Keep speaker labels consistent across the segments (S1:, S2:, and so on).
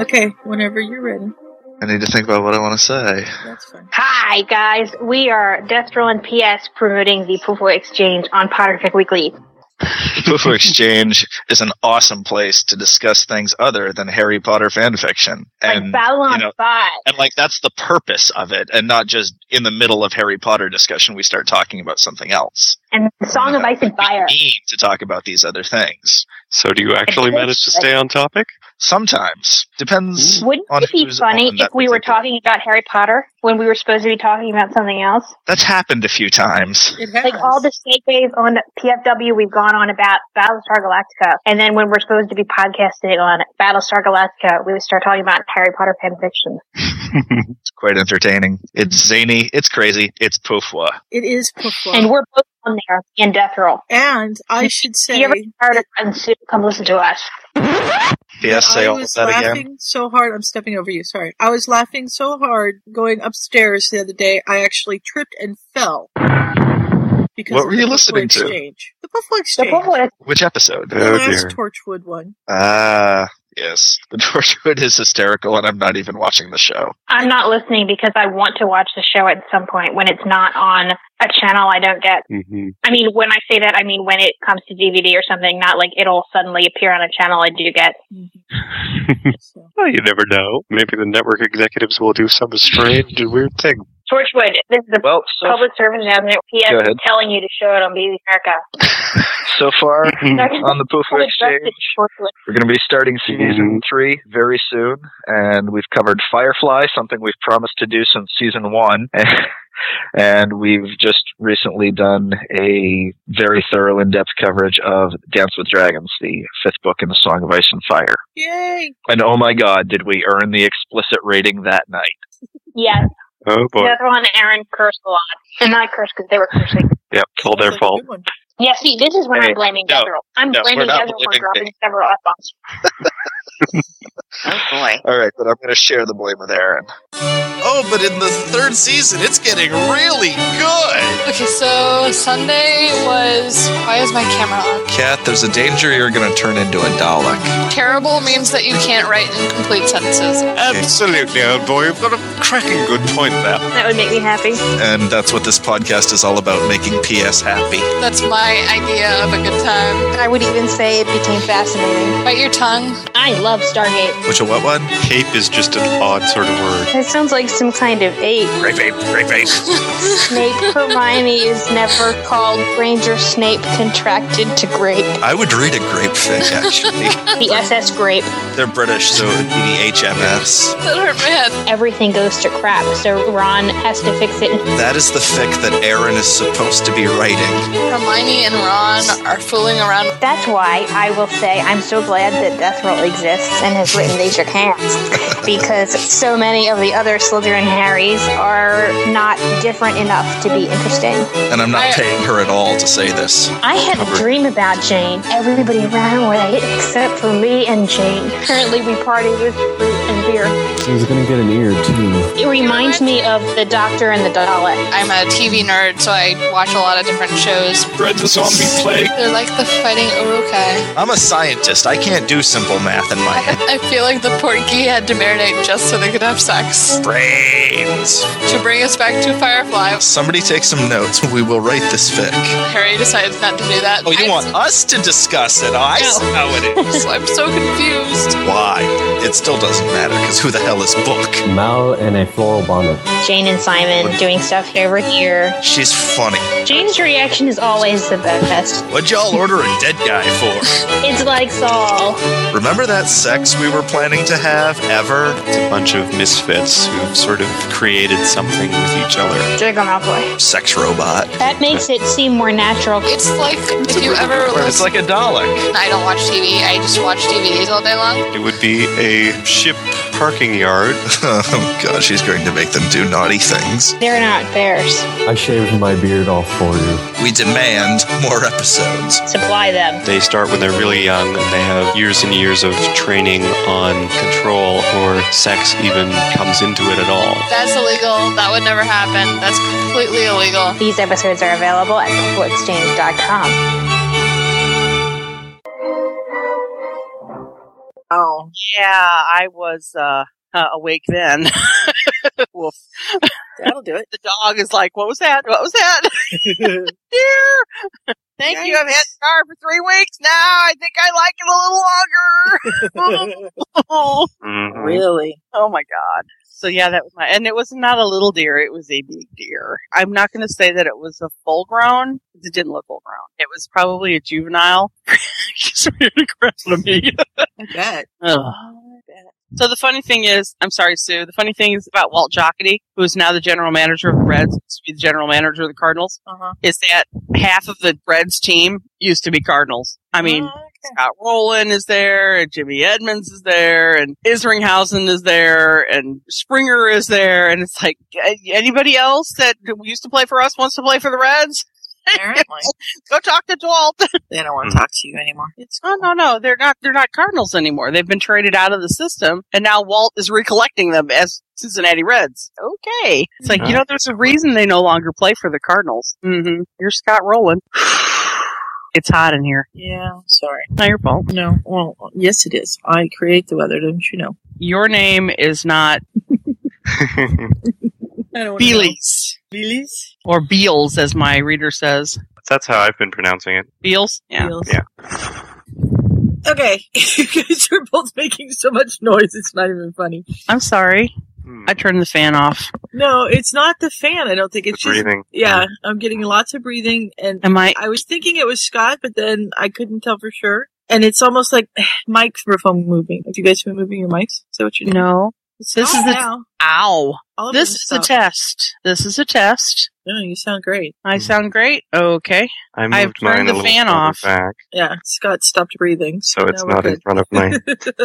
S1: Okay, whenever you're ready.
S2: I need to think about what I want to say.
S1: That's fine.
S3: Hi, guys. We are Destro and PS promoting the Poofoy Exchange on Potterfic Weekly.
S2: Poofu Exchange is an awesome place to discuss things other than Harry Potter fan fiction.
S3: Like
S2: And,
S3: Babylon
S2: you know,
S3: 5.
S2: and like that's the purpose of it, and not just in the middle of Harry Potter discussion, we start talking about something else.
S3: And Song of
S2: Yeah.
S3: Ice and Fire.
S2: We need to talk about these other things.
S4: So do you actually manage to stay on topic?
S2: Sometimes. Depends
S3: Wouldn't
S2: on
S3: it be
S2: who's
S3: funny
S2: on
S3: if
S2: that
S3: we were
S2: particular-
S3: talking about Harry Potter when we were supposed to be talking about something else?
S2: That's happened a few times.
S1: It has.
S3: Like all the segues on PFW we've gone on about Battlestar Galactica. And then when we're supposed to be podcasting on Battlestar Galactica, we would start talking about Harry Potter fanfiction.
S2: It's quite entertaining.
S1: Mm.
S2: It's zany, it's crazy, it's poofwa.
S1: It is Pufwa.
S3: And we're both on there in Death Roll.
S1: And I should
S3: If
S1: say,
S3: you ever tired of
S1: that
S3: Run Sue, come listen to us.
S2: Yes, say
S1: I
S2: all of
S1: was
S2: that
S1: laughing
S2: again.
S1: so hard. I'm stepping over you. Sorry. I was laughing so hard going upstairs the other day. I actually tripped and fell. Because
S2: What
S1: of
S2: were
S1: the
S2: you
S1: Puffalo
S2: listening to?
S1: Exchange. to? The Buffalo
S3: The
S1: Exchange.
S3: Poofoy
S2: Which episode?
S1: the
S4: Oh
S1: last
S4: dear.
S1: Torchwood one.
S2: Ah, yes. The Torchwood is hysterical, and I'm not even watching the show.
S3: I'm not listening because I want to watch the show at some point when it's not on a channel I don't get.
S4: hmm
S3: I mean, when I say that, I mean when it comes to DVD or something, not like it'll suddenly appear on a channel I do get.
S1: Mm-hmm, So.
S4: Well, you never know. Maybe the network executives will do some strange and weird thing.
S3: Torchwood, this is a
S5: Well, so
S3: public service announcement.
S2: Go
S3: PS
S2: ahead.
S3: telling you to show it on BBC America.
S5: so far
S2: Hmm.
S4: Mhm.
S5: on the Poof
S3: Public
S5: Exchange,
S3: justice Torchwood.
S5: we're going to be starting season
S2: Mm-hmm.
S5: three very soon, and we've covered Firefly, something we've promised to do since season one. And we've just recently done a very thorough, in-depth coverage of Dance with Dragons, the fifth book in the Song of Ice and Fire.
S1: Yay!
S5: And oh my God, did we earn the explicit rating that night?
S3: Yes,
S4: oh
S3: the
S4: boy.
S3: other one, Aaron cursed a lot. And I cursed because they were cursing.
S4: Yep, it's all
S1: Sounds
S4: their
S1: like a
S4: fault.
S1: good one.
S3: Yeah, see, this is when
S2: Hey,
S3: I'm blaming
S2: no,
S3: Devril. I'm
S2: no, we're
S3: blaming
S2: not
S3: Devril for
S2: blaming
S3: dropping several F-bombs.
S6: Oh boy.
S2: All right, but I'm going to share the blame with Aaron.
S7: Oh, but in the third season, it's getting really good.
S8: Okay, so Sunday was. Why is my camera on?
S7: Cat, there's a danger you're going to turn into a Dalek.
S8: Terrible means that you can't write in complete sentences.
S4: Um,
S7: Absolutely, old boy. You've got a cracking good point there.
S3: That would make me happy.
S7: And that's what this podcast is all about making PS happy.
S8: That's my idea of a good time.
S9: I would even say it became fascinating.
S8: Bite your tongue.
S3: I love Stargate.
S7: Which a what one?
S4: Cape is just an odd sort of word.
S9: It sounds like some kind of ape.
S2: Great babe, great babe.
S9: Snape Hermione is never called Granger Snape contracted to grape.
S7: I would read a grape fic, actually.
S3: The SS Grape.
S7: They're British, so it would be the HMS.
S8: That hurt my head.
S3: Everything goes to crap, so Ron has to fix it.
S7: That is the fic that Aaron is supposed to be writing.
S8: Hermione and Ron are fooling around.
S9: That's why I will say I'm so glad that Death Roll exists and has written They Shook Hands because so many of the other Slytherin Harrys are not different enough to be interesting.
S7: And I'm
S8: I-
S7: not paying her at all to say this.
S3: I had a dream about Jane.
S9: Everybody ran away except for me and Jane.
S3: Currently, we party with fruit and beer.
S10: He's gonna get an ear too.
S3: It reminds me of the Doctor and the Dalek.
S8: I'm a TV nerd, so I watch a lot of different shows.
S7: Spread the zombie plague.
S8: They're like the fighting Urukai.
S7: I'm a scientist. I can't do simple math in my head.
S8: I feel like the Porky had to marinate just so they could have sex.
S7: Brains.
S8: To bring us back to Firefly,
S7: Somebody take some notes. We will write this fic.
S8: Harry decides not to do that.
S7: Oh, you
S8: I'm,
S7: want us to discuss it? I
S8: No.
S7: see how it is.
S8: So, I'm so confused.
S7: Why? It still doesn't matter because who the hell is Book?
S10: Mal and a floral bonnet.
S3: Jane and Simon doing stuff over here.
S7: She's funny.
S3: Jane's reaction is always the best.
S7: What'd y'all order a dead guy for?
S3: It's like Saul.
S7: Remember that sex we were planning to have ever?
S4: It's a bunch of misfits who've sort of created something with each other.
S9: Draco Malfoy.
S7: Sex robot.
S3: That makes it seem more natural.
S8: It's like if you ever
S5: It's like a Dalek.
S8: I don't watch TV. I just watch DVDs all day long.
S4: It would be a ship parking yard.
S7: oh god, she's going to make them do naughty things.
S3: They're not bears.
S10: I shaved my beard off for you.
S7: We demand more episodes.
S3: Supply them.
S4: They start when they're really young and they have years and years of training on control or sex even comes into it at all.
S8: That's illegal. That would never happen. That's completely illegal.
S9: These episodes are available at PuffaloExchange.com.
S1: Wow.
S9: Yeah, I was uh, uh, awake then. Wolf.
S2: That'll do it.
S9: The dog is like, "What was that? What was that?" Dear, thank you. I've had scar for three weeks now. I think I like it a little longer. oh,
S4: Mm-hmm.
S2: Really?
S9: oh my god. So yeah, that was my, and it was not a little deer. It was a big deer. I'm not going to say that it was a full grown. 'cause It didn't look full grown. It was probably a juvenile. It's weird to grab to me.
S1: I bet.
S9: Ugh. So the funny thing is, I'm sorry, Sue. The funny thing is about Walt Jockety, who is now the general manager of the Reds, used to be the general manager of the Cardinals,
S1: Uh-huh.
S9: is that half of the Reds team used to be Cardinals. I mean, Scott Rowland is there, and Jimmy Edmonds is there, and Isringhausen is there, and Springer is there, and it's like a- anybody else that used to play for us wants to play for the Reds.
S1: Apparently.
S9: Go talk to Walt.
S1: They don't
S4: Mm-hmm.
S1: want to talk to you anymore. It's
S9: Oh no, no, they're not. They're not Cardinals anymore. They've been traded out of the system, and now Walt is recollecting them as Cincinnati Reds. Okay, it's like you know, there's a reason they no longer play for the Cardinals. Mm-hmm. You're Scott Rowland. It's hot in here.
S1: Yeah, I'm sorry.
S9: Not your fault.
S1: No. Well, yes, it is. I create the weather, don't you know?
S9: Your name is not
S1: I don't
S9: Beelies
S1: Beelies?
S9: or Beals, as my reader says.
S4: That's how I've been pronouncing it.
S9: Beals. Yeah.
S1: Beals.
S4: Yeah.
S1: Okay. you guys are both making so much noise, it's not even funny.
S9: I'm sorry.
S4: Hmm.
S9: I turned the fan off.
S1: No, it's not the fan. I don't think
S4: The
S1: it's just.
S4: breathing.
S1: Yeah, I'm getting lots of breathing, and
S9: Am I?
S1: I was thinking it was Scott, but then I couldn't tell for sure. And it's almost like mics were foam moving. Have you guys been moving your mics? Is that what you're doing?
S9: No.
S1: It's
S9: This
S1: not
S9: is the-
S1: now.
S9: Ow.
S1: All of
S9: This
S1: them
S9: is a
S1: sound-
S9: test. This is a test.
S1: No, you sound great.
S9: I
S4: Hmm.
S9: sound great. Okay.
S4: Um, I moved
S9: I've turned
S4: mine
S9: the
S4: a little
S9: fan
S4: further
S9: off.
S4: back,
S1: Yeah, Scott stopped breathing,
S4: so it's
S1: now we're
S4: not in
S1: good.
S4: front of my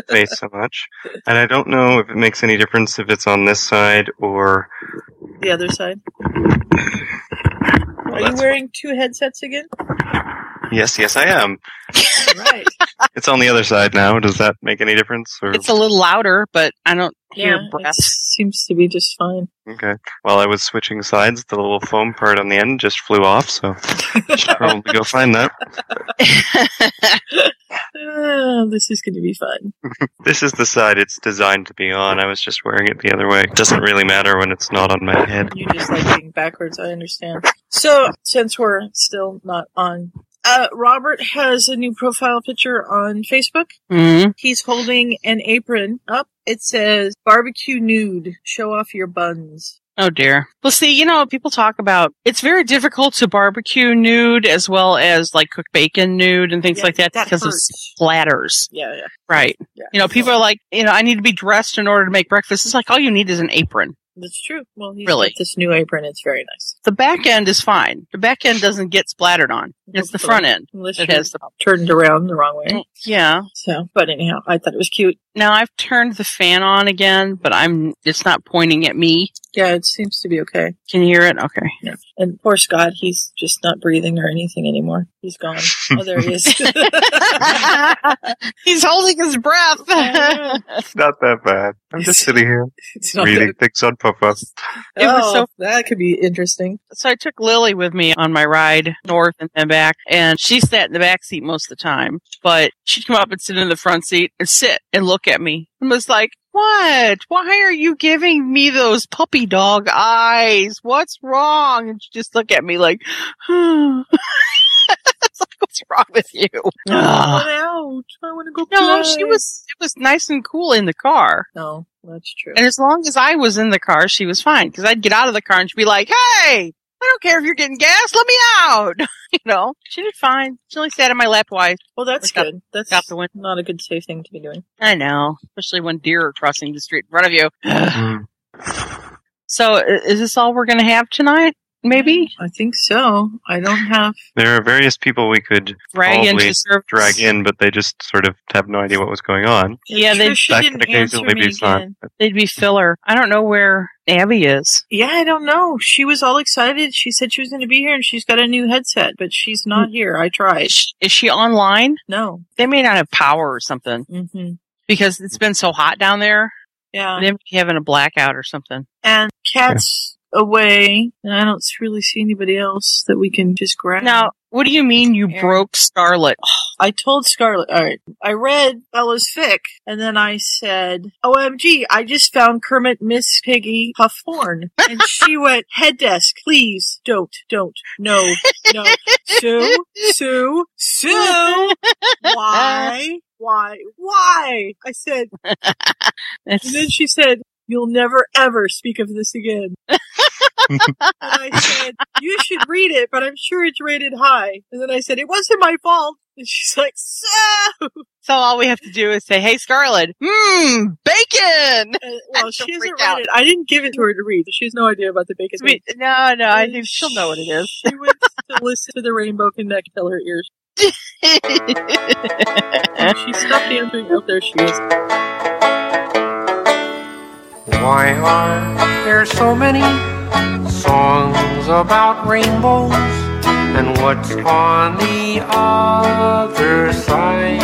S4: face so much. And I don't know if it makes any difference if it's on this side or.
S1: the other side.
S4: Well,
S1: Are you
S4: that's-
S1: wearing two headsets again?
S4: Yes, yes, I am.
S1: right.
S4: It's on the other side now. Does that make any difference? Or
S9: It's a little louder, but I don't hear
S1: Yeah, it
S9: breath.
S1: seems to be just fine.
S4: okay. While I was switching sides, the little foam part on the end just flew off, so should probably go find that.
S1: Ah, this is going to be fun.
S4: This is the side it's designed to be on. I was just wearing it the other way. It doesn't really matter when it's not on my head.
S1: You just like being backwards. I understand. So since we're still not on, uh, Robert has a new profile picture on Facebook.
S9: mm
S1: He's holding an apron up. It says barbecue nude. Show off your buns.
S9: Oh dear. Well, see, you know, people talk about it's very difficult to barbecue nude as well as like cook bacon nude and things
S1: Yeah,
S9: like that, because of
S1: hurts.
S9: splatters.
S1: Yeah, yeah,
S9: Right.
S1: yeah.
S9: You know, people are like, you know, I need to be dressed in order to make breakfast. It's like all you need is an apron.
S1: That's true. Well, he's
S9: Really?
S1: got this new apron. It's very nice.
S9: The back end is fine. The back end doesn't get splattered on. It's the front end.
S1: Unless
S9: It Mm.
S1: you're
S9: has the
S1: turned around the wrong way.
S9: yeah.
S1: So, but anyhow, I thought it was cute.
S9: Now I've turned the fan on again, but I'm it's not pointing at me.
S1: Yeah, it seems to be okay.
S9: Can you hear it? Okay.
S1: Yeah. And poor Scott, he's just not breathing or anything anymore. He's gone. Oh, there he is.
S9: He's holding his breath.
S1: I
S4: It's not that bad. I'm just sitting here
S1: it's not
S4: reading
S1: good.
S4: things on Puffa.
S9: It was
S1: Oh,
S9: so-
S1: that could be interesting.
S9: so I took Lily with me on my ride north and then back, and she sat in the back seat most of the time. But she'd come up and sit in the front seat and sit and look at me and was like, "What? Why are you giving me those puppy dog eyes? What's wrong?" And she just look at me like, it's like "What's wrong with you?"
S1: I
S9: Ugh.
S1: want out. I want to go
S9: Ah. no,
S1: play.
S9: she was. It was nice and cool in the car.
S1: No, that's true.
S9: And as long as I was in the car, she was fine. Because I'd get out of the car and she'd be like, "Hey, I don't care if you're getting gas. Let me out." you know, she did fine. She only sat in my lap twice.
S1: well, that's
S9: Look out-
S1: good. That's
S9: out the window.
S1: not a good safe thing to be doing.
S9: I know, especially when deer are crossing the street in front of you.
S1: Mm.
S9: so, i- is this all we're gonna have tonight?
S4: Mm.
S9: Maybe
S1: I think so. I don't have.
S4: There are various people we could
S9: drag
S4: Probably
S9: into service.
S4: drag in, but they just sort of have no idea what was going on.
S9: Yeah, they'd,
S1: Tricia
S4: That
S1: didn't
S4: could
S1: answer
S4: occasionally
S1: me
S4: be
S1: again.
S4: fun.
S9: they'd be filler. I don't know where Abby is.
S1: Yeah, I don't know. She was all excited. She said she was going to be here, and she's got a new headset, but she's not here. I tried.
S9: Is she, is she online?
S1: No.
S9: They may not have power or something
S1: Mm-hmm.
S9: because it's been so hot down there.
S1: Yeah.
S9: They may be having a blackout or something.
S1: And Kat's away, and I don't really see anybody else that we can just grab.
S9: Now, what do you mean you broke Scarlet?
S1: I told Scarlet. All right, I read Bella's fic, and then I said, "OMG! I just found Kermit Miss Piggy Huffhorn," and she went, "Head desk, please don't, don't, no, no, Sue, Sue, Sue, why, why, why?" I said, and then she said, "You'll never ever speak of this again." and I said, "You should read it, but I'm sure it's rated high." And then I said, "It wasn't my fault." And she's like, "So."
S9: So all we have to do is say, "Hey, Scarlet, hmm, bacon."
S1: And, well, she hasn't read it. I didn't give it to her to read. She has no idea about the bacon.
S9: Sweet.
S1: thing.
S9: No, no, I think she'll know what it is.
S1: She went to listen to the Rainbow Connect till her ears. she stopped answering. Oh, there she is.
S10: Why are there so many songs about rainbows and what's on the other side?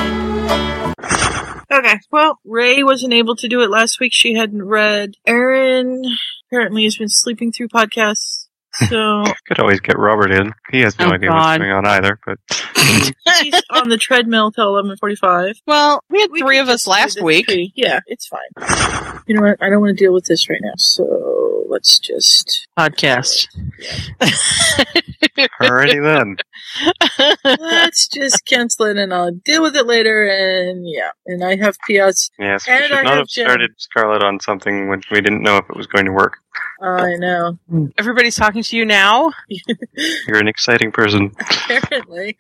S1: Okay. Well, Ray wasn't able to do it last week. She hadn't read. Erin apparently has been sleeping through podcasts. So
S4: Could always get Robert in. He has no
S1: Oh,
S4: idea
S1: God.
S4: what's going on either, but
S1: she's on the treadmill till eleven forty-five.
S9: Well, we had three of us last week.
S1: Yeah, it's fine. You know what? I don't want to deal with this right now. So let's just
S9: podcast.
S4: Alrighty then.
S1: let's just cancel it, and I'll deal with it later. And yeah, and I have Piaz.
S4: Yes,
S1: and
S4: we should
S1: I
S4: not
S1: have
S4: have
S1: Jen.
S4: started Scarlet on something when we didn't know if it was going to work.
S1: I know.
S9: Everybody's talking to you now.
S4: You're an exciting person.
S1: Apparently,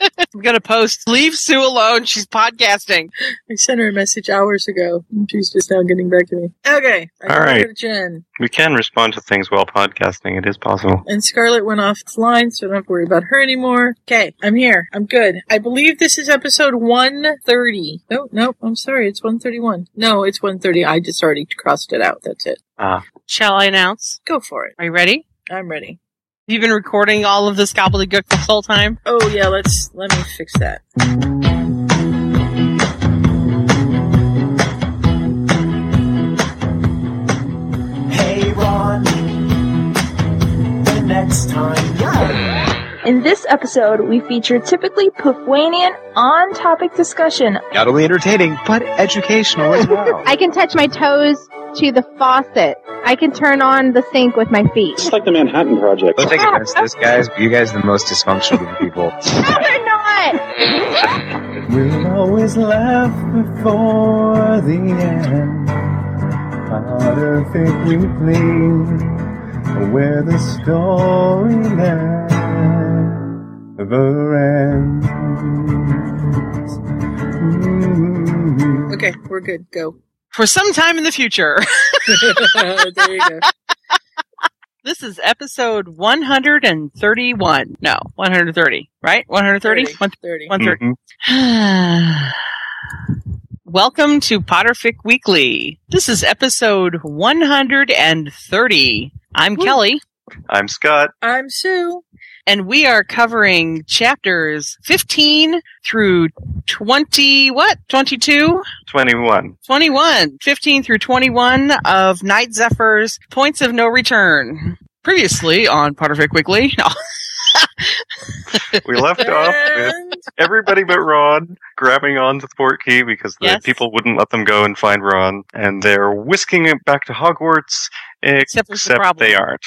S9: I'm gonna post. Leave Sue alone. She's podcasting.
S1: I sent her a message hours ago, and she's just now getting back to me. Okay, I
S4: All
S1: got
S4: right.
S1: rid of Jen.
S4: We can respond to things while podcasting. It is possible.
S1: And Scarlett went offline, so I don't have to worry about her anymore. Okay, I'm here. I'm good. I believe this is episode 130. Oh, no, I'm sorry. It's 131. No, it's 130. I just already crossed it out. That's it.
S4: Ah.
S9: Shall I announce?
S1: Go for it.
S9: Are you ready?
S1: I'm ready.
S9: You've been recording all of this gobbledygook this whole time.
S1: Oh, yeah, let's, let me fix that.
S2: Hey Ron, the next time you're
S11: In this episode, we feature typically Pufwanian on topic discussion.
S12: Not only entertaining, but educational as well.
S3: I can touch my toes to the faucet. I can turn on the sink with my feet.
S13: It's like the Manhattan Project.
S12: Don't take offense to this, guys. but You guys are the most dysfunctional group of people.
S3: They're not.
S2: We'll always laugh before the end. Perfect replay where the story never ends.
S4: Mm-hmm.
S1: Okay, we're good. Go.
S9: For some time in the future.
S1: there you go.
S9: This is episode 131. No, 130, right? 130?
S1: 130.
S9: 130. Welcome to Potterfic Weekly. This is episode 130. I'm Kelly.
S4: I'm Scott.
S1: I'm Sue.
S9: And we are covering chapters 15 through 20, what? 22?
S4: 21.
S9: 21. 15 through 21 of Night Zephyr's Points of No Return. Previously on Potterfic Weekly. Oh, No.
S4: We left off with everybody but Ron grabbing onto the port key because the
S9: Yes.
S4: people wouldn't let them go and find Ron, and they're whisking it back to Hogwarts, except,
S1: was the problem.
S4: they aren't.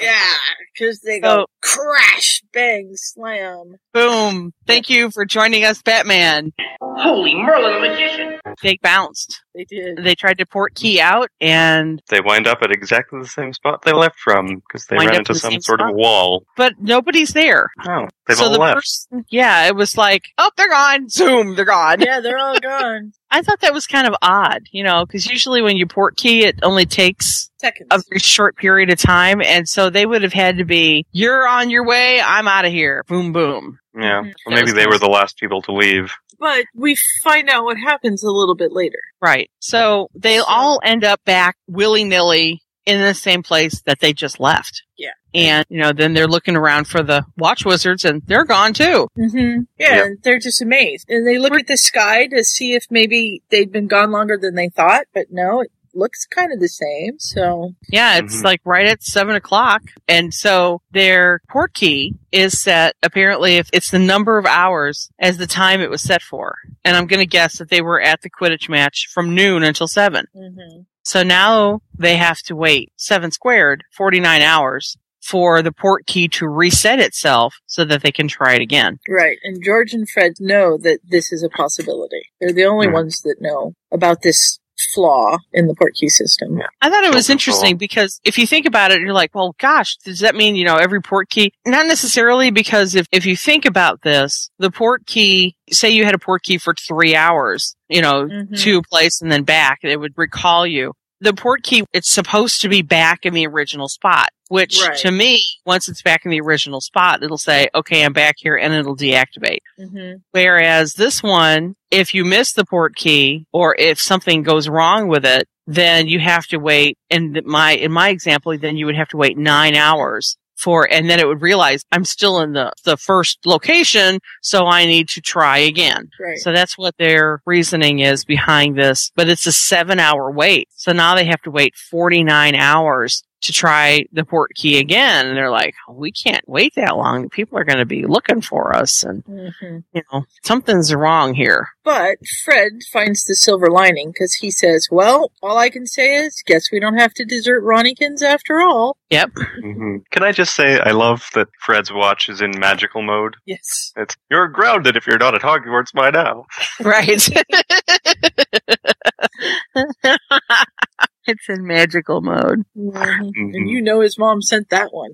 S1: Yeah, because they go crash, bang, slam.
S9: Boom. Thank you for joining us, Batman.
S1: Holy Merlin the Magician!
S9: They bounced.
S1: They did.
S9: They tried to port key out and
S4: They wind up at exactly the same spot they left from because they
S9: Wind
S4: ran
S9: up
S4: into
S9: in the
S4: some
S9: same
S4: sort of
S9: spot.
S4: wall.
S9: but nobody's there.
S4: Oh, they've all
S9: the
S4: left.
S9: person Yeah, it was like, oh, they're gone. Zoom, they're gone.
S1: Yeah, they're all gone.
S9: I thought that was kind of odd, you know, because usually when you port key, it only takes
S1: Seconds.
S9: a very short period of time, and so they would have had to be, "You're on your way. I'm out of here." Boom, boom.
S4: Yeah. Well,
S9: That
S4: maybe
S9: was
S4: they
S9: nice.
S4: were the last people to leave.
S1: But we find out what happens a little bit later.
S9: Right. So they all end up back willy nilly in the same place that they just left.
S1: Yeah.
S9: And, you know, then they're looking around for the watch wizards and they're gone too.
S1: Mm-hmm. Yeah, and they're just amazed. And they look at the sky to see if maybe they'd been gone longer than they thought, but no, it looks kind of the same. So
S9: Yeah, it's like right at seven o'clock. And so their port key is set apparently if it's the number of hours as the time it was set for. And I'm going to guess that they were at the Quidditch match from noon until 7
S1: Mm-hmm.
S9: So now they have to wait seven squared, 49 hours for the port key to reset itself so that they can try it again.
S1: right, and George and Fred know that this is a possibility. They're the only
S9: Hmm.
S1: ones that know about this flaw in the portkey system.
S9: I thought it was interesting because if you think about it, you're like, well, gosh, does that mean, you know, every port key? Not necessarily because if, if you think about this, the port key, say you had a port key for three hours, you know, to a place and then back, it would recall you. The port key, it's supposed to be back in the original spot, which
S1: Right.
S9: to me, once it's back in the original spot, it'll say, okay, I'm back here and it'll deactivate.
S1: Mm-hmm.
S9: Whereas this one, if you miss the port key or if something goes wrong with it, then you have to wait. And th- my, in my example, then you would have to wait nine hours for, and then it would realize I'm still in the, the first location. So I need to try again.
S1: Right.
S9: So that's what their reasoning is behind this, but it's a seven hour wait. So now they have to wait 49 hours to try the port key again. And they're like, we can't wait that long. People are going to be looking for us. And
S1: Mm-hmm.
S9: you know, something's wrong here.
S1: But Fred finds the silver lining because he says, "Well, all I can say is, guess we don't have to desert Ronnikins after all."
S9: Yep.
S4: Mm-hmm. Can I just say I love that Fred's watch is in magical mode?
S1: Yes.
S4: It's you're grounded if you're not at Hogwarts by now.
S9: Right. it's in magical mode.
S4: Mm-hmm.
S9: Mm-hmm.
S1: And you know his mom sent that one.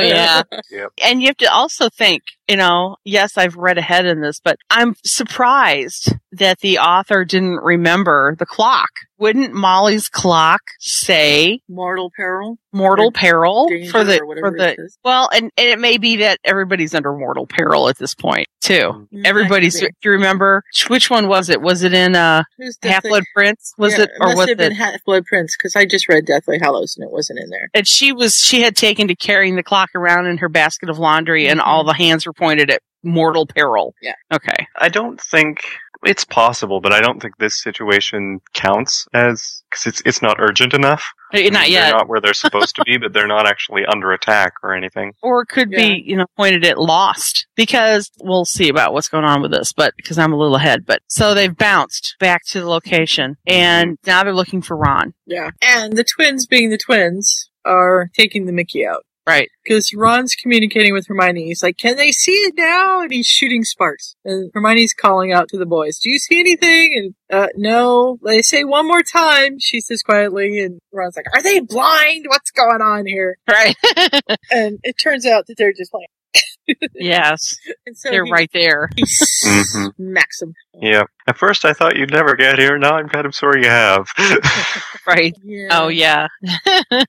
S9: yeah.
S4: Yep.
S9: And you have to also think, you know, yes, I've read ahead in this, but I'm surprised that the author didn't remember the clock. Wouldn't Molly's clock say
S1: Mortal peril.
S9: mortal
S1: Or
S9: peril
S1: danger
S9: Oh, for the
S1: or whatever
S9: for
S1: it
S9: the
S1: is.
S9: well and, and it may be that everybody's under mortal peril at this point too
S1: Mm, that
S9: Mm-hmm. everybody's
S1: could
S9: do you remember which one was it was it in uh
S1: Who's Deathly-
S9: half blood prince was
S1: Yeah,
S9: it or
S1: must
S9: was
S1: have
S9: it
S1: been Half Blood Prince? Because I just read Deathly Hallows and it wasn't in there.
S9: and she was she had taken to carrying the clock around in her basket of laundry and all the hands were pointed at mortal peril
S1: Mm-hmm. yeah
S9: okay
S4: I don't think it's possible, but I don't think this situation counts as because it's it's not urgent enough.
S9: Uh, not yet.
S4: They're not where they're supposed to be, but they're not actually under attack or anything.
S9: or it could be you know pointed at lost because we'll see about what's going on with this but because i'm a little ahead but so they've bounced back to the location and
S1: Mm-hmm.
S9: now they're looking for ron
S1: Yeah. And the twins, being the twins, are taking the Mickey out.
S9: Right.
S1: Because Ron's communicating with Hermione. He's like, can they see it now? And he's shooting sparks. And Hermione's calling out to the boys, do you see anything? And, uh, no. They say one more time, she says quietly. And Ron's like, are they blind? What's going on here?
S9: Right.
S1: and it turns out that they're just like,
S9: yes
S1: And so
S9: they're
S1: he-
S9: right there
S4: Mhm.
S1: Maxim.
S4: Yeah. At first, I thought you'd never get here. Now I'm kind of sorry you have.
S9: right oh yeah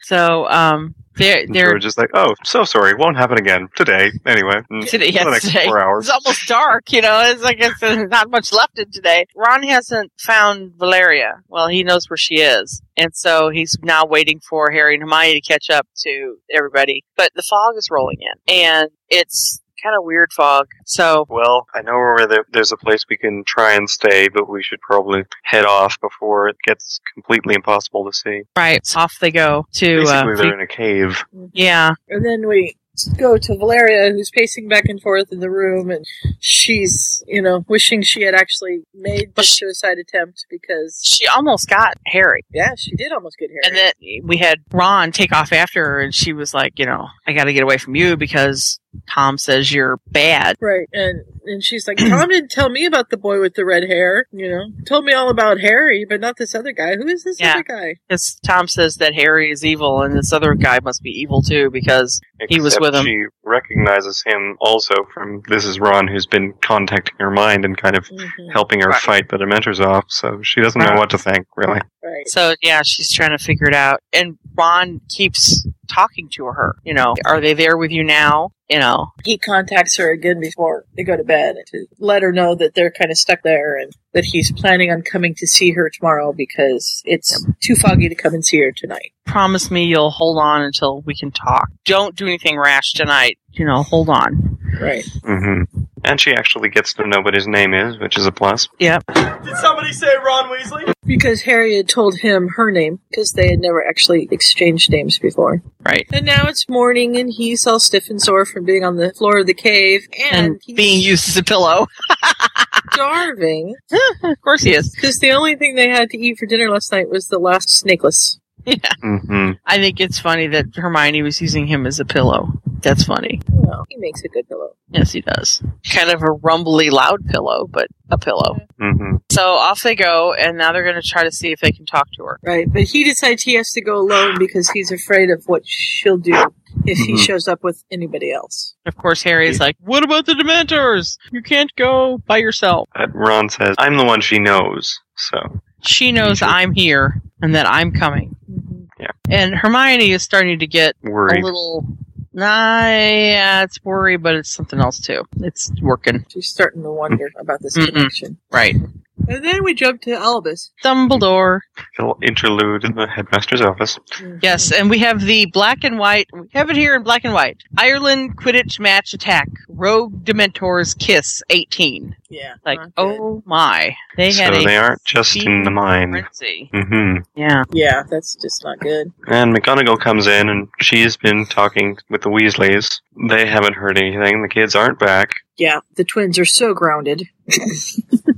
S9: so um they're
S4: And
S9: they're
S4: we're just like, oh, so sorry. Won't happen again today. Anyway, Mm.
S9: Today,
S4: For the next
S9: yesterday.
S4: four hours.
S9: It's almost dark, you know. It's like it's, there's not much left in today. Ron hasn't found Valeria. Well, he knows where she is, and so he's now waiting for Harry and Hermione to catch up to everybody. But the fog is rolling in, and it's kind of weird fog. So
S4: well, I know where there, there's a place we can try and stay, but we should probably head off before it gets completely impossible to see.
S9: right so off they go to.
S4: Basically,
S9: uh,
S4: they're in a cave.
S9: yeah,
S1: And then we go to Valeria, who's pacing back and forth in the room, and she's, you know, wishing she had actually made the suicide attempt because
S9: she almost got Harry.
S1: Yeah, she did almost get Harry.
S9: And then we had Ron take off after her, and she was like, you know, I got to get away from you because Tom says you're bad.
S1: Right, and and she's like, Tom didn't tell me about the boy with the red hair. You know, told me all about Harry, but not this other guy. Who is this
S9: Yeah.
S1: other guy?
S9: Because Tom says that Harry is evil, and this other guy must be evil too because he was
S4: Except
S9: with him.
S4: She recognizes him also from this is Ron, who's been contacting her mind and kind of
S1: Mm-hmm.
S4: helping her fight the Dementors off. So she doesn't know what to think really.
S9: So yeah, she's trying to figure it out, and Ron keeps talking to her. You know, are they there with you now? You know,
S1: He contacts her again before they go to bed to let her know that they're kind of stuck there and that he's planning on coming to see her tomorrow because it's too foggy to come and see her tonight.
S9: promise me you'll hold on until we can talk. Don't do anything rash tonight. You know, hold on.
S1: Right.
S4: hmm And she actually gets to know what his name is, which is a plus.
S9: Yep.
S14: Did somebody say Ron Weasley?
S1: Because Harry had told him her name, because they had never actually exchanged names before.
S9: Right.
S1: And now it's morning, and he's all stiff and sore from being on the floor of the cave and,
S9: and being used as a pillow.
S1: starving.
S9: of course he is.
S1: Because the only thing they had to eat for dinner last night was the last snakeless.
S9: Yeah.
S4: Mm-hmm.
S9: I think it's funny that Hermione was using him as a pillow. That's funny.
S1: Oh, he makes a good pillow.
S9: Yes, he does. Kind of a rumbly, loud pillow, but a pillow.
S4: Mm-hmm.
S9: So off they go, and now they're going to try to see if they can talk to her.
S1: Right. But he decides he has to go alone because he's afraid of what she'll do if he
S9: Mhm.
S1: shows up with anybody else.
S9: Of course, Harry's like, "What about the Dementors? You can't go by yourself."
S4: But Ron says, I'm the one she knows. So,
S9: She knows I'm here and that I'm coming.
S4: Yeah.
S9: And Hermione is starting to get
S4: Worried.
S9: a little. Nah, yeah, it's worry, but it's something else too. It's working.
S1: She's starting to wonder about this
S9: Mm-mm.
S1: connection.
S9: Right.
S1: And then we jump to Albus.
S9: Dumbledore.
S4: little interlude in the headmaster's office.
S9: Yes, and we have the black and white. We have it here in black and white. Ireland Quidditch match attack. Rogue Dementors kiss 18.
S1: Yeah.
S9: Like, oh my. They
S4: so
S9: had a
S4: they aren't just in the mine.
S9: frenzy.
S4: hmm
S9: Yeah.
S1: Yeah, that's just not good.
S4: And McGonagall comes in, and she's been talking with the Weasleys. They haven't heard anything. The kids aren't back.
S1: Yeah, the twins are so grounded.
S4: hmm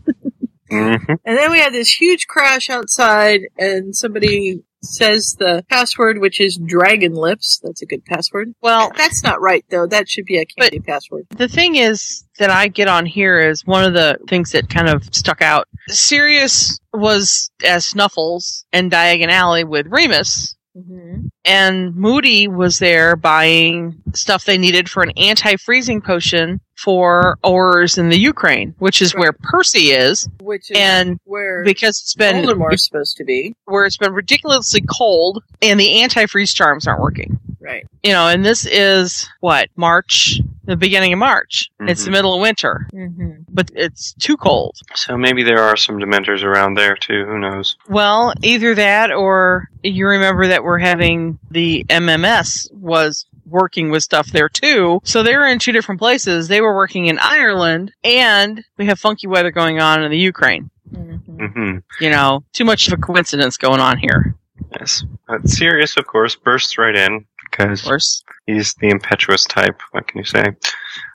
S1: And then we had this huge crash outside, and somebody says the password, which is dragon lips. That's a good password.
S9: Well,
S1: that's not right though. That should be a candy password.
S9: The thing is that I get on here is one of the things that kind of stuck out. Sirius was as Snuffles and Diagon Alley with Remus. And Moody was there buying stuff they needed for an anti freezing potion for Ors in the Ukraine, which is where Percy is.
S1: Which is
S9: and
S1: where
S9: because it's been
S1: Voldemort's supposed to be.
S9: where it's been ridiculously cold and the antifreeze charms aren't working.
S1: Right.
S9: You know, and this is what March, the beginning of March. It's the middle of winter,
S1: Mm-hmm.
S9: but it's too cold.
S4: So maybe there are some Dementors around there too. Who knows?
S9: Well, either that or you remember that we're having the MMS was working with stuff there too. So they were in two different places. They were working in Ireland and we have funky weather going on in the Ukraine.
S4: hmm
S9: You know, too much of a coincidence going on here.
S4: Yes. But Sirius, of course, bursts right in because he's the impetuous type. What can you say?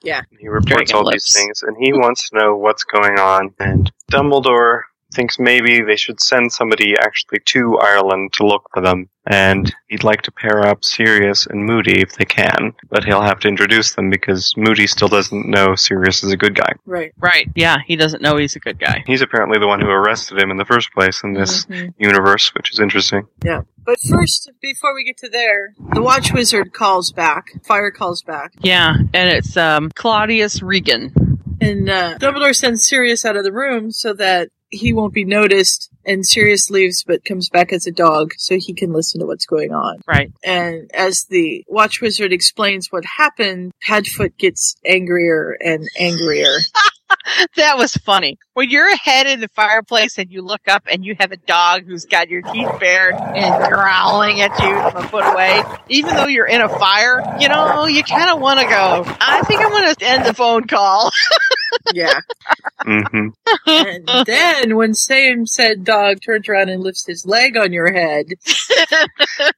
S1: Yeah.
S4: He reports
S9: Dragon
S4: all
S9: lips.
S4: these things, and he wants to know what's going on. And Dumbledore thinks maybe they should send somebody actually to Ireland to look for them. And he'd like to pair up Sirius and Moody if they can, but he'll have to introduce them because Moody still doesn't know Sirius is a good guy.
S1: Right.
S9: Right. Yeah, he doesn't know he's a good guy.
S4: He's apparently the one who arrested him in the first place in this
S1: Mhm.
S4: universe, which is interesting.
S1: Yeah. But first, before we get to there, the Watch Wizard calls back. Fire calls back.
S9: Yeah, and it's um, Claudius Regan.
S1: And uh, Dumbledore sends Sirius out of the room so that he won't be noticed. And Sirius leaves, but comes back as a dog so he can listen to what's going on.
S9: Right.
S1: And as the Watch Wizard explains what happened, Padfoot gets angrier and angrier.
S9: That was funny. When you're ahead in the fireplace and you look up and you have a dog who's got your teeth bared and growling at you from a foot away, even though you're in a fire, you know, you kind of want to go, I think I'm going to end the phone call.
S1: yeah.
S4: hmm
S1: And then when same said dog turns around and lifts his leg on your head,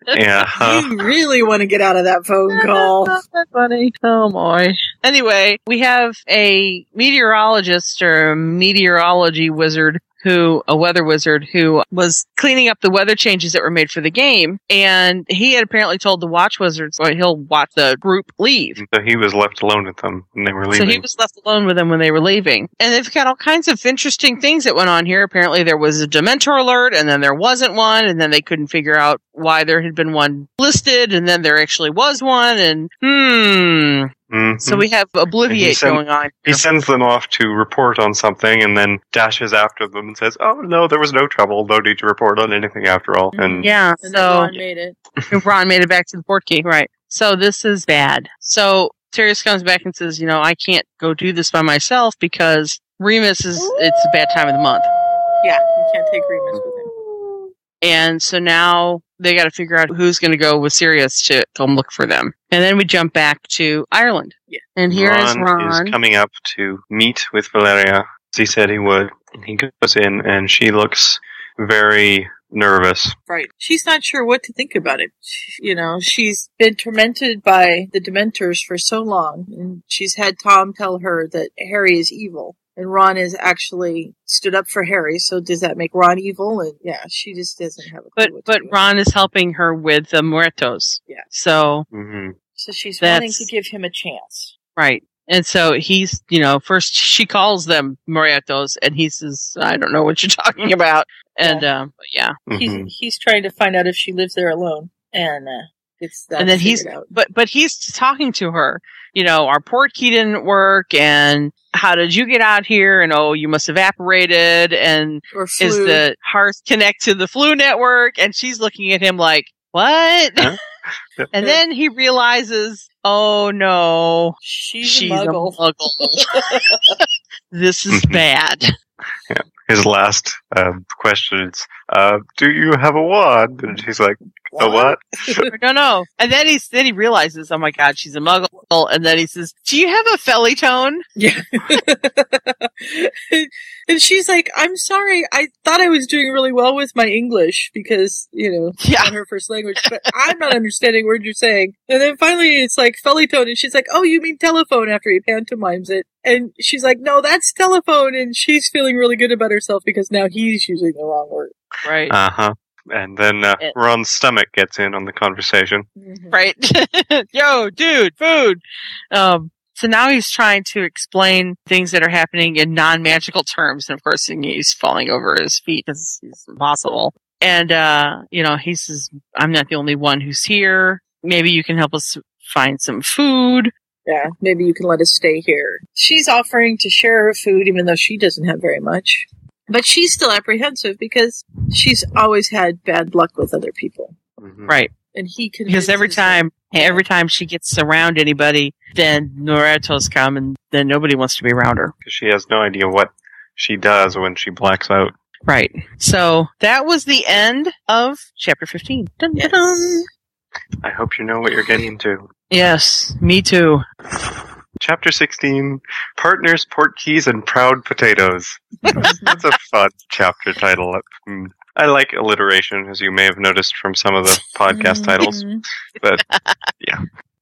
S4: Yeah.
S1: you really want to get out of that phone call.
S9: funny. Oh boy. Anyway, we have a meteorologist or meteorology wizard who, a weather wizard who was cleaning up the weather changes that were made for the game. And he had apparently told the watch wizards, well, he'll watch the group leave.
S4: So he was left alone with them, and they were leaving.
S9: So he was left alone with them when they were leaving. And they've got all kinds of interesting things that went on here. Apparently there was a Dementor alert and then there wasn't one and then they couldn't figure out why there had been one listed and then there actually was one and hmm.
S4: Mhm.
S9: So we have
S4: And he
S9: Obliviate
S4: send-
S9: going on.
S4: He sends them off to report on something and then dashes after them and says, Oh, no, there was no trouble. No need to report on anything after all. And
S9: Yeah. So
S1: made it.
S9: Ron made it back to the port key. Right. So this is bad. So Sirius comes back and says, you know, I can't go do this by myself because Remus is, it's a bad time of the month.
S1: Yeah, you can't take Remus with him.
S9: And so now they got to figure out who's going to go with Sirius to come look for them. And then we jump back to Ireland.
S1: Yeah.
S9: And here is Ron.
S4: is coming up to meet with Valeria as he said he would. And he goes in and she looks very nervous.
S1: Right. She's not sure what to think about it. She, you know, she's been tormented by the Dementors for so long, and she's had Tom tell her that Harry is evil. And Ron has actually stood up for Harry, so does that make Ron evil? And yeah, she just doesn't have a clue.
S9: But
S1: what to
S9: but
S1: do.
S9: Ron is helping her with the muertos.
S1: Yeah.
S9: So
S4: Mm-hmm.
S1: so she's
S9: that's-
S1: wanting to give him a chance.
S9: right. And so he's, you know, first she calls them muertos, and he says, "I don't know what you're talking about." And yeah, um, but yeah.
S4: Mm-hmm.
S1: He's he's trying to find out if she lives there alone, and uh, it's that.
S9: and then he's,
S1: figured out.
S9: but but he's talking to her. You know, our port key didn't work, and how did you get out here? And oh, you must have evaporated. And
S1: Or
S9: is
S1: flu.
S9: the hearth connect to the flu network? And she's looking at him like, what? and then he realizes, oh no,
S1: she's, muggle.
S9: muggle. this is bad.
S4: His last um, question is, uh, "Do you have a wand?" And she's like, "A what?"
S9: no, no. And then he's then he realizes, oh my god, she's a muggle. And then he says, "Do you have a felly tone?"
S1: Yeah. And she's like, I'm sorry, I thought I was doing really well with my English because, you know, it's not her first language, but I'm not understanding words you're saying. And then finally it's like felitone and she's like, Oh, you mean telephone after he pantomimes it. And she's like, No, that's telephone and she's feeling really good about herself because now he's using the wrong word.
S9: Right.
S4: Uh huh. And then uh,
S9: It-
S4: Ron's stomach gets in on the conversation.
S1: Mm-hmm.
S9: right? Yo, dude, food. Um, so now he's trying to explain things that are happening in non-magical terms, and of course he's falling over his feet because it's impossible. And uh, you know, he says, "I'm not the only one who's here. Maybe you can help us find some food."
S1: Yeah, maybe you can let us stay here. She's offering to share her food, even though she doesn't have very much. But she's still apprehensive because she's always had bad luck with other people.
S9: Right.
S1: And he can.
S9: Because every time, every time she gets around anybody, then Noratos come, and then nobody wants to be around her.
S4: She has no idea what she does when she blacks out.
S9: Right. So that was the end of chapter 15. Dun, dun, dun.
S4: I hope you know what you're getting into.
S9: Yes, me too.
S4: Chapter 16 Partners, Port Keys, and Proud Potatoes. That's a fun chapter title. Mm. I like alliteration, as you may have noticed from some of the podcast titles. But yeah.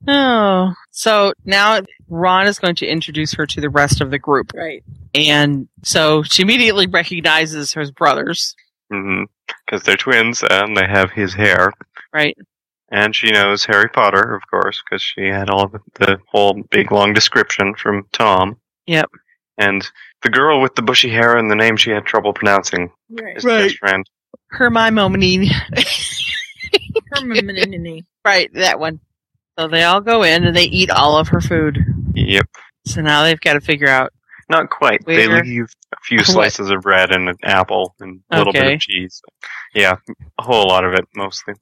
S9: Oh, so now Ron is going to introduce her to the rest of the group.
S1: Right.
S9: And so she immediately recognizes her brothers.
S4: Because Mm-hmm. they're twins and they have his hair.
S9: Right.
S4: And she knows Harry Potter, of course, because she had all the, the whole big long description from Tom.
S9: Yep.
S4: And the girl with the bushy hair and the name she had trouble pronouncing is
S9: Right.
S4: best friend.
S9: Hermione.
S1: Hermione.
S9: right, that one. So they all go in and they eat all of her food.
S4: Yep.
S9: So now they've got to figure out.
S4: Not quite. They
S9: Where-
S4: leave a few slices of bread and an apple and a little bit
S9: Okay.
S4: of cheese. Yeah, a whole lot of it mostly.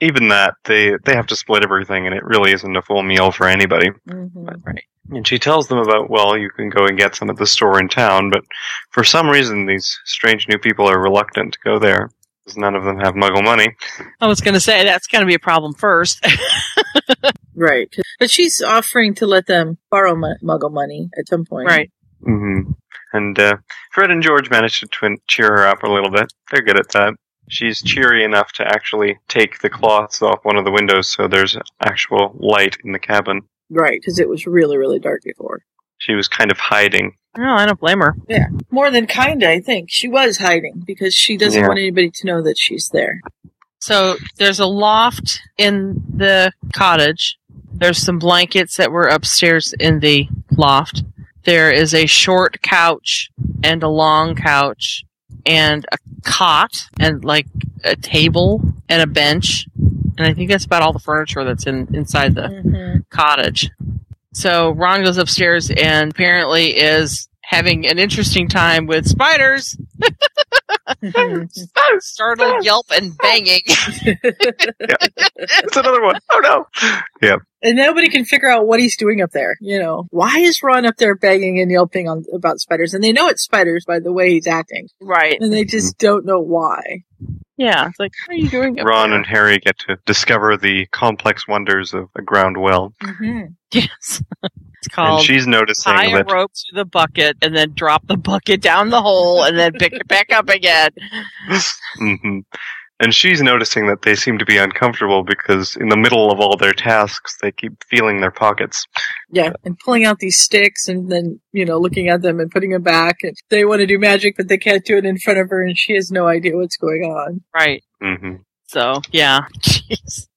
S4: Even that, they they have to split everything, and it really isn't a full meal for anybody. Mm-hmm.
S9: Right.
S4: And she tells them about, well, you can go and get some at the store in town, but for some reason, these strange new people are reluctant to go there because none of them have Muggle money.
S9: I was going to say that's going to be a problem first.
S1: Right. But she's offering to let them borrow mu- muggle money at some point.
S9: Right.
S4: hmm And uh, Fred and George managed to twin- cheer her up a little bit. They're good at that. She's cheery enough to actually take the cloths off one of the windows so there's actual light in the cabin.
S1: Right. Because it was really, really dark before.
S4: She was kind of hiding.
S9: No, I don't blame her.
S1: Yeah. More than kinda, I think. She was hiding because she doesn't
S4: Yeah.
S1: want anybody to know that she's there.
S9: So there's a loft in the cottage. There's some blankets that were upstairs in the loft. There is a short couch and a long couch and a cot and like a table and a bench. And I think that's about all the furniture that's in inside the
S1: Mm-hmm.
S9: cottage. So Ron goes upstairs and apparently is having an interesting time with spiders. Mm-hmm. Startled yelp and banging.
S4: It's another one. Oh no. Yep.
S1: And nobody can figure out what he's doing up there. You know, why is Ron up there banging and yelping on about spiders? And they know it's spiders by the way he's acting.
S9: Right.
S1: And they just
S4: Mm-hmm.
S1: don't know why.
S9: Yeah. It's like, what are you doing? up
S4: Ron
S9: there?
S4: and Harry
S1: Mm-hmm.
S4: get to discover the complex wonders of a ground well.
S9: Yes. It's called.
S4: And she's noticing
S9: tie a
S4: that-
S9: rope to the bucket and then drop the bucket down the hole and then pick it back up again.
S4: hmm And she's noticing that they seem to be uncomfortable because in the middle of all their tasks, they keep feeling their pockets.
S1: Yeah, and pulling out these sticks and then, you know, looking at them and putting them back. And they want to do magic, but they can't do it in front of her, and she has no idea what's going on.
S9: Right.
S4: Mm-hmm.
S9: So yeah, jeez,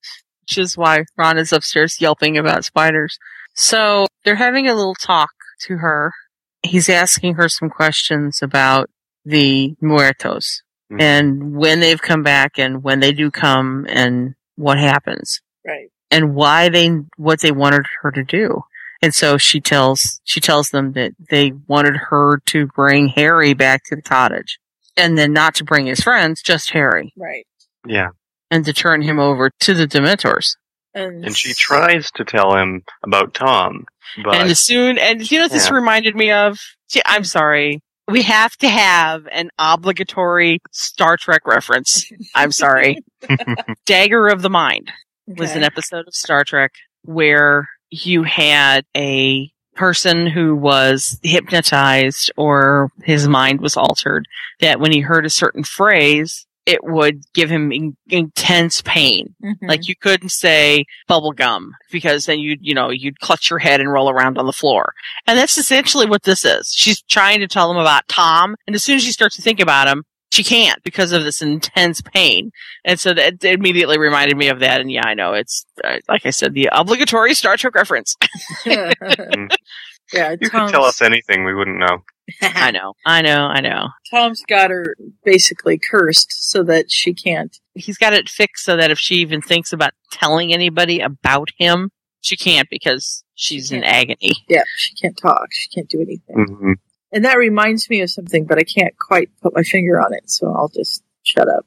S9: which is why Ron is upstairs yelping about spiders. So they're having a little talk to her. He's asking her some questions about the muertos
S4: Mhm.
S9: and when they've come back and when they do come and what happens
S1: Right.
S9: and why they what they wanted her to do. And so she tells she tells them that they wanted her to bring Harry back to the cottage and then not to bring his friends, just Harry
S1: Right.
S4: Yeah.
S9: and to turn him over to the Dementors.
S1: And,
S4: Mm-hmm. And she tries to tell him about Tom, but
S9: and as soon and you know what this
S4: Yeah.
S9: reminded me of See, I'm sorry. We have to have an obligatory Star Trek reference. I'm sorry. Dagger of the Mind was an episode of Star Trek where you had a person who was hypnotized or his mind was altered that when he heard a certain phrase, it would give him in- intense pain.
S1: Mm-hmm.
S9: Like you couldn't say bubble gum because then you'd, you know, you'd clutch your head and roll around on the floor. And that's essentially what this is. She's trying to tell him about Tom. And as soon as she starts to think about him, she can't because of this intense pain. And so that it immediately reminded me of that. And yeah, I know it's, uh, like I said, the obligatory Star Trek reference.
S1: yeah.
S4: you could
S1: Tom's,
S4: tell us anything, we wouldn't know.
S9: I know. I know. I know.
S1: Tom's got her basically cursed so that she can't.
S9: He's got it fixed so that if she even thinks about telling anybody about him, she can't because she's in agony.
S1: Yeah, she can't talk. She can't do anything.
S4: Mm-hmm.
S1: And that reminds me of something, but I can't quite put my finger on it, so I'll just shut up.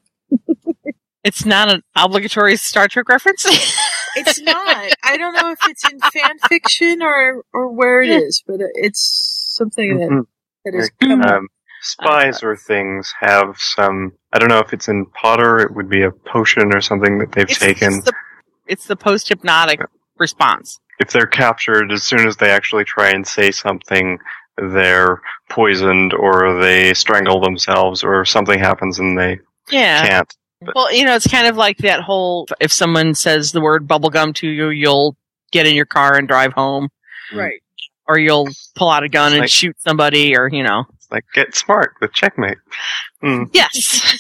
S9: It's not an obligatory Star Trek reference.
S1: It's not. I don't know if it's in fan fiction or or where it is, but it's something that
S4: Mhm.
S1: that is
S4: Like,
S1: coming.
S4: um, spies or things have some. I don't know if it's in Potter. It would be a potion or something that they've taken.
S9: It's the, it's the post hypnotic response.
S4: if they're captured, as soon as they actually try and say something, they're poisoned or they strangle themselves or something happens and they
S9: Yeah.
S4: can't.
S9: Well, you know, it's kind of like that whole if someone says the word bubblegum to you, you'll get in your car and drive home,
S1: Right.
S9: or you'll pull out a gun and
S4: Like-
S9: shoot somebody, or, you know.
S4: It's like, get smart with checkmate. Mm.
S9: Yes.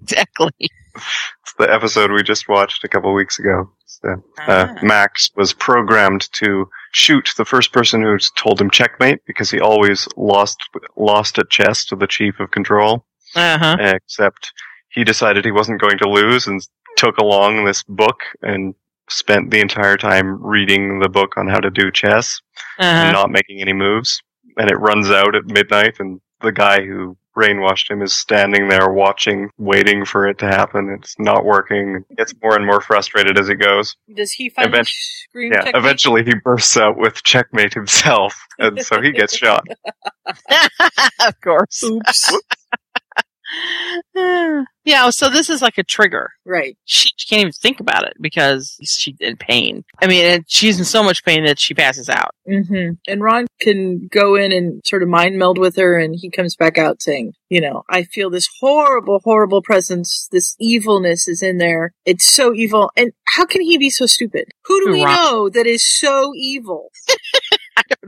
S9: exactly.
S4: It's the episode we just watched a couple weeks ago. So, uh,
S9: Ah.
S4: Max was programmed to shoot the first person who told him checkmate because he always lost lost at chess to the chief of control.
S9: Uh huh.
S4: except he decided he wasn't going to lose and took along this book and spent the entire time reading the book on how to do chess
S9: Uh
S4: and
S9: huh.
S4: not making any moves. And it runs out at midnight, and the guy who brainwashed him is standing there watching, waiting for it to happen. It's not working. He gets more and more frustrated as he goes.
S1: Does he find
S4: Event-
S1: scream?
S4: Yeah,
S1: technique?
S4: eventually he bursts out with checkmate himself, and so he gets shot.
S9: of course.
S1: Oops.
S9: yeah, so this is like a trigger.
S1: right.
S9: She, she can't even think about it because she's in pain. I mean, and she's in so much pain that she passes out.
S1: hmm And Ron can go in and sort of mind meld with her, and he comes back out saying, You know, I feel this horrible, horrible presence. This evilness is in there. It's so evil. And how can he be so stupid? Who do
S9: Who,
S1: we
S9: Ron?
S1: know that is so evil?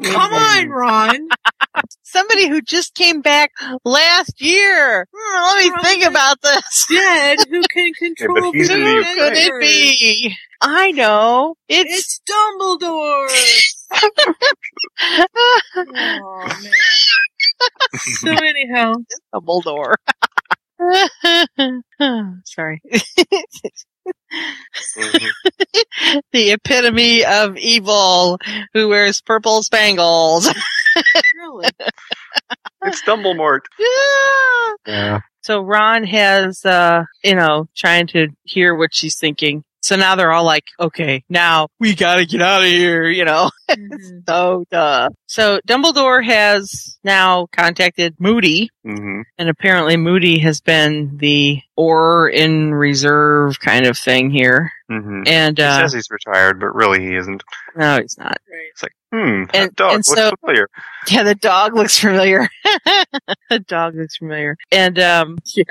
S1: Come on, Ron.
S9: Somebody who just came back last year. Hmm, let me think about this.
S1: Dead. Who can control
S4: he's
S1: the
S4: in the
S9: Who could it
S1: universe?
S9: be? I know.
S1: It's
S9: It's,
S1: Dumbledore. oh, man. so, anyhow,
S9: a Dumbledore. Sorry. the epitome of evil who wears purple spangles.
S1: really.
S4: It's Dumblemort.
S9: Yeah.
S4: Yeah.
S9: So Ron has, uh, you know, trying to hear what she's thinking. So now they're all like, okay, now we gotta get out of here, you know.
S1: Mm-hmm.
S9: so duh. So Dumbledore has now contacted Moody,
S4: Mm-hmm.
S9: and apparently Moody has been the or in reserve kind of thing here.
S4: Mm-hmm.
S9: And, uh,
S4: he says he's retired, but really he isn't.
S9: No, he's not.
S4: It's like, hmm, that
S9: And-
S4: dog
S9: and
S4: looks
S9: so-
S4: familiar.
S9: Yeah, the dog looks familiar. the dog looks familiar. And um yeah.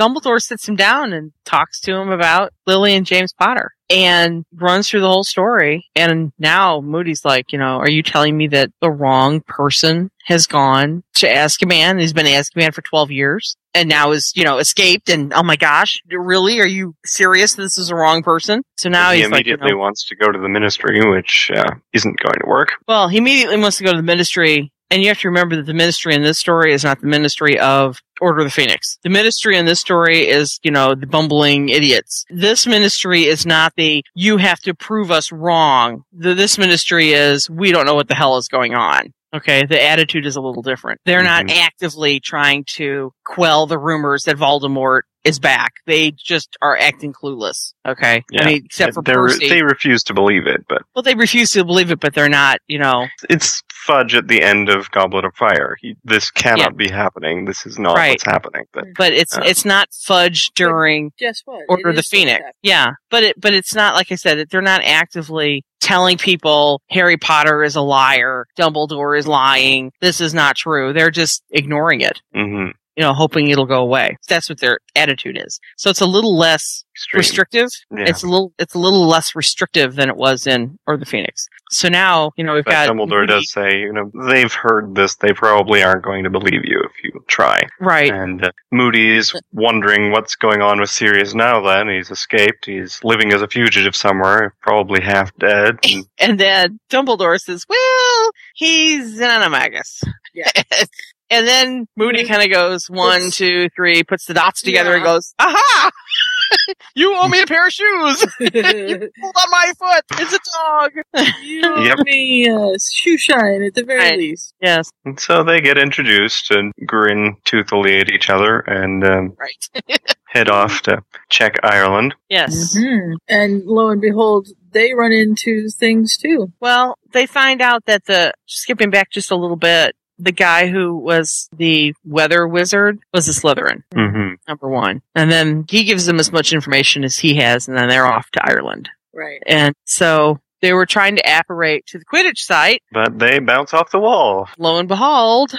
S9: Dumbledore sits him down and talks to him about Lily and James Potter and runs through the whole story. And now Moody's like, you know, are you telling me that the wrong person has gone to Azkaban? He's been in Azkaban for 12 years and now is, you know, escaped. And oh my gosh, really? Are you serious? This is the wrong person? So now
S4: he
S9: he's like, you
S4: immediately
S9: know,
S4: wants to go to the ministry, which uh, isn't going to work.
S9: well, he immediately wants to go to the ministry, and you have to remember that the ministry in this story is not the ministry of Order of the Phoenix. The ministry in this story is, you know, the bumbling idiots. This ministry is not the you have to prove us wrong. The, this ministry is we don't know what the hell is going on. Okay, the attitude is a little different. They're not
S4: Mm-hmm.
S9: actively trying to quell the rumors that Voldemort is back. They just are acting clueless. Okay, I mean, except for
S4: They're-
S9: Percy.
S4: they refuse to believe it, but
S9: well, they refuse to believe it, but they're not, you know,
S4: it's fudge at the end of Goblet of Fire. He, this cannot
S9: Yeah.
S4: be happening. This is not
S9: Right.
S4: what's happening. But
S9: but it's
S4: uh,
S9: it's not fudge during
S1: Guess what?
S9: Order
S1: It
S9: of the
S1: is still
S9: Phoenix.
S1: happening.
S9: Yeah, but it but it's not like I said. it- They're not actively telling people Harry Potter is a liar, Dumbledore is lying, this is not true. They're just ignoring it.
S4: mhm.
S9: You know, hoping it'll go away. That's what their attitude is. So it's a little less
S4: Extreme.
S9: restrictive.
S4: Yeah.
S9: It's a little it's a little less restrictive than it was in Order of the Phoenix. So now you know we've
S4: But
S9: got
S4: Dumbledore does say, you know, they've heard this. They probably aren't going to believe you if you try.
S9: Right.
S4: And uh, Moody's wondering what's going on with Sirius now. Then he's escaped. He's living as a fugitive somewhere, probably half dead. And
S9: And then Dumbledore says, "Well, he's Xenomagus."
S1: Yeah.
S9: and then Moody kind of goes one, two, three, puts the dots together, and
S1: Yeah.
S9: goes, "Aha! you owe me a pair of shoes. you pulled on my foot. It's a dog."
S1: You owe me a shoe shine at the very least.
S9: Yes.
S4: And so they get introduced and grin toothily at each other and um,
S9: right.
S4: head off to check Ireland.
S9: yes.
S1: Mm-hmm. And lo and behold, they run into things too.
S9: Well, they find out that the skipping back just a little bit, the guy who was the weather wizard was a Slytherin.
S4: Mm-hmm.
S9: number one. And then he gives them as much information as he has, and then they're off to Ireland.
S1: Right.
S9: And so they were trying to apparate to the Quidditch site.
S4: But they bounce off the wall.
S9: Lo and behold,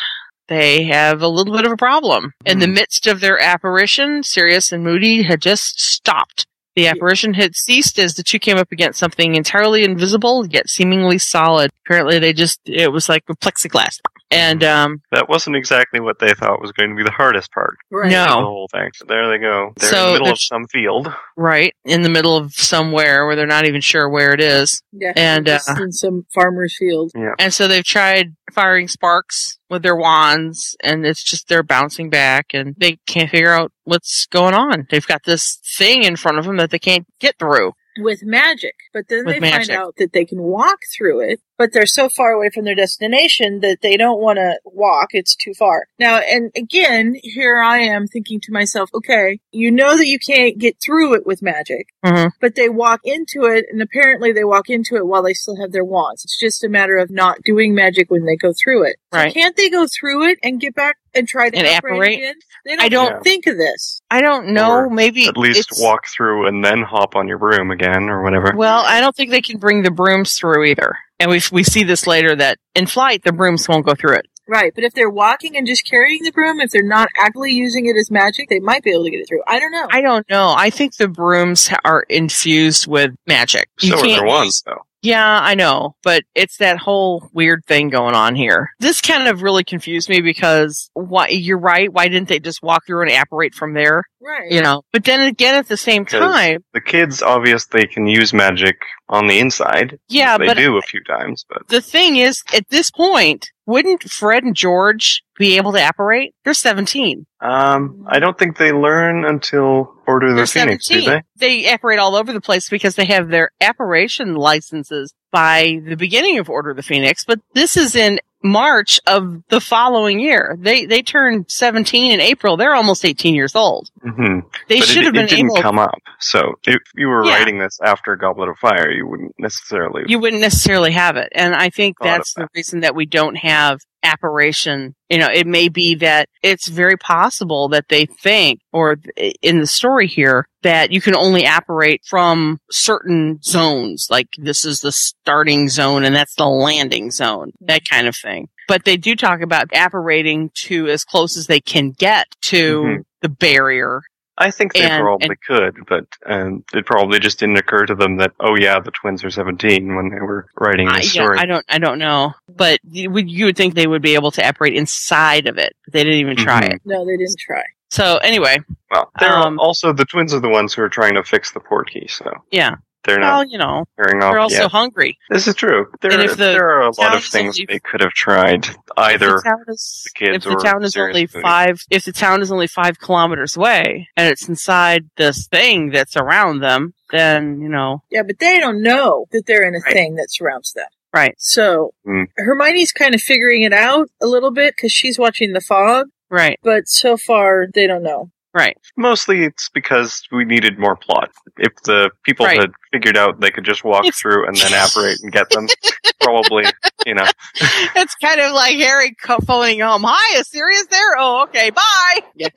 S9: they have a little bit of a problem. In the midst of their apparition, Sirius and Moody had just stopped. The apparition had ceased as the two came up against something entirely invisible yet seemingly solid. Apparently, they just, it was like a plexiglass. And, um,
S4: That wasn't exactly what they thought was going to be the hardest part.
S9: Right. No.
S4: of The whole thing. So there they go. They're in
S9: Oh. So
S4: the middle of
S9: there's-
S4: some field.
S9: right, in the middle of somewhere where they're not even sure where it is.
S1: Yeah.
S9: And,
S1: just
S9: uh,
S1: in some farmer's field.
S4: Yeah.
S9: And so they've tried firing sparks with their wands, and it's just they're bouncing back, and they can't figure out what's going on. They've got this thing in front of them that they can't get through.
S1: With magic. But then
S9: With
S1: they
S9: magic.
S1: find out that they can walk through it, but they're so far away from their destination that they don't want to walk. It's too far. Now, and again, here I am thinking to myself, okay, you know that you can't get through it with magic.
S9: Mm-hmm.
S1: but they walk into it and apparently they walk into it while they still have their wands. It's just a matter of not doing magic when they go through it. So
S9: Right.
S1: can't they go through it and get back and try to
S9: And
S1: operate
S9: apparate?
S1: again? They
S9: I don't-
S1: even think of this.
S9: I don't know. maybe
S4: At least
S9: it's-
S4: walk through and then hop on your broom again or whatever.
S9: Well, I don't think they can bring the brooms through either. And we we see this later that in flight the brooms won't go through it.
S1: Right, but if they're walking and just carrying the broom, if they're not actively using it as magic, they might be able to get it through. I don't know.
S9: I don't know. I think the brooms are infused with magic. You
S4: so are
S9: can't-
S4: there ones though.
S9: Yeah, I know, but it's that whole weird thing going on here. This kind of really confused me because why you're right, why didn't they just walk through and apparate from there?
S1: Right.
S9: You know. But then again at the same
S4: 'Cause
S9: time,
S4: The kids obviously can use magic on the inside.
S9: Yeah,
S4: they
S9: but-
S4: do a few times, but
S9: the thing is at this point, wouldn't Fred and George be able to apparate? They're 17.
S4: Um, I don't think they learn until Order of the
S9: Mm. They're
S4: Phoenix, do
S9: 17.
S4: they?
S9: They apparate all over the place because they have their apparation licenses by the beginning of Order of the Phoenix, but this is in March of the following year. They they turn 17 in April. They're almost 18 years old.
S4: Mm-hmm.
S9: They should
S4: it,
S9: have been
S4: it didn't
S9: able-
S4: come up. So if you were
S9: Yeah.
S4: writing this after Goblet of Fire, you wouldn't necessarily.
S9: You wouldn't necessarily have it. And I think
S4: Thought of
S9: that's the reason that we don't have apparation. You know, it may be that it's very possible that they think or th- in the story here that you can only apparate from certain zones. Like this is the starting zone and that's the landing zone, that kind of thing. But they do talk about apparating to as close as they can get to
S4: Mhm.
S9: the barrier.
S4: I think they
S9: and-
S4: probably
S9: and-
S4: could, but um, it probably just didn't occur to them that oh yeah, the twins are seventeen when they were writing the
S9: I, you know,
S4: story.
S9: I don't. I don't know, but you would you would think they would be able to operate inside of it? They didn't even try
S4: Mhm.
S9: it.
S1: No, they didn't try.
S9: So anyway,
S4: well, they're
S9: um,
S4: also the twins are the ones who are trying to fix the portkey, so
S9: yeah.
S4: they're
S9: well,
S4: not
S9: you know,
S4: pairing off
S9: they're also
S4: yet.
S9: hungry.
S4: This is true. There,
S9: And if the
S4: there are a lot
S9: town
S4: of
S9: is
S4: things
S9: only-
S4: they could have tried either
S9: If the town is,
S4: the kids
S9: if the
S4: or
S9: town is
S4: Sirius
S9: only
S4: Moody.
S9: five, if the town is only five kilometers away, and it's inside this thing that's around them, then you know,
S1: Yeah, but they don't know that they're in a thing that surrounds them.
S9: right?
S1: So
S4: Hmm.
S1: Hermione's kind of figuring it out a little bit because she's watching the fog.
S9: Right.
S1: But so far, they don't know.
S9: Right.
S4: Mostly it's because we needed more plot. If the people
S1: Right.
S4: had figured out they could just walk through and then apparate and get them, probably, you know.
S9: it's kind of like Harry co- phoning home. Hi, is Sirius there? Oh, okay, bye.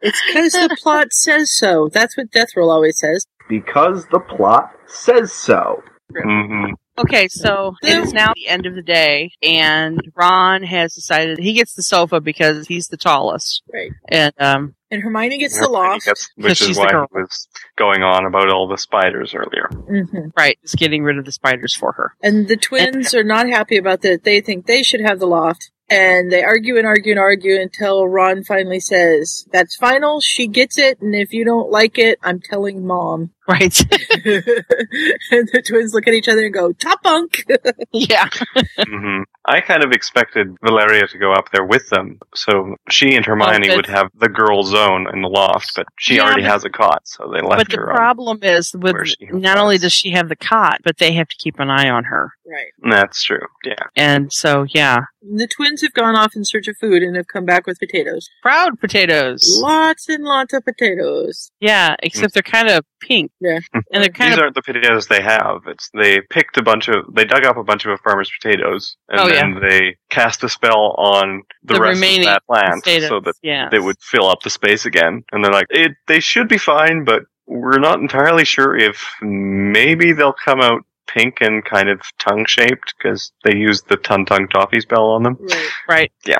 S1: It's because the plot says so. That's what Death Roll always says.
S14: Because the plot says so.
S4: mm-hmm.
S9: Okay, so it is now the end of the day, and Ron has decided he gets the sofa because he's the tallest.
S1: Right.
S9: And um,
S1: And Hermione gets the
S4: Hermione
S1: loft.
S4: gets- which is why he was going on about all the spiders earlier.
S1: hmm
S9: right, is getting rid of the spiders for her.
S1: And the twins are not happy about that. They think they should have the loft. And they argue and argue and argue until Ron finally says, That's final. She gets it. And if you don't like it, I'm telling mom.
S9: Right.
S1: and the twins look at each other and go, Top bunk.
S9: yeah.
S4: hmm I kind of expected Valeria to go up there with them, so she and Hermione
S9: Oh,
S4: would
S9: good.
S4: have the girl zone in the loft, but she
S9: Yeah,
S4: already
S9: but-
S4: has a cot, so they left
S9: but the
S4: her on.
S9: problem is with not only does she have the cot, but they have to keep an eye on her.
S1: Right.
S4: That's true, yeah.
S9: And so yeah.
S1: The twins have gone off in search of food and have come back with potatoes.
S9: Proud potatoes.
S1: Lots and lots of potatoes.
S9: Yeah, except they're kind of pink.
S1: Yeah.
S9: And they're kind
S4: These
S9: of
S4: aren't the potatoes they have. It's they picked a bunch of they dug up a bunch of a farmer's potatoes and
S9: Oh,
S4: then they cast a spell on the,
S9: The
S4: rest
S9: remaining
S4: of that plant so
S9: potatoes,
S4: that
S9: yes.
S4: they would fill up the space again. And they're like, it they should be fine, but we're not entirely sure if maybe they'll come out pink and kind of tongue shaped because they used the ton tongue toffee spell on them.
S1: Right.
S9: Right.
S4: Yeah.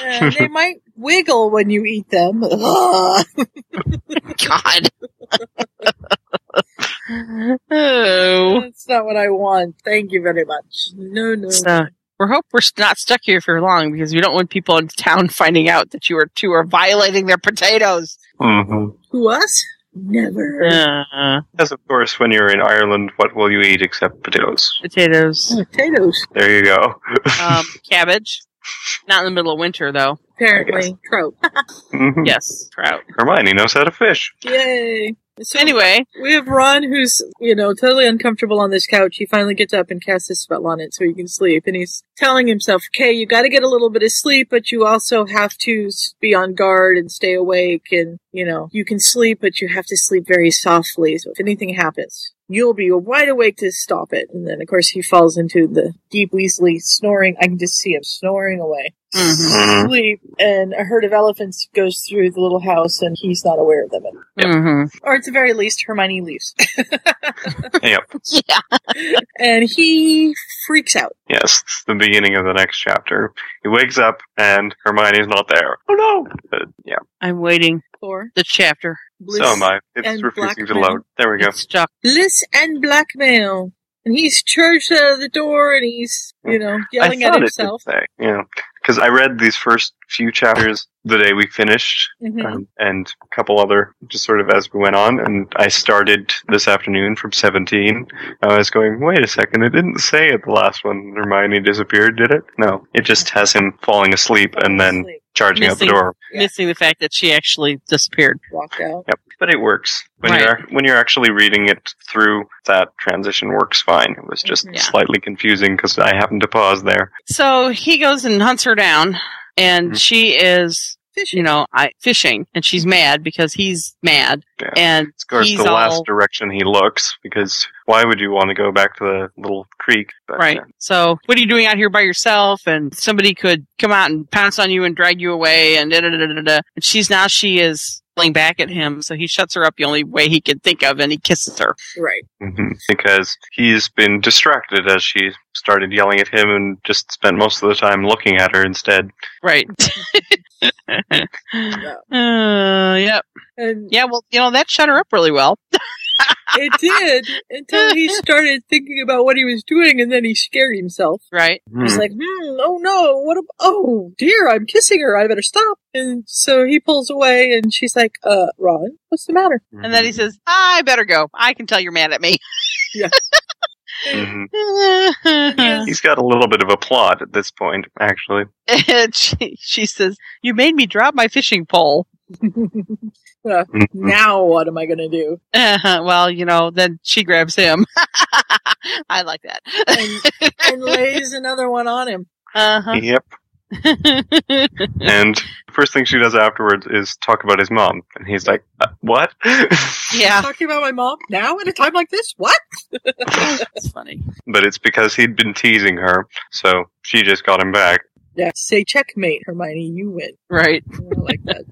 S1: Yeah, they might wiggle when you eat them. Ugh.
S9: God. oh.
S1: That's not what I want. Thank you very much. No, no.
S9: So we hope we're not stuck here for long because we don't want people in town finding out that you are two are violating their potatoes.
S1: Who us? Never.
S4: Because Mm-hmm. of course when you're in Ireland, what will you eat except potatoes?
S9: Potatoes,
S1: Potatoes.
S4: There you go.
S9: um, cabbage. Not in the middle of winter though.
S1: Apparently, trope.
S4: Mhm.
S9: Yes, trout.
S4: Hermione knows how to fish.
S1: Yay. So
S9: anyway,
S1: we have Ron, who's you know totally uncomfortable on this couch. He finally gets up and casts his spell on it so he can sleep, and he's telling himself, "Okay, you got to get a little bit of sleep, but you also have to s- be on guard and stay awake. And you know you can sleep, but you have to sleep very softly. So if anything happens." You'll be wide awake to stop it. And then, of course, he falls into the deep Weasley snoring. I can just see him snoring away.
S4: Mm-hmm.
S9: Mhm.
S1: Sleep. And a herd of elephants goes through the little house, and he's not aware of them.
S9: Mm-hmm.
S1: Or at the very least, Hermione leaves.
S4: Yep.
S9: yeah.
S1: and he freaks out.
S4: Yes, it's the beginning of the next chapter. He wakes up and Hermione's not there. Oh no! But, yeah,
S9: I'm waiting
S1: for
S9: the chapter.
S4: so am I. It's
S1: and
S4: refusing to
S1: blackmail.
S4: load. There we go.
S9: Stuck.
S1: Bliss and blackmail. And he's charged out of the door and he's, you know, yelling
S4: I
S1: at
S4: thought
S1: himself.
S4: It did say, yeah, because I read these first few chapters the day we finished
S1: Mhm.
S4: um, and a couple other just sort of as we went on. And I started this afternoon from 17. I was going, wait a second, it didn't say at the last one Hermione disappeared, did it? No, it just has him falling asleep and then charging out the
S9: missing,
S4: door.
S9: missing the fact that she actually disappeared.
S1: Walked out.
S4: Yep. But it works when you're ac- when you're actually reading it through. That transition works fine. It was just slightly confusing because I happened to pause there.
S9: So he goes and hunts her down, and
S4: Mm-hmm.
S9: she is, you know, I, fishing, and she's mad because he's mad, and
S4: Of course,
S9: he's
S4: the
S9: all,
S4: last direction he looks because why would you want to go back to the little creek? But,
S9: Right.
S4: yeah.
S9: So, what are you doing out here by yourself? And somebody could come out and pounce on you and drag you away. And da da da da da. And she's now she is playing back at him. So he shuts her up the only way he can think of, and he kisses her.
S1: Right.
S4: Mhm. Because he's been distracted as she started yelling at him and just spent most of the time looking at her instead.
S9: Right. Uh, yep. yeah. Well, you know that shut her up really well.
S1: it did until he started thinking about what he was doing, and then he scared himself.
S9: Right.
S1: He's
S9: Hmm.
S1: like, hmm, oh no, what? Ab- oh dear, I'm kissing her. I better stop. And so he pulls away, and she's like, uh, Ron, what's the matter?
S9: And
S4: Mm-hmm.
S9: then he says, "I better go. I can tell you're mad at me."
S1: Yeah.
S4: Mhm.
S9: and
S4: He's got a little bit of a plot at this point, actually.
S9: she, she says, "You made me drop my fishing pole."
S1: Uh,
S4: Mm-hmm.
S1: now what am I gonna do?
S9: Uh, well, you know, then she grabs him. I like that.
S1: And, and lays another one on him.
S9: Uh-huh.
S4: Yep. and the first thing she does afterwards is talk about his mom, and he's like, uh, "What?"
S9: Yeah.
S1: Talking about my mom now at a time like this? What?
S9: That's funny.
S4: but it's because he'd been teasing her, so she just got him back.
S1: Yeah. Say checkmate, Hermione. You win.
S9: Right.
S1: I like that.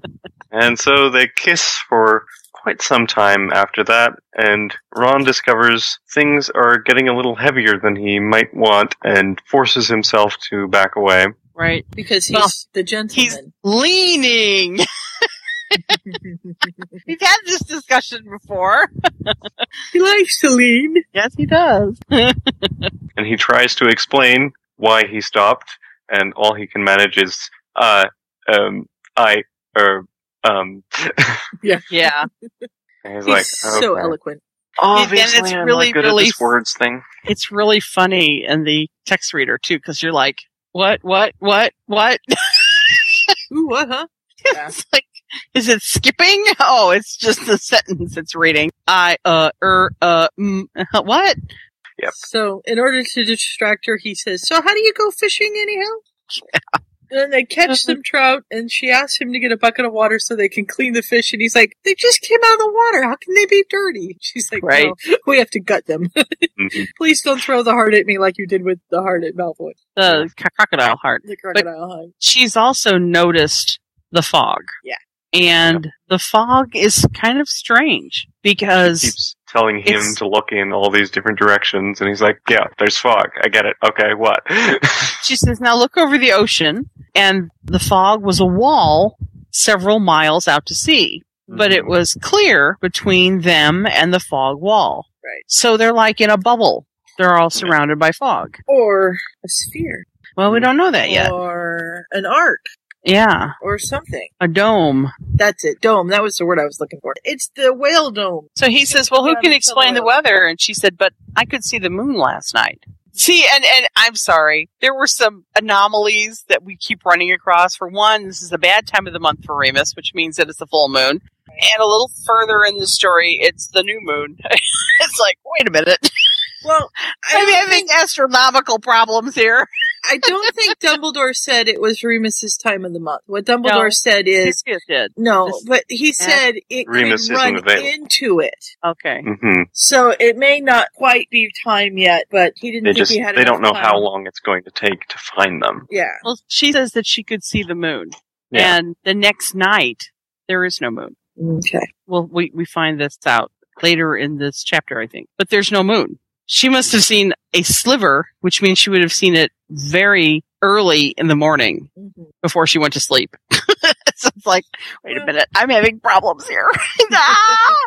S4: And so they kiss for quite some time after that, and Ron discovers things are getting a little heavier than he might want and forces himself to back away.
S9: Right.
S1: Because he's the gentleman.
S9: Leaning. We've had this discussion before.
S1: he likes to lean.
S9: Yes, he does.
S4: And he tries to explain why he stopped, and all he can manage is, uh, um, I, er, um,
S1: Yeah.
S9: Yeah.
S4: and he's,
S1: He's
S4: like,
S1: so
S4: "Okay."
S1: eloquent.
S4: Obviously,
S9: and it's
S4: I'm
S9: really,
S4: not good
S9: really
S4: at this words thing.
S9: It's really funny in the text reader too, because you're like, what, what, what, what?
S1: Ooh, uh-huh. what,
S9: uh-huh.
S1: huh?
S9: it's like, is it skipping? Oh, it's just the sentence it's reading. I, uh, er, uh, mm, what?
S4: Yep.
S1: So, in order to distract her, he says, So, how do you go fishing anyhow? And then they catch some trout, and she asks him to get a bucket of water so they can clean the fish. And he's like, They just came out of the water. How can they be dirty? She's like,
S9: Right.
S1: "No, we have to gut them.
S4: Mhm.
S1: Please don't throw the heart at me like you did with the heart at Malfoy.
S9: The c- crocodile heart.
S1: The
S9: But-
S1: crocodile heart.
S9: she's also noticed the fog.
S1: Yeah.
S9: And the fog is kind of strange because
S4: keeps telling him
S9: It's-
S4: to look in all these different directions, and he's like, "Yeah, there's fog. I get it. Okay, what?"
S9: she says, now look over the ocean. And the fog was a wall several miles out to sea, but it was clear between them and the fog wall.
S1: Right.
S9: So they're like in a bubble. They're all surrounded by fog.
S1: Or a sphere.
S9: Well, we don't know that yet.
S1: Or an arc.
S9: Yeah.
S1: Or something.
S9: A dome.
S1: That's it. Dome. That was the word I was looking for. It's the whale dome.
S9: So he says, "Well, who
S1: Yeah,
S9: can
S1: it's
S9: explain the weather?" And she said, "But I could see the moon last night." See, and and I'm sorry, there were some anomalies that we keep running across. For one, this is a bad time of the month for Remus, which means that it's the full moon. And a little further in the story, it's the new moon. it's like, wait a minute.
S1: Well,
S9: I'm having astronomical problems here.
S1: I don't think Dumbledore said it was Remus's time of the month. What Dumbledore
S9: No,
S1: said is
S9: Sirius did.
S1: no,
S9: This-
S1: but he said it
S4: Remus
S1: could
S4: isn't
S1: run
S4: available.
S1: into it.
S9: Okay.
S4: Mhm.
S1: So it may not quite be time yet, but he didn't
S4: They
S1: think
S4: just
S1: he had
S4: they don't know
S1: enough
S4: how
S1: time.
S4: long it's going to take to find them.
S1: Yeah.
S9: Well, she says that she could see the moon,
S4: Yeah.
S9: and the next night there is no moon.
S1: Okay.
S9: Well, we we find this out later in this chapter, I think. But there's no moon. She must have seen a sliver, which
S1: Mm-hmm.
S9: means she would have seen it very early in the morning before she went to sleep. so it's like, wait a minute, I'm having problems here. Ah!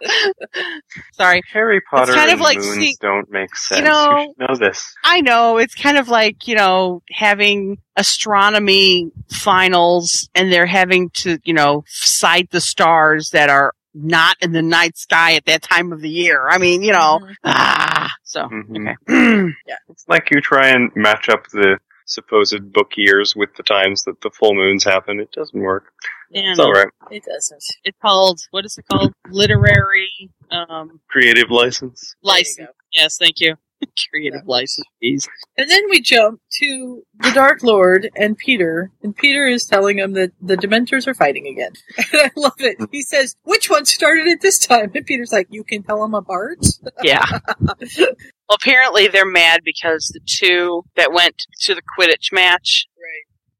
S9: Sorry.
S4: Harry Potter
S9: kind
S4: and
S9: of like
S4: moons
S9: see-
S4: don't make sense. You,
S9: know-
S4: should know this.
S9: I know it's kind of like you know having astronomy finals, and they're having to you know cite the stars that are not in the night sky at that time of the year. I mean, you know, ah, so
S4: Mm-hmm.
S9: okay.
S4: It's like you try and match up the supposed book years with the times that the full moons happen. It doesn't work. It's all right.
S9: It doesn't. It's called what is it called? Literary um,
S4: Creative license.
S9: license. Yes, thank you. Creative license. Jeez.
S1: And then we jump to the Dark Lord and Peter, and Peter is telling him that the Dementors are fighting again. And I love it. He says, "Which one started it this time?" And Peter's like, "You can tell them apart."
S9: Yeah. Well, apparently they're mad because the two that went to the Quidditch match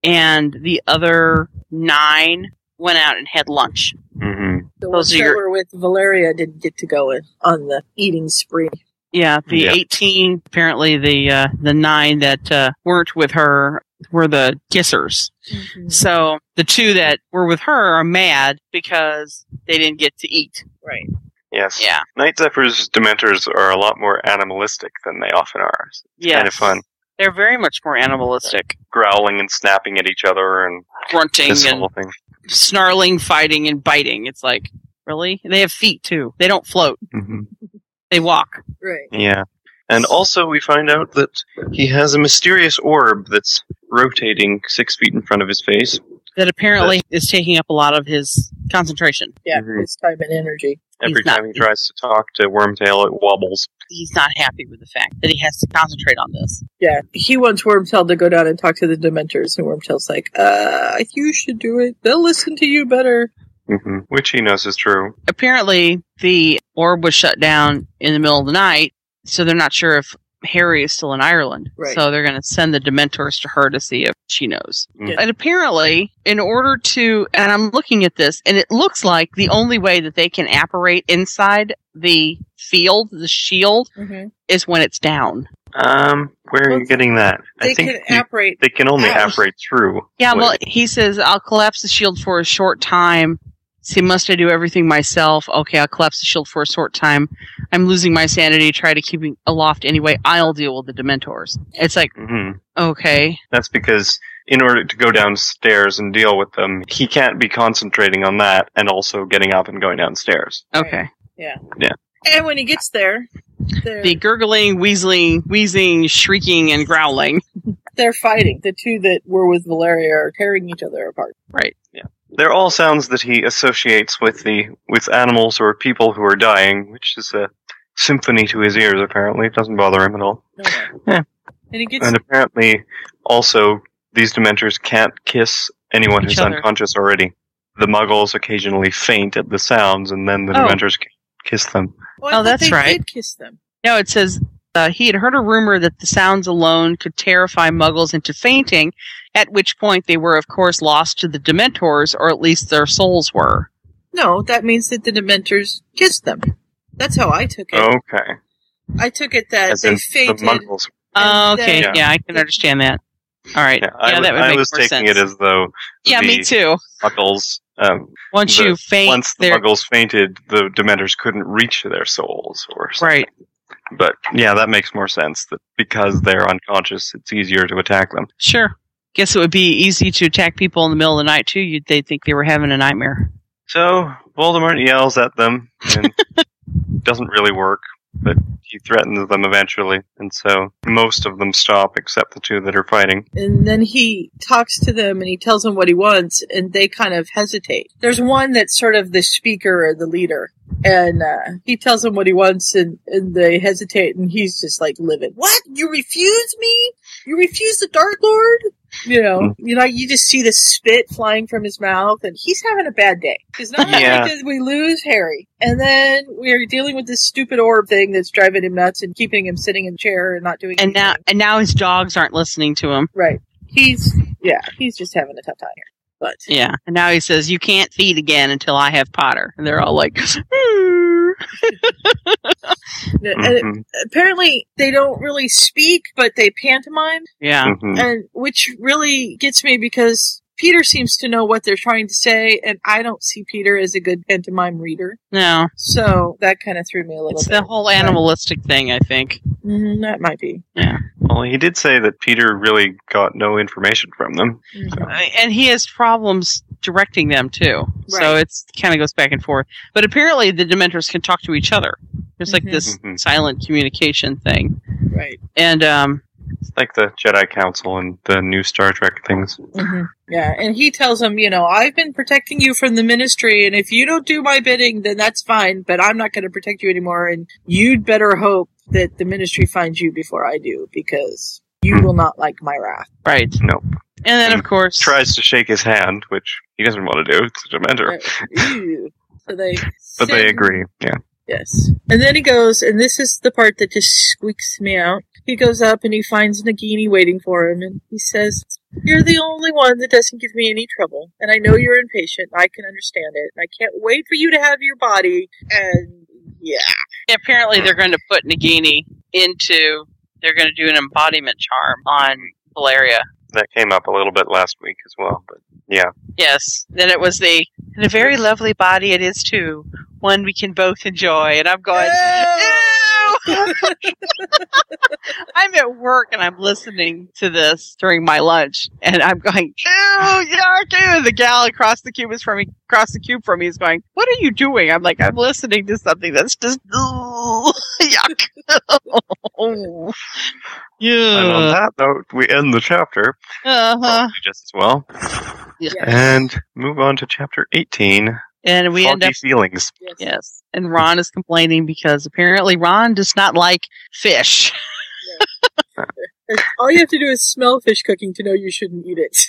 S9: and the other nine went out and had lunch.
S4: Mm-hmm.
S1: The
S9: Those
S1: ones
S9: are
S1: that
S9: your-
S1: were with Valeria didn't get to go in on the eating spree.
S9: Yeah, the
S1: Yeah.
S9: 18, apparently the uh, the nine that uh, weren't with her were the kissers. Mm-hmm. So the two that were with her are mad because they didn't get to eat. Right.
S4: Yes.
S9: Yeah.
S4: Night Zephyr's Dementors are a lot more animalistic than they often are. It's kind of
S9: Yes.
S4: fun.
S9: They're very much more animalistic,
S4: Growling and snapping at each other and
S9: grunting
S4: this
S9: and
S4: whole thing.
S9: snarling, fighting, and biting. It's like, really? They have feet too. They don't float. They walk.
S1: Right.
S4: Mm-hmm. Yeah. And also, we find out that he has a mysterious orb that's rotating six feet in front of his face.
S9: That apparently is taking up a lot of his concentration.
S1: Yeah, his time and energy.
S4: Every
S9: He's not-
S4: time he tries to talk to Wormtail, it wobbles.
S9: He's not happy with the fact that he has to concentrate on this.
S1: Yeah, he wants Wormtail to go down and talk to the Dementors, and Wormtail's like, "Uh, you should do it. They'll listen to you better."
S4: hmm Which he knows is true.
S9: Apparently, the orb was shut down in the middle of the night, so they're not sure if Harry is still in Ireland.
S1: Right.
S9: So they're going to send the Dementors to her to see if she knows.
S1: Good.
S9: And apparently, in order to, and I'm looking at this, and it looks like the only way that they can apparate inside the field, the shield,
S1: Mm-hmm.
S9: is when it's down.
S4: Um, where are you getting that?
S9: they
S4: I think
S9: can
S4: you-
S9: apparate
S4: They can only
S9: out.
S4: apparate through.
S9: Yeah, well,
S4: wood.
S9: he says, I'll collapse the shield for a short time. See, must I do everything myself? Okay, I'll collapse the shield for a short time. I'm losing my sanity. Try to keep it aloft anyway. I'll deal with the Dementors. It's like,
S4: Mhm.
S9: okay.
S4: That's because in order to go downstairs and deal with them, he can't be concentrating on that and also getting up and going downstairs.
S9: Okay.
S1: Yeah.
S4: Yeah.
S1: And when he gets there, they're,
S9: The gurgling, weaseling, wheezing, shrieking, and growling.
S1: they're fighting. The two that were with Valeria are tearing each other apart.
S9: Right.
S4: Yeah. They're all sounds that he associates with the with animals or people who are dying, which is a symphony to his ears. Apparently, it doesn't bother him at all.
S1: And he gets
S4: And apparently, also these Dementors can't kiss anyone
S9: Each
S4: who's
S9: other.
S4: unconscious already. The Muggles occasionally faint at the sounds, and then the
S9: Oh.
S4: Dementors can kiss them.
S1: I
S9: oh,
S1: thought
S9: that's
S1: they
S9: right.
S1: did kiss them.
S9: No, it says uh, he had heard a rumor that the sounds alone could terrify muggles into fainting, at which point they were, of course, lost to the Dementors, or at least their souls were.
S1: No, that means that the Dementors kissed them. That's how I took it.
S4: Okay.
S1: I took it that
S4: As
S1: they
S4: in
S1: fainted.
S4: the Muggles.
S1: And
S9: Oh, okay,
S4: then-
S9: yeah. I can understand that. All right, yeah,
S4: I, was-
S9: that would
S4: I
S9: make
S4: was
S9: more
S4: taking
S9: sense.
S4: it as though
S9: yeah,
S4: the
S9: me too.
S4: Muggles. Um,
S9: Once
S4: the-
S9: you faint,
S4: once the
S9: they're-
S4: Muggles fainted, the Dementors couldn't reach their souls, or something.
S9: right.
S4: But yeah, that makes more sense. That because they're unconscious, it's easier to attack them.
S9: Sure. Guess it would be easy to attack people in the middle of the night too. You'd they think they were having a nightmare.
S4: So Voldemort yells at them and doesn't really work, but he threatens them eventually, and so most of them stop except the two that are fighting.
S1: And then he talks to them and he tells them what he wants, and they kind of hesitate. There's one that's sort of the speaker or the leader, and uh, he tells them what he wants, and, and they hesitate, and he's just like livid. What? You refuse me? You refuse the Dark Lord? You know,
S9: Mm-hmm.
S1: you know, you just see the spit flying from his mouth, and he's having a bad day. Because not
S4: Yeah.
S1: only did we lose Harry, and then we're dealing with this stupid orb thing that's driving him nuts and keeping him sitting in a chair and not doing
S9: And now, and now his dogs aren't listening to him.
S1: Right. He's yeah, he's just having a tough time here. But
S9: Yeah. And now he says, "You can't feed again until I have Potter." And they're all like, "Hmm."
S1: and
S4: Mm-hmm.
S1: it- Uh, apparently they don't really speak, but they pantomime,
S4: Mm-hmm, Mm.
S9: "Yeah."
S1: and which really gets me because Peter seems to know what they're trying to say, and I don't see Peter as a good pantomime reader.
S9: No.
S1: So that kind of threw me a little
S9: It's
S1: bit.
S9: the whole animalistic thing, I think.
S1: Mm, that might be.
S9: Yeah.
S4: Well, he did say that Peter really got no information from them.
S1: Mm-hmm.
S9: and he has problems directing them too. So it's kind of goes back and forth. But apparently the Dementors can talk to each other. There's like
S4: Mhm.
S9: this
S4: Mhm.
S9: silent communication thing.
S1: Right.
S9: And um
S4: It's like the Jedi Council and the new Star Trek things.
S1: Yeah, and he tells him, you know, I've been protecting you from the ministry, and if you don't do my bidding, then that's fine, but I'm not going to protect you anymore, and you'd better hope that the ministry finds you before I do, because you will not like my wrath.
S9: Right.
S4: Nope. And
S9: then of course
S4: tries to shake his hand, which he doesn't want to do. It's a dementor.
S1: Ew. Uh, So they.
S4: But they agree. Yeah.
S1: Yes. And then he goes, and this is the part that just squeaks me out. He goes up and he finds Nagini waiting for him, and he says, You're the only one that doesn't give me any trouble, and I know you're impatient. I can understand it. and I can't wait for you to have your body. And yeah.
S9: apparently they're going to put Nagini into they're going to do an embodiment charm on Valeria.
S4: That came up a little bit last week as well. But yeah.
S9: Yes. Then it was the and a very lovely body it is too. One we can both enjoy. And I'm going I'm at work and I'm listening to this during my lunch, and I'm going, "Ew, yuck!" ew." The gal across the cube is from me, across the cube from me is going, "What are you doing?" I'm like, "I'm listening to something that's just ugh, yuck."
S4: And on
S9: yeah.
S4: that note, we end the chapter
S9: Uh huh.
S4: just as well and move on to chapter 18
S9: And we
S4: Faulty
S9: end up
S4: Feelings.
S9: yes. And Ron is complaining because apparently Ron does not like fish.
S1: And all you have to do is smell fish cooking to know you shouldn't eat it.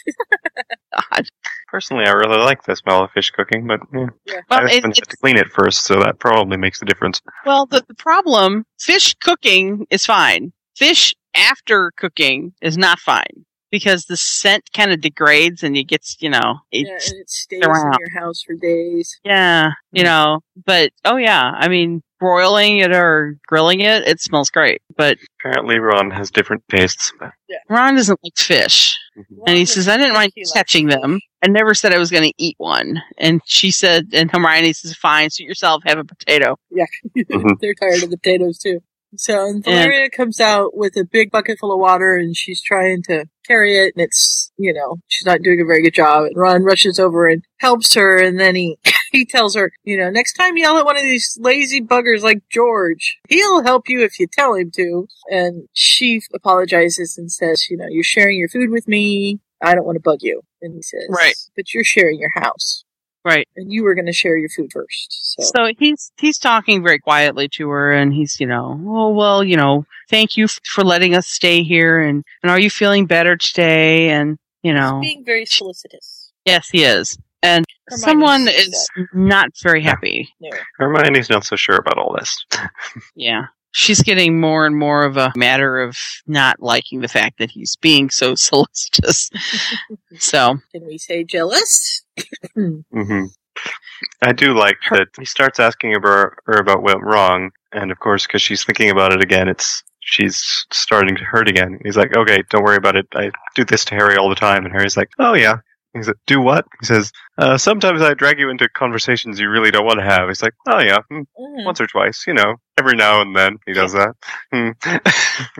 S4: Personally, I really like the smell of fish cooking, but yeah.
S9: Well,
S4: I
S9: it-
S4: just been set to clean it first, so that probably makes a difference.
S9: Well, the, the problem fish cooking is fine. Fish after cooking is not fine because the scent kind of degrades and you gets, you know, it,
S1: yeah, and it stays
S9: around.
S1: in your house for days.
S9: yeah, you know, but oh yeah, I mean, broiling it or grilling it, it smells great. But
S4: Apparently, Ron has different tastes. But
S9: Ron doesn't like fish. And he says, I didn't mind catching them. I never said I was going to eat one. And she said, and Hermione says, fine, suit yourself, have a potato.
S1: Yeah. They're tired of the potatoes too. So Mm-hmm. and Valeria comes out with a big bucket full of water and she's trying to carry it and it's you know, she's not doing a very good job and Ron rushes over and helps her and then he he tells her, you know, next time yell at one of these lazy buggers like George. He'll help you if you tell him to. And she apologizes and says, you know, you're sharing your food with me. I don't want to bug you. And he says,
S9: Right.
S1: But you're sharing your house.
S9: Right.
S1: And you were going to share your food first. So,
S9: So he's he's talking very quietly to her, and he's you know, oh well, you know, thank you f- for letting us stay here, and and are you feeling better today? And you know,
S15: Being very solicitous.
S9: yes, he is, and
S15: Hermione
S9: someone
S15: sees
S9: is not very happy.
S4: Hermione's not so sure about all this.
S9: Yeah, she's getting more and more of a matter of not liking the fact that he's being so solicitous. so
S1: can we say jealous?
S4: hmm I do like that he starts asking her, her about what went wrong, and of course, because she's thinking about it again, it's she's starting to hurt again. He's like, "Okay, don't worry about it. I do this to Harry all the time," and Harry's like, "Oh yeah." He's like, "Do what?" He says, uh, "Sometimes I drag you into conversations you really don't want to have." He's like, "Oh yeah, hmm,
S1: Mm-hmm.
S4: once or twice, you know, every now and then he does that." Hmm.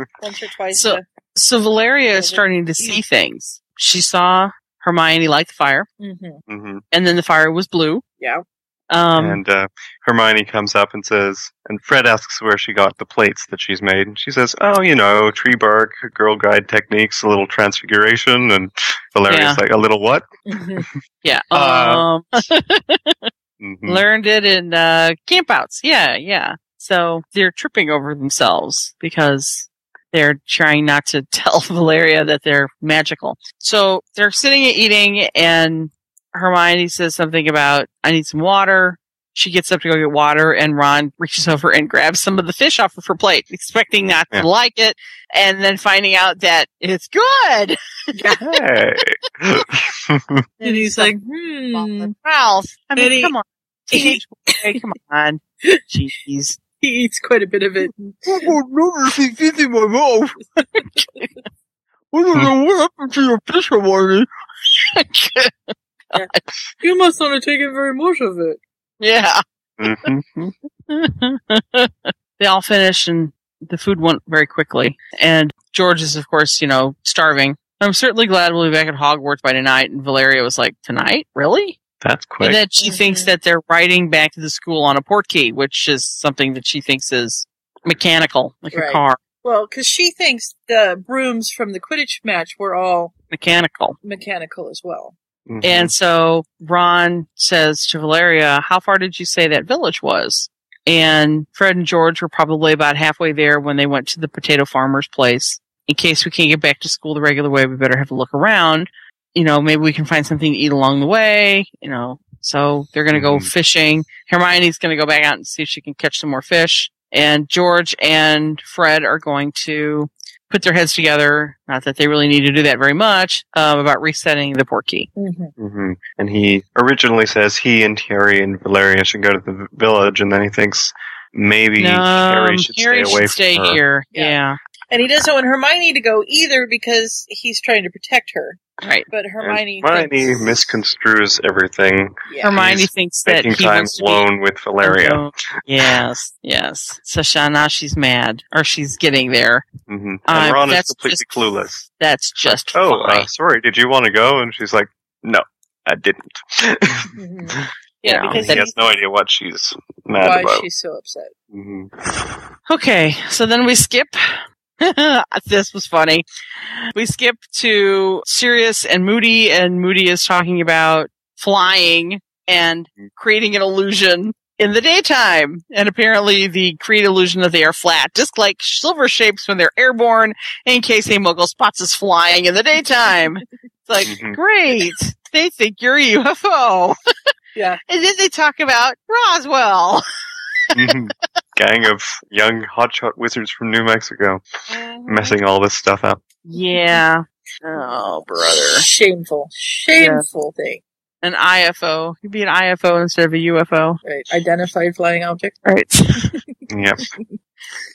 S1: Once or twice.
S9: so so Valeria is starting to see things. She saw Hermione light the fire,
S1: Mm-hmm.
S4: hmm
S9: and then the fire was blue.
S1: Yeah.
S9: Um,
S4: and uh, Hermione comes up and says, and Fred asks where she got the plates that she's made. And she says, oh, you know, tree bark, girl guide techniques, a little transfiguration. And Valeria's
S9: Yeah.
S4: like, a little what?
S9: Mm-hmm. Yeah.
S4: Uh, hmm.
S9: Um,
S4: Mm-hmm.
S9: learned it in uh, campouts. Yeah, yeah. So they're tripping over themselves because they're trying not to tell Valeria that they're magical. So they're sitting and eating, and Hermione says something about I need some water. She gets up to go get water, and Ron reaches over and grabs some of the fish off of her plate, expecting not
S4: Yeah.
S9: to like it, and then finding out that it's good.
S4: Hey.
S1: And he's like, hmm.
S9: Ralph, I mean,
S1: And he-
S9: come on. Teenage boy, come on. Jeez.
S1: He
S9: Mm-hmm.
S1: eats quite a bit of it.
S9: Oh, no, it's in my mouth. don't know what happened to your pizza, Marty.
S1: Yeah. You must not have taken very much of it.
S9: Yeah. they all finish and the food went very quickly. And George is, of course, you know, starving. I'm certainly glad we'll be back at Hogwarts by tonight. And Valeria was like, tonight? Really?
S4: That's quick.
S9: And that she thinks that they're riding back to the school on a portkey, which is something that she thinks is mechanical, like a
S1: Right.
S9: car.
S1: Well, because she thinks the brooms from the Quidditch match were all
S9: Mechanical.
S1: mechanical as well.
S4: Mm-hmm.
S9: And so Ron says to Valeria, How far did you say that village was? And Fred and George were probably about halfway there when they went to the potato farmer's place. In case we can't get back to school the regular way, we better have a look around. You know, maybe we can find something to eat along the way, you know. So they're going to go fishing. Hermione's going to go back out and see if she can catch some more fish. And George and Fred are going to put their heads together. Not that they really need to do that very much um, about resetting the portkey.
S4: hmm And he originally says he and Harry and Valeria should go to the village, and then he thinks maybe
S9: um,
S4: Harry should stay away from her.
S9: here. Yeah.
S1: And he doesn't want Hermione to go either because he's trying to protect her.
S9: Right.
S1: But Hermione.
S4: Hermione misconstrues everything.
S9: Hermione
S4: He's
S9: thinks that
S4: taking
S9: he
S4: time
S9: wants to be
S4: alone with Valeria.
S9: alone. Yes, yes. So Sha- now she's mad, or she's getting there.
S4: hmm And
S9: Um,
S4: Ron is
S9: that's
S4: completely
S9: just-
S4: clueless.
S9: That's just
S4: oh,
S9: fine.
S4: uh, sorry. Did you want to go? And she's like, no, I didn't.
S9: Yeah,
S4: You know,
S9: because
S4: he
S9: he-
S4: has no idea what she's mad
S1: Mm-hmm. Why
S4: about.
S1: she's so upset.
S4: hmm
S9: Okay, so then we skip. this was funny. We skip to Sirius and Moody, and Moody is talking about flying and creating an illusion in the daytime. And apparently, the create illusion that they are flat, just like silver shapes when they're airborne, in case a muggle spots us flying in the daytime. It's like, great. They think you're a UFO.
S1: Yeah.
S9: and then they talk about Roswell.
S4: Mhm. Gang of young hotshot wizards from New Mexico
S9: Mm-hmm.
S4: messing all this stuff up.
S9: Yeah. Oh, brother.
S1: Shameful. Shameful thing.
S9: An IFO. You'd be an IFO instead of a UFO.
S1: Right. Identified flying object.
S9: Right.
S4: Yep.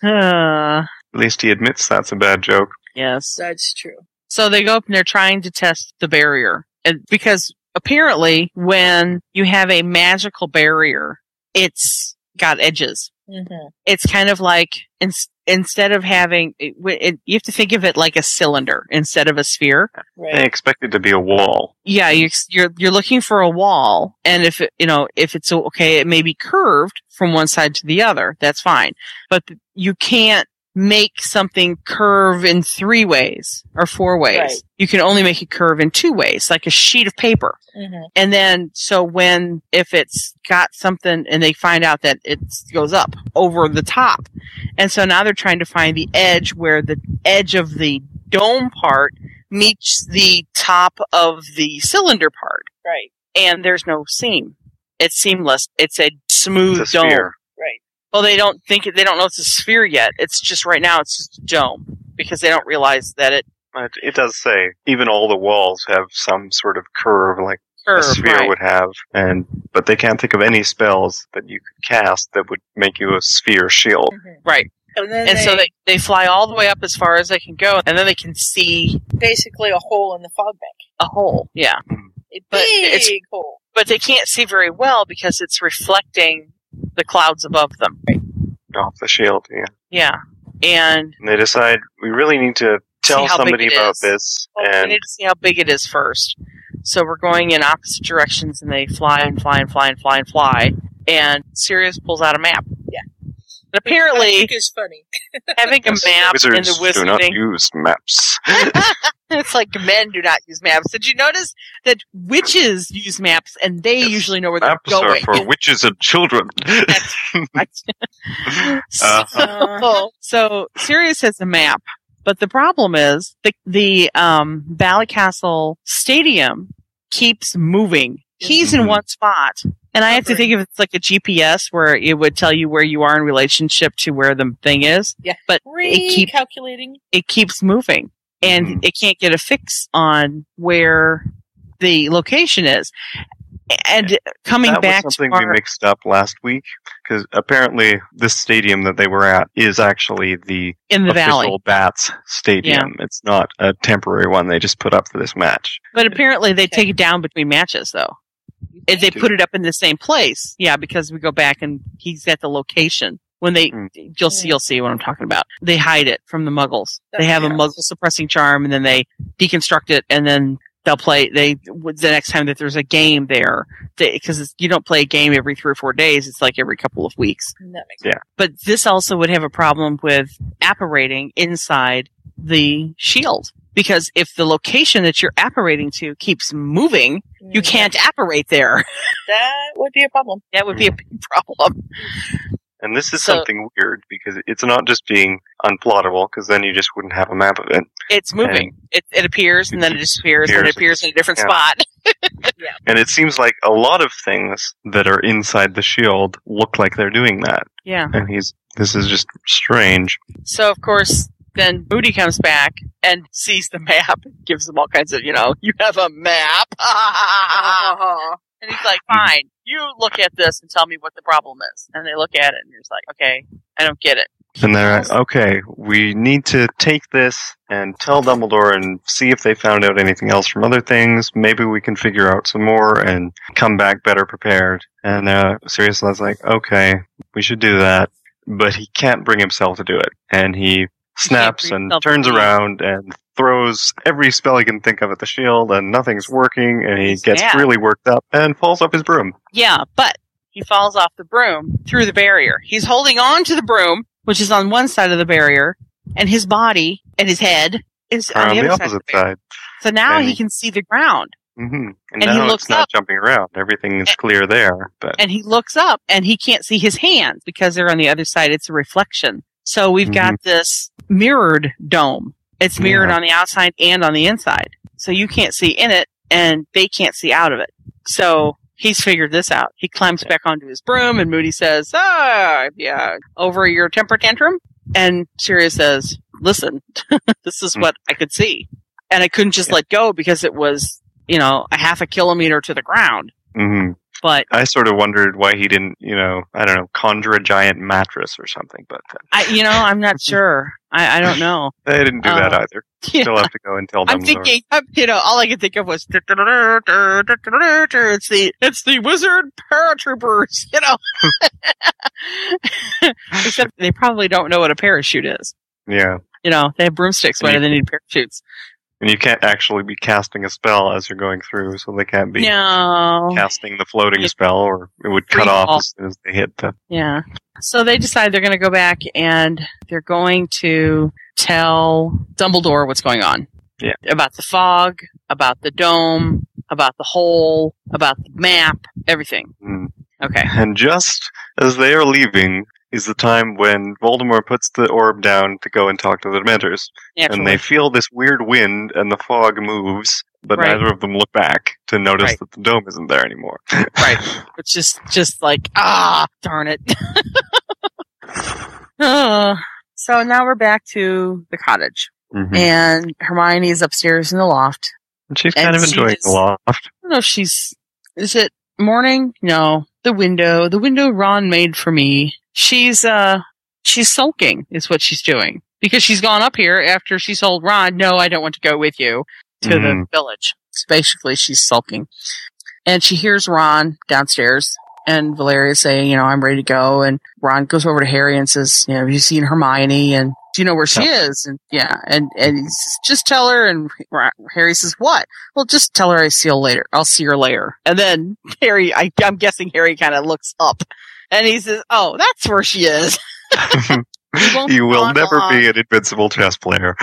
S9: Uh,
S4: At least he admits that's a bad joke.
S9: yes.
S1: That's true.
S9: So they go up and they're trying to test the barrier. And because apparently when you have a magical barrier, it's got edges.
S1: Mm-hmm.
S9: It's kind of like in, instead of having, it, it, you have to think of it like a cylinder instead of a sphere.
S4: They expect it to be a wall.
S9: yeah you're, you're you're looking for a wall and if it, you know if it's okay it may be curved from one side to the other that's fine but you can't make something curve in three ways or four ways
S1: Right.
S9: you can only make it curve in two ways like a sheet of paper
S1: Mm-hmm,
S9: and then, so when, if it's got something and they find out that it goes up over the top. And so now they're trying to find the edge where the edge of the dome part meets the top of the cylinder part.
S1: Right.
S9: And there's no seam. It's seamless. It's a smooth
S1: It's a
S9: dome.
S1: sphere. Right.
S9: Well, they don't think it, they don't know it's a sphere yet. It's just right now it's just a dome because they don't realize that it
S4: But it does say even all the walls have some sort of curve, like
S9: Curve,
S4: a sphere
S9: right.
S4: would have. And but they can't think of any spells that you could cast that would make you a sphere shield.
S9: right.
S1: mm-hmm. And, then
S9: so
S1: they-
S9: they, they fly all the way up as far as they can go, and then they can see
S1: Basically, a hole in the fog bank.
S9: a hole. Yeah.
S1: A
S9: But it's-
S1: big hole.
S9: But they can't see very well because it's reflecting the clouds above them.
S4: Off the shield, yeah.
S9: Yeah. And
S4: And they decide we really need to tell
S9: See how big
S4: somebody
S9: it
S4: about
S9: is.
S4: this.
S9: well, oh, we
S4: and
S9: need to see how big it is first. So we're going in opposite directions and they fly and fly and fly and fly and fly. And Sirius pulls out a map.
S1: Yeah.
S9: But
S1: I
S9: apparently
S1: think it's funny.
S9: having a map in the
S4: wizards do not
S9: wizarding
S4: use maps.
S9: it's like men do not use maps. Did you notice that witches use maps and they usually know where they're
S4: maps are
S9: going?
S4: for witches and children.
S1: Uh,
S4: Uh-huh.
S9: so, so Sirius has a map, but the problem is the the um, Ballycastle Stadium keeps moving. He's
S4: Mm-hmm.
S9: in one spot, and I have to think of it as like a GPS where it would tell you where you are in relationship to where the thing is.
S1: Yeah,
S9: but it keeps
S1: Recalculating.
S9: it keeps moving
S4: Mm-hmm.
S9: and it can't get a fix on where the location is. And coming
S4: that
S9: back
S4: was
S9: to
S4: something
S9: our,
S4: we mixed up last week because apparently this stadium that they were at is actually the
S9: In the
S4: official
S9: valley.
S4: Bats stadium. It's not a temporary one they just put up for this match.
S9: but apparently they take it down between matches though. And they put it up in the same place. Yeah, because we go back and he's at the location. When they, you'll see, you'll see what I'm talking about. They hide it from the muggles. They have a muggle suppressing charm and then they deconstruct it and then they'll play, they, the next time that there's a game there, because you don't play a game every three or four days. It's like every couple of weeks.
S4: Yeah.
S9: But this also would have a problem with apparating inside the shield. Because if the location that you're apparating to keeps moving, you can't apparate there.
S15: Mm-hmm. That would be a problem.
S9: That would be a big problem.
S4: And this is
S9: So-
S4: something weird because it's not just being unplottable because then you just wouldn't have a map of it.
S9: It's moving. It, it appears and then it disappears and it appears in a different
S4: Yeah.
S9: spot.
S4: And it seems like a lot of things that are inside the shield look like they're doing that.
S9: Yeah.
S4: And he's this is just strange.
S9: So of course, then Booty comes back and sees the map, gives them all kinds of, you know, you have a map. and he's like, fine, you look at this and tell me what the problem is. And they look at it and he's like, okay, I don't get it.
S4: And they're like, "Oh." okay, we need to take this and tell Dumbledore and see if they found out anything else from other things. Maybe we can figure out some more and come back better prepared. And uh, Sirius Loud's like, okay, we should do that. But he can't bring himself to do it. And he snaps and turns around and throws every spell he can think of at the shield, and nothing's working. And he gets
S9: mad.
S4: really worked up and pulls up his broom.
S9: Yeah, but he falls off the broom through the barrier. He's holding on to the broom, which is on one side of the barrier, and his body and his head is on,
S4: on
S9: the other
S4: the
S9: side.
S4: opposite side.
S9: So now
S4: and
S9: he
S4: he-
S9: can see the ground.
S4: hmm And,
S9: And he
S4: now
S9: looks
S4: it's not
S9: up.
S4: jumping around. Everything is clear there. But
S9: And he looks up and he can't see his hands because they're on the other side. It's a reflection. So we've got this mirrored dome. It's mirrored
S4: Yeah.
S9: on the outside and on the inside. So you can't see in it and they can't see out of it. So he's figured this out. He climbs back onto his broom and Moody says, ah, yeah, over your temper tantrum. And Sirius says, listen, this is what I could see. And I couldn't just let go because it was, you know, a half a kilometer to the ground.
S4: hmm
S9: But
S4: I sort of wondered why he didn't, you know, I don't know, conjure a giant mattress or something. But uh,
S9: I, you know, I'm not sure. I, I don't know.
S4: they didn't do that
S9: Uh,
S4: either.
S9: yeah.
S4: Still have to go and tell them.
S9: I'm thinking, I'm, you know, all I could think of was it's the it's the wizard paratroopers, you know. Except they probably don't know what a parachute is.
S4: Yeah,
S9: You know, they have broomsticks. Why do they need parachutes?
S4: and you can't actually be casting a spell as you're going through, so they can't be
S9: No.
S4: casting the floating spell, or it would cut
S9: Free fall.
S4: off as soon as they hit the.
S9: Yeah. So they decide they're going to go back and they're going to tell Dumbledore what's going on.
S4: Yeah.
S9: About the fog, about the dome, about the hole, about the map, everything.
S4: Mm.
S9: Okay.
S4: And just as they are leaving is the time when Voldemort puts the orb down to go and talk to the Dementors.
S9: Naturally.
S4: And they feel this weird wind and the fog moves, but
S9: Right.
S4: neither of them look back to notice
S9: Right.
S4: that the dome isn't there anymore.
S9: Right. It's just, just like, ah, darn it. Uh, so now we're back to the cottage.
S4: Mhm.
S9: And Hermione is upstairs in the loft.
S4: And she's kind of
S9: she
S4: enjoying
S9: just-
S4: the loft.
S9: I don't know if she's. Is it morning? No. The window. The window Ron made for me. She's, uh, she's sulking is what she's doing. Because she's gone up here after she told Ron, no, I don't want to go with you to the
S4: Mhm.
S9: village. So basically, she's sulking. And she hears Ron downstairs and Valeria say, you know, I'm ready to go. And Ron goes over to Harry and says, you know, have you seen Hermione? And do you know where she is? And yeah. And, and he says, just tell her. And Ron- Harry says, what? Well, just tell her I see her later. I'll see her later. And then Harry, I, I'm guessing Harry kind of looks up and he says, oh, that's where she is. won't
S4: You will
S9: not
S4: never
S9: long.
S4: be an invincible chess player.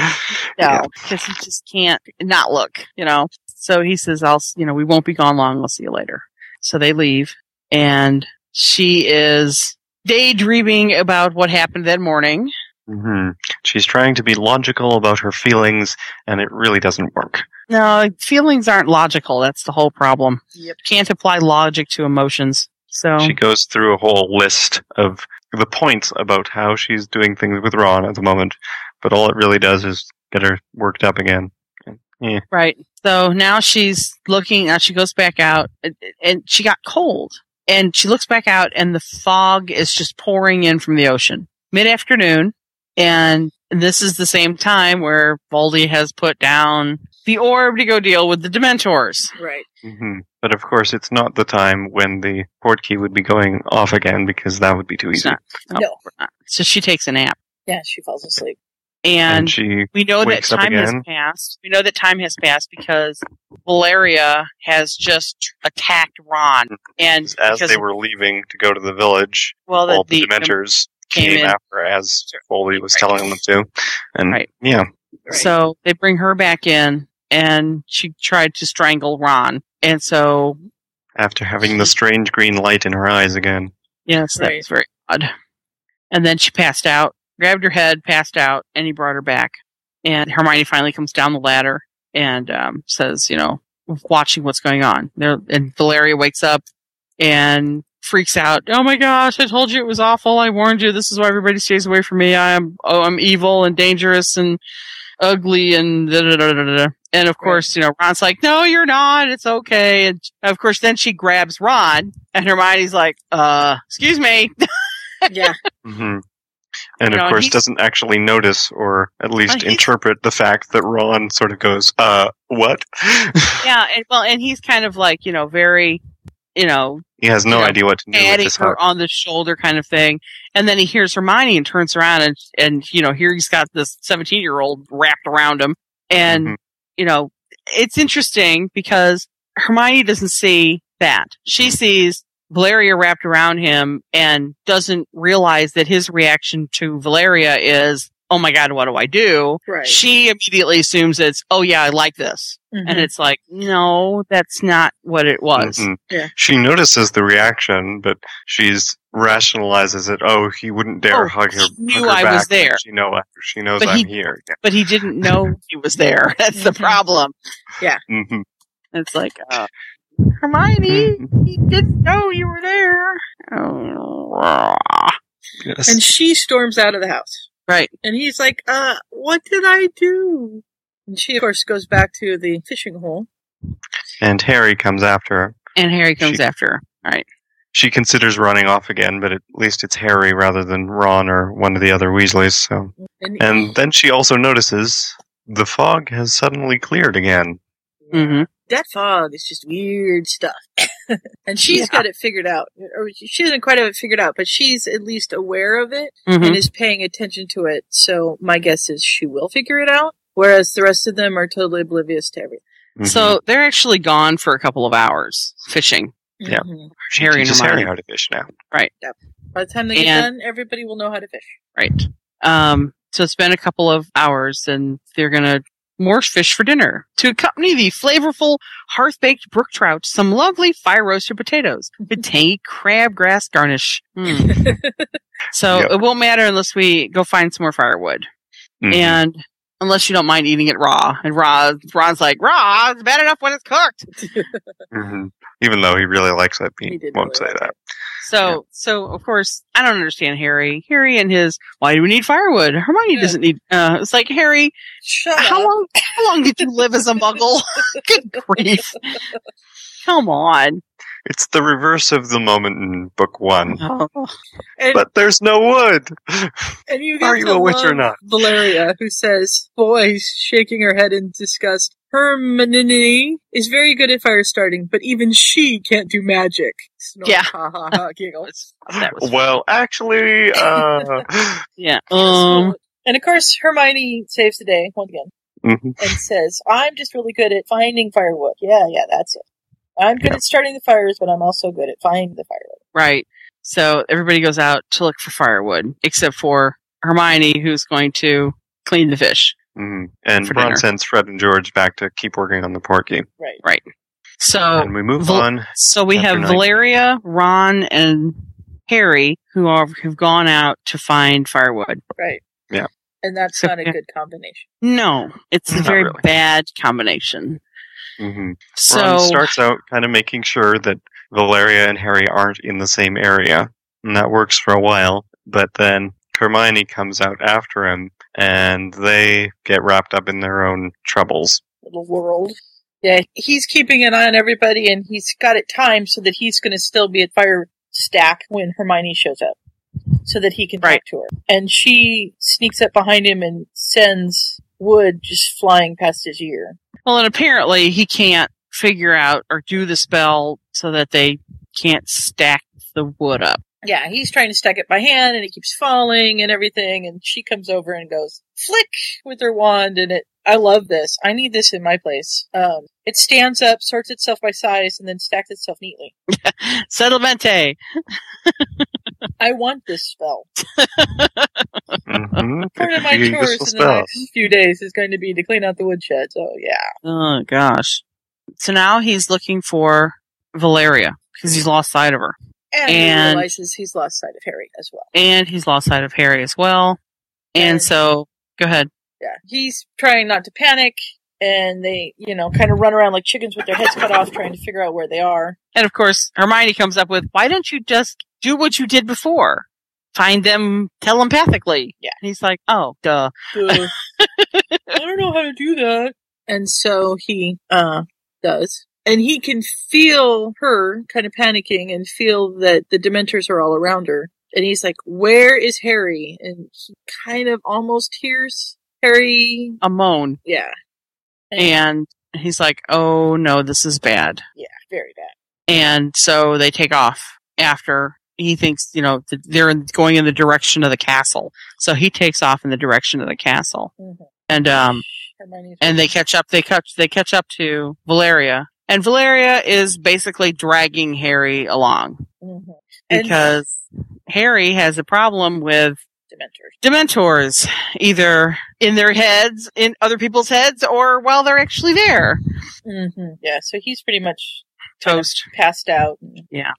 S9: No, because he just can't not look, you know. So he says, "I'll, s- you know, we won't be gone long. We'll see you later." So they leave, and she is daydreaming about what happened that morning.
S4: hmm She's trying to be logical about her feelings, and it really doesn't work.
S9: No, feelings aren't logical. That's the whole problem. Yep. Can't apply logic to emotions. So
S4: She goes through a whole list of the points about how she's doing things with Ron at the moment, but all it really does is get her worked up again. Yeah.
S9: Right. So now she's looking out. She goes back out and, and she got cold and she looks back out and the fog is just pouring in from the ocean mid afternoon. And this is the same time where Baldy has put down the orb to go deal with the Dementors.
S1: Right.
S4: hmm But of course, it's not the time when the port key would be going off again because that would be too
S9: It's
S4: easy.
S9: not. No. we're not. So she takes a nap.
S1: Yeah, she falls asleep.
S9: And,
S4: And she
S9: we know that
S4: wakes up
S9: time has
S4: again.
S9: passed. We know that time has passed because Valeria has just attacked Ron. And
S4: Mm-hmm. As
S9: because
S4: they were leaving to go to the village,
S9: Well, the-
S4: all the,
S9: the-
S4: Dementors
S9: came
S4: came,
S9: in.
S4: after as Foley was telling them to. And
S9: Right.
S4: yeah,
S9: So they bring her back in and she tried to strangle Ron. And so,
S4: after having the strange green light in her eyes again.
S9: yes, that
S4: Right.
S9: was very odd. And then she passed out, grabbed her head, passed out, and he brought her back. And Hermione finally comes down the ladder and um, says, you know, watching what's going on. There, and Valeria wakes up and freaks out. Oh my gosh, I told you it was awful. I warned you. This is why everybody stays away from me. I am oh, I'm evil and dangerous and ugly and da da da da da. da." And of course, you know, Ron's like, "No, you're not. It's okay." And of course, then she grabs Ron, and Hermione's like, "Uh, excuse me."
S1: yeah.
S4: hmm And
S9: You know,
S4: of
S9: and
S4: course,
S9: he's-
S4: doesn't actually notice or at least
S9: he's-
S4: interpret the fact that Ron sort of goes, uh, what?
S9: Yeah, and well, and he's kind of like, you know, very, you know,
S4: He has no idea what to do with
S9: patting
S4: this hug.
S9: her on the shoulder kind of thing. And then he hears Hermione and turns around and and you know here he's got this seventeen year old wrapped around him. And you know it's interesting because Hermione doesn't see that she sees Valeria wrapped around him and doesn't realize that his reaction to Valeria is. Oh my God! What do I do?
S1: Right.
S9: She immediately assumes it's, oh yeah, I like this, and
S1: Mhm.
S9: it's like, no, that's not what it was.
S4: Mhm.
S1: Yeah.
S4: She notices the reaction, but she's rationalizes it. Oh, he wouldn't dare
S9: Oh,
S4: hug her.
S9: he knew
S4: hug her
S9: I
S4: back.
S9: was there.
S4: She know she knows
S9: But
S4: I'm
S9: he-
S4: here.
S9: but he didn't know he was there. That's the problem.
S1: Yeah.
S4: hmm
S9: It's like, uh, Hermione, he didn't know you were there. Oh,
S1: And she storms out of the house.
S9: Right.
S1: And he's like, uh, what did I do? And she, of course, goes back to the fishing hole.
S4: And Harry comes after her.
S9: And Harry comes after her. All right.
S4: She considers running off again, but at least it's Harry rather than Ron or one of the other Weasleys. So,
S1: And-
S4: and then she also notices the fog has suddenly cleared again.
S9: Mm-hmm.
S1: That fog is just weird stuff. and she's got it figured out. Or she doesn't quite have it figured out, but she's at least aware of it
S9: Mhm.
S1: and is paying attention to it. So my guess is she will figure it out, whereas the rest of them are totally oblivious to everything.
S4: Mm-hmm.
S9: So they're actually gone for a couple of hours fishing.
S4: Yeah. She
S9: Harry and
S4: teaches
S9: Hermione.
S4: Harry how to fish now.
S9: Right.
S1: Mm-hmm. By the time they get done,
S9: And-
S1: everybody will know how to fish.
S9: Right. Um, so it's been a couple of hours and they're going to more fish for dinner to accompany the flavorful hearth baked brook trout, some lovely fire roasted potatoes with tangy crabgrass garnish.
S1: Hmm.
S9: Mm. so it won't matter unless we go find some more firewood.
S4: Mhm.
S9: And unless you don't mind eating it raw and raw, Ron's like, raw, it's bad enough when it's cooked.
S4: hmm Even though he really likes it, he,
S9: He did
S4: won't say that.
S9: So, so of course, I don't understand Harry. Harry and his, why do we need firewood? Hermione doesn't need. Uh, it's like Harry, how long? How long did you live as a Muggle? Good grief! Come on.
S4: It's the reverse of the moment in book one.
S9: Uh-huh. Oh,
S1: And-
S4: But there's no wood.
S1: And you
S4: Are
S1: get
S4: you
S1: to
S4: a witch or
S1: love
S4: not?
S1: Valeria, who says, boys, shaking her head in disgust, Hermione is very good at fire starting, but even she can't do magic. Snort,
S9: Yeah.
S1: Ha ha ha, giggle.
S4: Well, actually, uh,
S9: yeah. Um.
S1: and of course, Hermione saves the day once again
S4: mhm.
S1: and says, I'm just really good at finding firewood. Yeah, yeah, that's it. I'm good at starting the fires, but I'm also good at finding the firewood.
S9: Right. So everybody goes out to look for firewood, except for Hermione, who's going to clean the fish.
S4: Mhm. and
S9: For
S4: Ron
S9: dinner.
S4: sends Fred and George back to keep working on the porky.
S1: Right.
S9: Right. So
S4: And we move
S9: Oh, Val-
S4: on.
S9: So we
S4: Chapter
S9: have
S4: nine.
S9: Valeria, Ron, and Harry who are have gone out to find firewood.
S1: Right.
S4: Yeah.
S1: And that's
S9: So-
S1: not a good combination.
S9: No, it's a
S4: Not
S9: very
S4: really.
S9: bad combination.
S4: hmm
S9: So-
S4: Ron starts out kind of making sure that Valeria and Harry aren't in the same area, and that works for a while. But then Hermione comes out after him, and they get wrapped up in their own troubles.
S1: little world. Yeah, he's keeping an eye on everybody, and he's got it timed so that he's going to still be at fire stack when Hermione shows up, so that he can talk to her. And she sneaks up behind him and sends wood just flying past his ear.
S9: Well, and apparently he can't figure out or do the spell so that they can't stack the wood up.
S1: Yeah, he's trying to stack it by hand, and it keeps falling and everything. And she comes over and goes flick with her wand, and it. I love this. I need this in my place. Um, it stands up, sorts itself by size, and then stacks itself neatly.
S9: Settlemente.
S1: I want this spell.
S2: Mm-hmm.
S1: Part of my chores in the next few days is going to be to clean out the woodshed. So yeah,
S9: Oh gosh. So now he's looking for Valeria because he's lost sight of her.
S1: and, he
S9: And-
S1: realizes he's lost sight of Harry as well.
S9: And he's lost sight of Harry as well. And so go ahead.
S1: Yeah, he's trying not to panic, and they, you know, kind of run around like chickens with their heads cut off, trying to figure out where they are.
S9: And of course, Hermione comes up with, why don't you just do what you did before? Find them telepathically.
S1: Yeah.
S9: And he's like, oh, duh.
S1: Uh, I don't know how to do that. And so he uh, does. And he can feel her kind of panicking and feel that the Dementors are all around her. And he's like, Where is Harry? And he kind of almost hears Harry.
S9: A moan.
S1: Yeah.
S9: And he's like, oh no, this is bad.
S1: Yeah, very bad.
S9: And so they take off after he thinks, you know, that they're in- going in the direction of the castle. So he takes off in the direction of the castle. And, um,
S1: Mm-hmm. Hermione's
S9: and they catch up. They catch. They catch up to Valeria, and Valeria is basically dragging Harry along
S1: Mm-hmm. And-
S9: because Harry has a problem with
S1: Dementors.
S9: Dementors, either in their heads, in other people's heads, or while they're actually there.
S1: hmm Yeah, so he's pretty much
S9: toast,
S1: passed out.
S9: Yeah,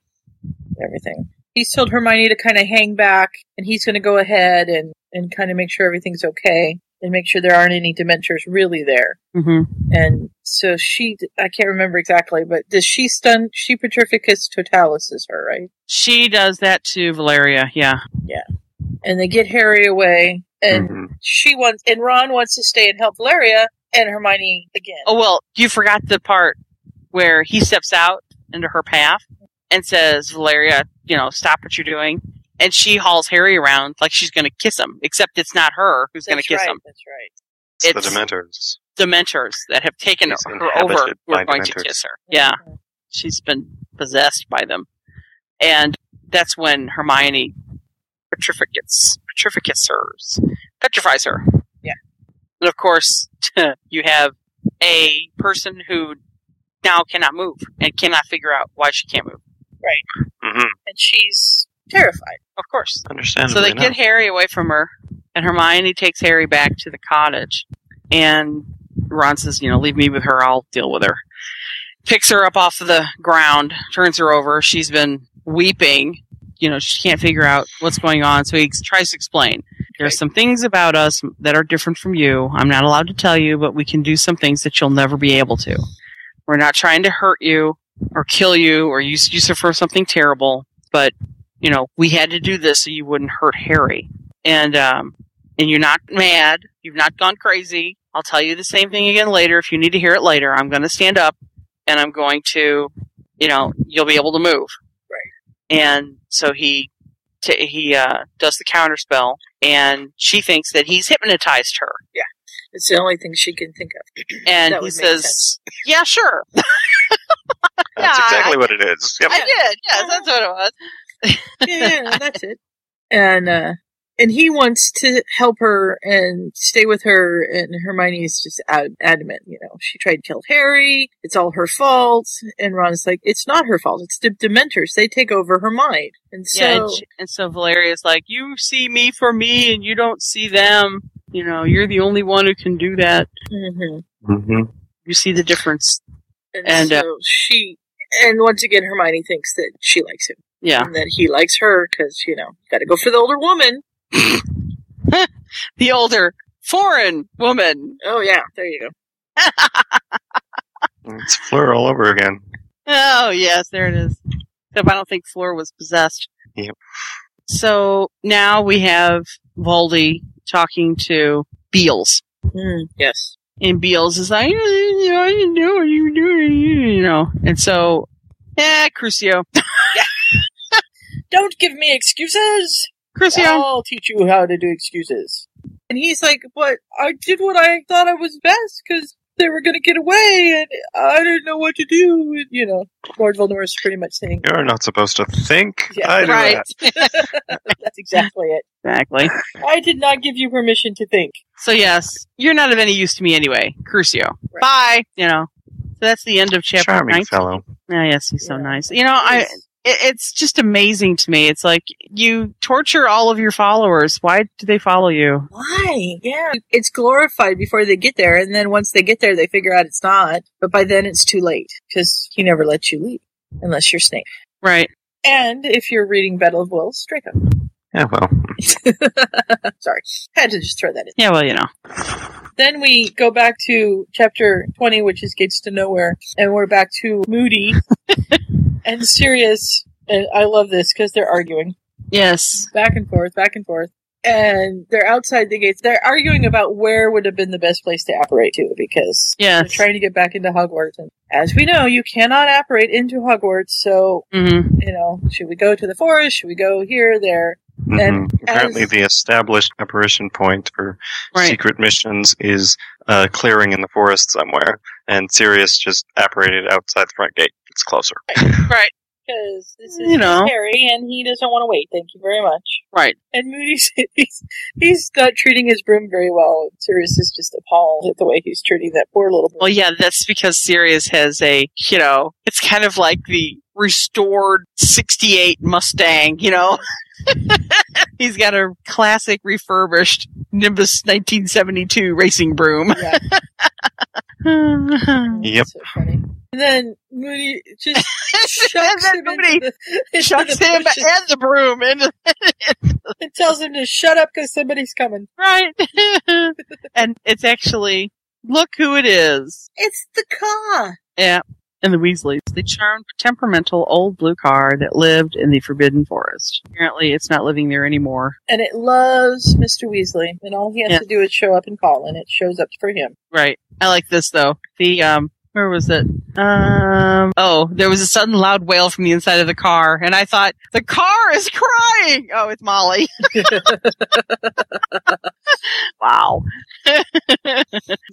S1: everything. He's told Hermione to kind of hang back, and he's going to go ahead and and kind of make sure everything's okay and make sure there aren't any Dementors really there.
S9: Mm-hmm.
S1: And so she, I can't remember exactly, but does she stun? She Petrificus Totalis is her, right?
S9: She does that to Valeria. Yeah.
S1: Yeah. And they get Harry away, and
S4: Mm-hmm.
S1: she wants, and Ron wants to stay and help Valeria, and Hermione again.
S9: Oh well, you forgot the part where he steps out into her path and says, "Valeria, you know, stop what you're doing." And she hauls Harry around like she's going to kiss him, except it's not her who's going to
S1: That's
S9: kiss
S1: right,
S9: him.
S1: That's right.
S2: the
S9: It's
S2: Dementors.
S9: Dementors that have taken
S2: She's
S9: her over
S2: inhabited
S9: who are
S2: by
S9: going to
S2: Dementors.
S9: kiss her. Yeah. She's been possessed by them. And that's when Hermione petrificates, petrificates her, petrifies her.
S1: Yeah.
S9: And of course, you have a person who now cannot move and cannot figure out why she can't move.
S1: Right.
S2: Mm-hmm.
S1: And she's terrified.
S9: Of course.
S2: Understandably
S9: So they
S2: enough.
S9: get Harry away from her, and Hermione takes Harry back to the cottage. And Ron says, you know, leave me with her, I'll deal with her. Picks her up off of the ground, turns her over. She's been weeping. You know, she can't figure out what's going on, so he ex- tries to explain. There are some things about us that are different from you. I'm not allowed to tell you, but we can do some things that you'll never be able to. We're not trying to hurt you or kill you or use you suffer something terrible, but you know, we had to do this so you wouldn't hurt Harry. And um and you're not mad, you've not gone crazy. I'll tell you the same thing again later if you need to hear it later. I'm going to stand up and I'm going to, you know, you'll be able to move. Right. And so he t- he uh does the counter spell and she thinks that he's hypnotized her.
S1: Yeah. It's the only thing she can think of.
S9: And
S1: That would
S9: he
S1: make
S9: says, "Yeah, sure."
S2: That's
S9: Yeah,
S2: exactly what it is. Yep.
S9: I did. Yes, that's what it was.
S1: yeah, that's it. and uh and he wants to help her and stay with her and hermione is just ad- adamant you know she tried to kill harry it's all her fault and ron is like it's not her fault it's the dementors they take over her mind and so
S9: yeah, and, she- and so Valeria's like, "You see me for me, and you don't see them. You know, you're the only one who can do that.
S1: Mhm.
S2: Mm-hmm.
S9: You see the difference."
S1: and,
S9: And, uh,
S1: so she and once again hermione thinks that she likes him
S9: Yeah.
S1: and that he likes her because you know got to go for the older woman
S9: The older foreign woman.
S1: oh yeah there you go
S2: It's Fleur all over again.
S9: Oh yes, there it is. Except I don't think Fleur was possessed.
S2: Yep.
S9: So now we have Voldy talking to Beals.
S1: Mm, yes.
S9: And Beals is like, you know, I didn't know what you were doing, you know. And so, eh, Crucio.
S15: Don't give me excuses.
S9: Crucio.
S15: I'll teach you how to do excuses.
S1: And he's like, "What? I did what I thought I was best because they were going to get away, and I didn't know what to do." And, you know, Lord Voldemort's pretty much saying,
S4: You're not supposed to think.
S1: Yeah,
S4: I do
S1: right.
S4: that.
S1: "That's exactly it."
S9: Exactly.
S1: I did not give you permission to think.
S9: So yes, you're not of any use to me anyway, Crucio. Bye. You know. So that's the end of chapter
S4: Charming
S9: 19.
S4: fellow.
S9: Ah, yes, he's so nice. You know, I it, it's just amazing to me. It's like you torture all of your followers. Why do they follow you?
S1: Why? Yeah, it's glorified before they get there, and then once they get there, they figure out it's not. But by then, it's too late because he never lets you leave unless you're Snape.
S9: Right.
S1: And if you're reading Battle of Wills, Draco.
S4: Yeah, well.
S1: Sorry, had to just throw that in.
S9: Yeah, well, you know.
S1: Then we go back to chapter 20, which is Gates to Nowhere, and we're back to Moody and Sirius. And I love this because they're arguing.
S9: Yes.
S1: Back and forth, back and forth. And they're outside the gates. They're arguing about where would have been the best place to apparate to because
S9: Yes.
S1: they're trying to get back into Hogwarts. And as we know, you cannot apparate into Hogwarts. So,
S9: Mhm.
S1: you know, should we go to the forest? Should we go here, there?
S4: Mhm.
S1: as-
S4: Apparently, the established apparition point for
S9: Right.
S4: secret missions is a clearing in the forest somewhere, and Sirius just apparated outside the front gate. It's closer.
S9: Right.
S1: Because this is
S9: You know.
S1: Harry and he doesn't want to wait. Thank you very much.
S9: Right.
S1: And Moody's he's, he's not treating his broom very well. Sirius is just appalled at the way he's treating that poor little broom.
S9: Well, yeah, that's because Sirius has a, you know, it's kind of like the restored 68 Mustang, you know? He's got a classic refurbished Nimbus 1972 racing broom.
S4: Yep.
S1: And then Moody just shucks him, into the, into
S9: Chucks
S1: the
S9: him
S1: bushes
S9: and the broom into
S1: and tells him to shut up because somebody's coming.
S9: Right. and it's actually, look who it is.
S1: It's the car.
S9: Yeah. And the Weasleys, the charmed but temperamental old blue car that lived in the Forbidden Forest. Apparently, it's not living there anymore.
S1: And it loves Mr. Weasley. And all he has
S9: Yeah.
S1: to do is show up and call, and it shows up for him.
S9: Right. I like this though. The um where was it? Um oh, there was a sudden loud wail from the inside of the car and I thought the car is crying. Oh, it's Molly. wow.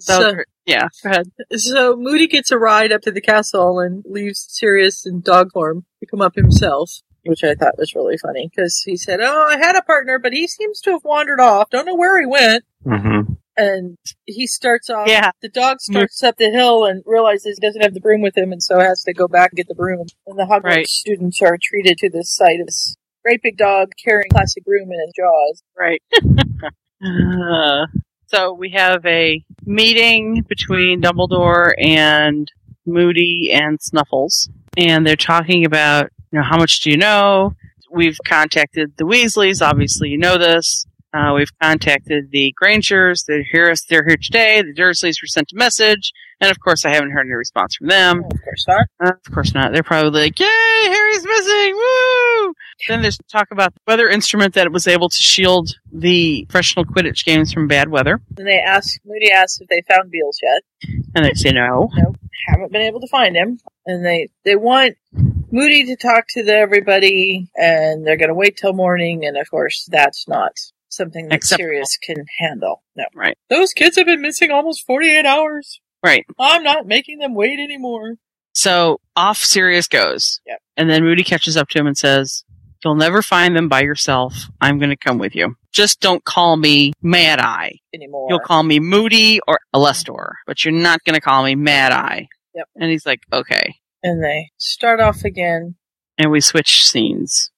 S9: so,
S1: So-
S9: yeah, go ahead.
S1: So Moody gets a ride up to the castle and leaves Sirius and Doghorn to come up himself, which I thought was really funny because he said, "Oh, I had a partner, but he seems to have wandered off. Don't know where he went."
S4: Mm-hmm.
S1: And he starts off.
S9: Yeah.
S1: The dog starts up the hill and realizes he doesn't have the broom with him, and so has to go back and get the broom. And the Hogwarts
S9: Right.
S1: students are treated to this sight of this great big dog carrying classic broom in his jaws.
S9: Right. Uh, so we have a meeting between Dumbledore and Moody and Snuffles, and they're talking about you know how much do you know? We've contacted the Weasleys. Obviously, you know this. Uh, we've contacted the Grangers. They're here. They're here today. The Dursleys were sent a message, and of course, I haven't heard any response from them.
S1: Um, Of course not.
S9: Uh, of course not. They're probably like, "Yay, Harry's missing! Woo!" Then there's talk about the weather instrument that was able to shield the professional Quidditch games from bad weather,
S1: And they ask Moody asks if they found Beals yet.
S9: and they say no.
S1: haven't been able to find him. And they, they want Moody to talk to the, everybody, and they're going to wait till morning. And of course, that's not something that
S9: Acceptable.
S1: Sirius can handle. No.
S9: Right.
S1: Those kids have been missing almost 48 hours.
S9: Right.
S1: I'm not making them wait anymore.
S9: So off Sirius goes,
S1: Yep.
S9: and then Moody catches up to him and says, "You'll never find them by yourself. I'm going to come with you. Just don't call me Mad Eye.
S1: Anymore.
S9: You'll call me Moody or Alestor, but you're not going to call me Mad Eye."
S1: Yep.
S9: And he's like, "Okay."
S1: And they start off again.
S9: And we switch scenes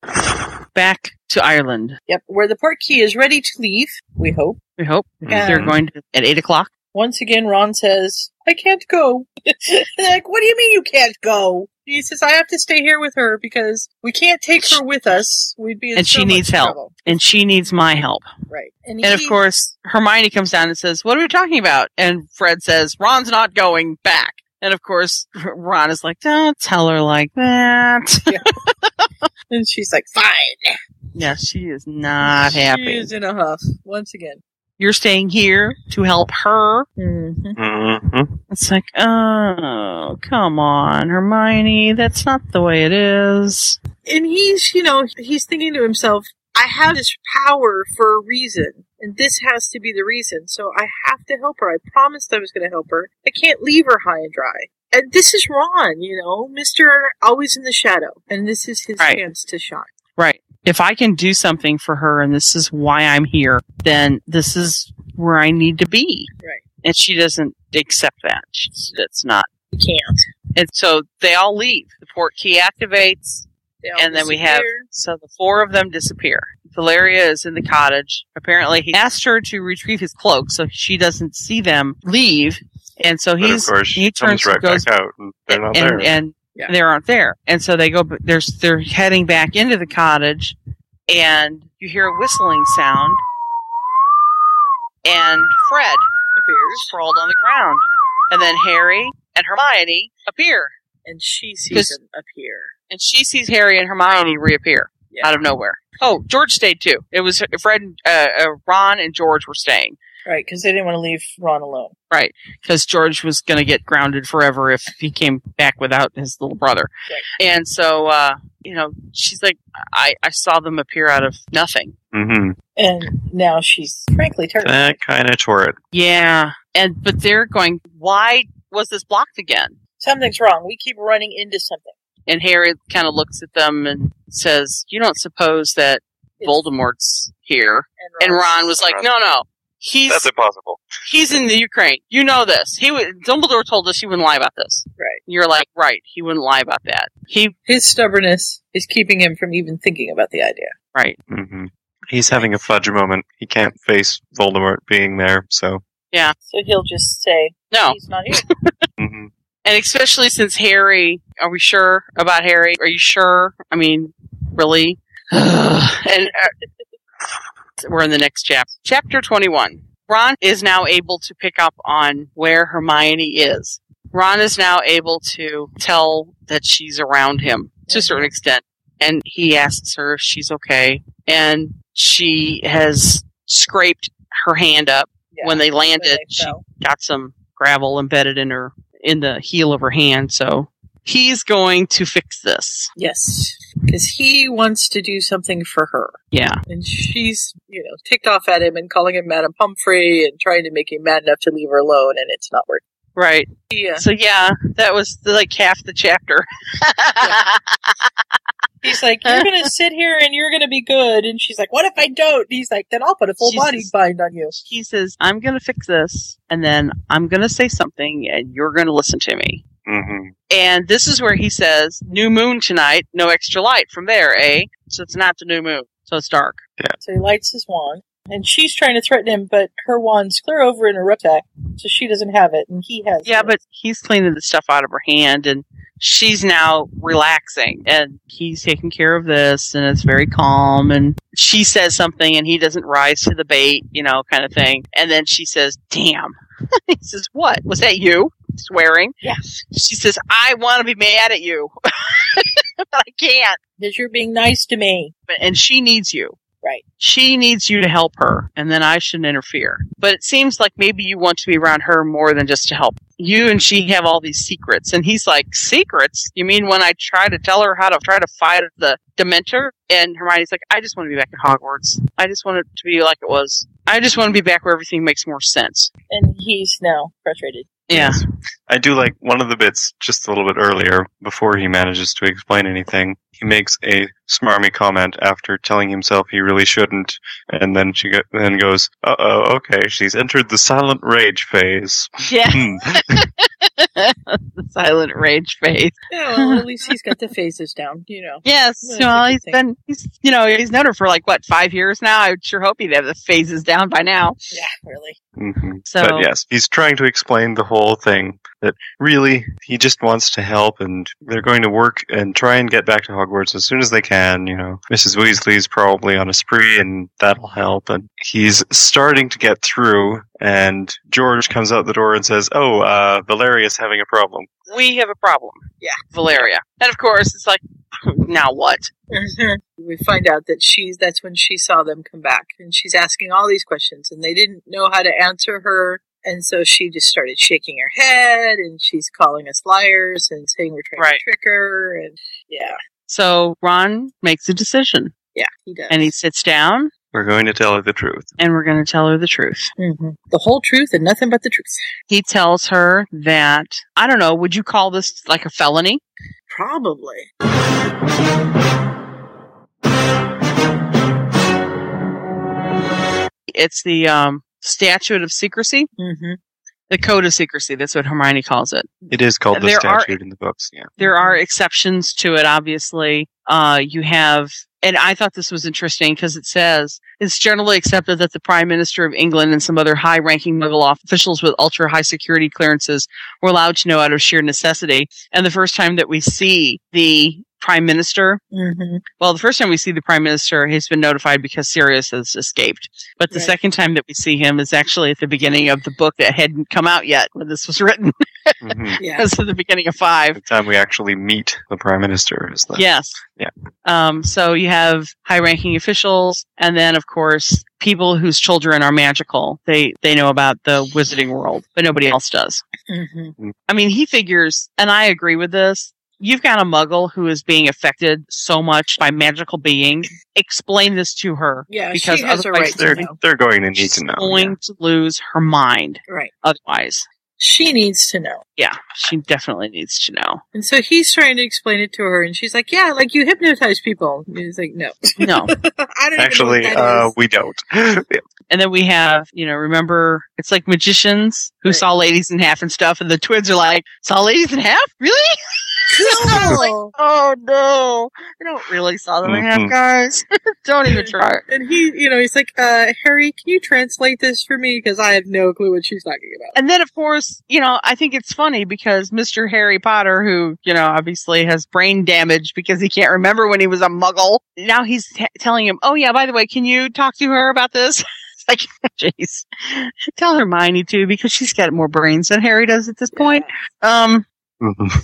S9: back to Ireland.
S1: Yep. Where the portkey is ready to leave, we hope.
S9: We hope
S1: Yeah.
S9: they're going to, at eight o'clock.
S1: Once again, Ron says, I can't go. They're like, what do you mean you can't go? He says, I have to stay here with her because we can't take her with us. We'd be in
S9: and
S1: so
S9: she
S1: much
S9: needs help.
S1: trouble."
S9: And she needs my help.
S1: Right.
S9: And, of course, Hermione comes down and says, What are we talking about? And Fred says, Ron's not going back. And of course, Ron is like, Don't tell her like that.
S1: and she's like, fine.
S9: yeah, she is not
S1: She
S9: happy.
S1: is in a huff once again.
S9: You're staying here to help her.
S4: Mm-hmm.
S9: It's like, oh, come on, Hermione. That's not the way it is.
S1: And he's, you know, he's thinking to himself, I have this power for a reason, and this has to be the reason. So I have to help her. I promised I was going to help her. I can't leave her high and dry. And this is Ron, you know, Mr. Always in the Shadow. And this is his
S9: Right.
S1: chance to shine.
S9: Right. If I can do something for her and this is why I'm here, then this is where I need to be.
S1: Right.
S9: And she doesn't accept that. She's, it's not.
S1: You can't.
S9: And so they all leave. The port key activates,
S1: They all
S9: and then we have
S1: disappear.
S9: so the four of them disappear. Valeria is in the cottage. Apparently, he asked her to retrieve his cloak so she doesn't see them leave. And so
S4: But of
S9: he's
S4: course,
S9: he
S4: she
S9: turns
S4: comes right
S9: goes
S4: back out. And they're not
S9: and
S4: there.
S9: and they aren't there. And so they go. They're they're heading back into the cottage, and you hear a whistling sound, and Fred
S1: appears
S9: sprawled on the ground, and then Harry and Hermione appear,
S1: and she sees
S9: Because-
S1: him appear.
S9: and she sees Harry and Hermione reappear out of nowhere. Oh, George stayed too. It was Fred, and, uh, uh, Ron, and George were staying.
S1: Right, because they didn't want to leave Ron alone.
S9: Right, because George was going to get grounded forever if he came back without his little brother. And so, uh, you know, she's like, I, I saw them appear out of nothing.
S4: hmm
S1: And now she's frankly
S9: Uh.
S1: terrified.
S4: That kind of tore it.
S9: Yeah. And, but they're going, why was this blocked again?
S1: Something's wrong. We keep running into something.
S9: And Harry kind of looks at them and says, you don't suppose that Voldemort's here. And Ron was like, no, no, he's,
S7: That's impossible.
S9: he's in the Ukraine. You know this. He would, Dumbledore told us he wouldn't lie about this.
S1: Right.
S9: You're like, right. He wouldn't lie about that. He,
S1: his stubbornness is keeping him from even thinking about the idea.
S9: Right.
S4: hmm He's having a fudge moment. He can't face Voldemort being there, so.
S9: Yeah.
S1: So he'll just say,
S9: no,
S1: he's not here.
S4: hmm
S9: And especially since Harry, are we sure about Harry? Are you sure? I mean, really? and uh, we're in the next chapter. Chapter 21. Ron is now able to pick up on where Hermione is. Ron is now able to tell that she's around him to a certain extent. And he asks her if she's okay. And she has scraped her hand up. when they landed, she got some gravel embedded in her in the heel of her hand. So he's going to fix this.
S1: Yes. Because he wants to do something for her.
S9: Yeah.
S1: And she's, you know, ticked off at him and calling him Madam Humphrey and trying to make him mad enough to leave her alone, and it's not working.
S9: Right.
S1: Yeah.
S9: So yeah, that was like half the chapter.
S1: He's like, You're going to sit here and you're going to be good. And she's like, What if I don't? And he's like, Then I'll put a full
S9: Jesus.
S1: body bind on you.
S9: He says, "I'm going to fix this, and then I'm going to say something, and you're going to listen to me."
S4: hmm
S9: And this is where he says, "New moon tonight, no extra light from there, eh?" So it's not the new moon, so it's dark.
S1: So he lights his wand, and she's trying to threaten him, but her wand's clear over in her rucksack, so she doesn't have it, and he has.
S9: Yeah, but he's cleaning the stuff out of her hand, and she's now relaxing, and he's taking care of this, and it's very calm. And she says something, and he doesn't rise to the bait, you know, kind of thing. And then she says, "Damn." he says, "What was that? You swearing?"
S1: Yes.
S9: She says, "I want to be mad at you, but I can't."
S1: Because you're being nice to me.
S9: But- And she needs you.
S1: Right.
S9: She needs you to help her, and then I shouldn't interfere. But it seems like maybe you want to be around her more than just to help. You and she have all these secrets. And he's like, Secrets? You mean when I try to tell her how to try to fight the Dementor? And Hermione's like, I just want to be back at Hogwarts. I just want it to be like it was. I just want to be back where everything makes more sense.
S1: And he's now frustrated.
S9: Yeah.
S4: I do like one of the bits just a little bit earlier before he manages to explain anything. He makes a smarmy comment after telling himself he really shouldn't, and then she go- then goes, "Uh oh, okay, she's entered the silent rage phase."
S9: Yeah.
S4: Hmm.
S9: the silent rage face.
S1: Yeah, well, at least he's got the phases down, you know.
S9: Yes.
S1: That's a
S9: well,
S1: good
S9: he's
S1: thing.
S9: been, he's, you know, he's known her for like, what, five years now? I would sure hope he'd have the phases down by now.
S1: Yeah, really.
S4: hmm
S9: So-
S4: but yes, he's trying to explain the whole thing, that really he just wants to help and they're going to work and try and get back to Hogwarts as soon as they can. You know, Mrs. Weasley's probably on a spree and that'll help. And he's starting to get through and George comes out the door and says, Oh, uh, Valeria's having a problem.
S9: We have a problem. Yeah, Valeria. And of course, it's like, now what?
S1: Mm-hmm. we find out that she's that's when she saw them come back and she's asking all these questions and they didn't know how to answer her and so she just started shaking her head and she's calling us liars and saying we're trying
S9: Right.
S1: to trick her and yeah
S9: So Ron makes a decision
S1: yeah he does
S9: and he sits down
S4: We're going to tell her the truth.
S9: and we're going to tell her the truth.
S1: Mhm. the whole truth and nothing but the truth
S9: He tells her that, I don't know, would you call this like a felony?
S1: Probably.
S9: It's the um, statute of secrecy,
S1: mm-hmm.
S9: the code of secrecy. That's what Hermione calls it.
S4: It is called the
S9: There are-
S4: statute in the books. Yeah.
S9: There are exceptions to it, obviously. Uh, you have, and I thought this was interesting because it says it's generally accepted that the Prime Minister of England and some other high ranking Muggle officials with ultra high security clearances were allowed to know out of sheer necessity. And the first time that we see the Prime Minister,
S1: Mm-hmm.
S9: well, the first time we see the Prime Minister, he's been notified because Sirius has escaped. But the second time that we see him is actually at the beginning of the book that hadn't come out yet when this was written.
S4: Mhm.
S1: Yeah.
S9: That's at the beginning of five.
S4: The time we actually meet the prime minister is the
S9: Yes.
S4: Yeah.
S9: Um, so you have high ranking officials and then of course people whose children are magical. They they know about the wizarding world, but nobody else does.
S1: Mm-hmm.
S9: I mean he figures and I agree with this. You've got a muggle who is being affected so much by magical beings. Explain this to her.
S1: Yeah, she
S9: because
S1: has a
S9: otherwise
S1: right to
S9: they're
S4: They're,
S1: know.
S4: they're going to need to know.
S9: going to lose her mind
S1: right
S9: otherwise.
S1: she needs to know
S9: Yeah, she definitely needs to know.
S1: and so he's trying to explain it to her and she's like yeah like you hypnotize people and he's like no
S9: No.
S1: i don't
S4: Actually,
S1: even know what that
S4: uh,
S1: is.
S4: we don't. Yeah.
S9: And then we have, you know, remember it's like magicians who saw ladies in half and stuff, and the twins are like, saw ladies in half? Really? I was like, oh no, I don't really saw them in half,
S1: Mhm.
S9: guys. don't even try.
S1: and he you know he's like uh harry can you translate this for me because i have no clue what she's talking about
S9: And then, of course, you know, I think it's funny because Mr. Harry Potter, who, you know, obviously has brain damage because he can't remember when he was a muggle, now he's t- telling him, oh, yeah, by the way, can you talk to her about this? It's like, jeez. Tell Hermione to because she's got more brains than Harry does at this point. Um,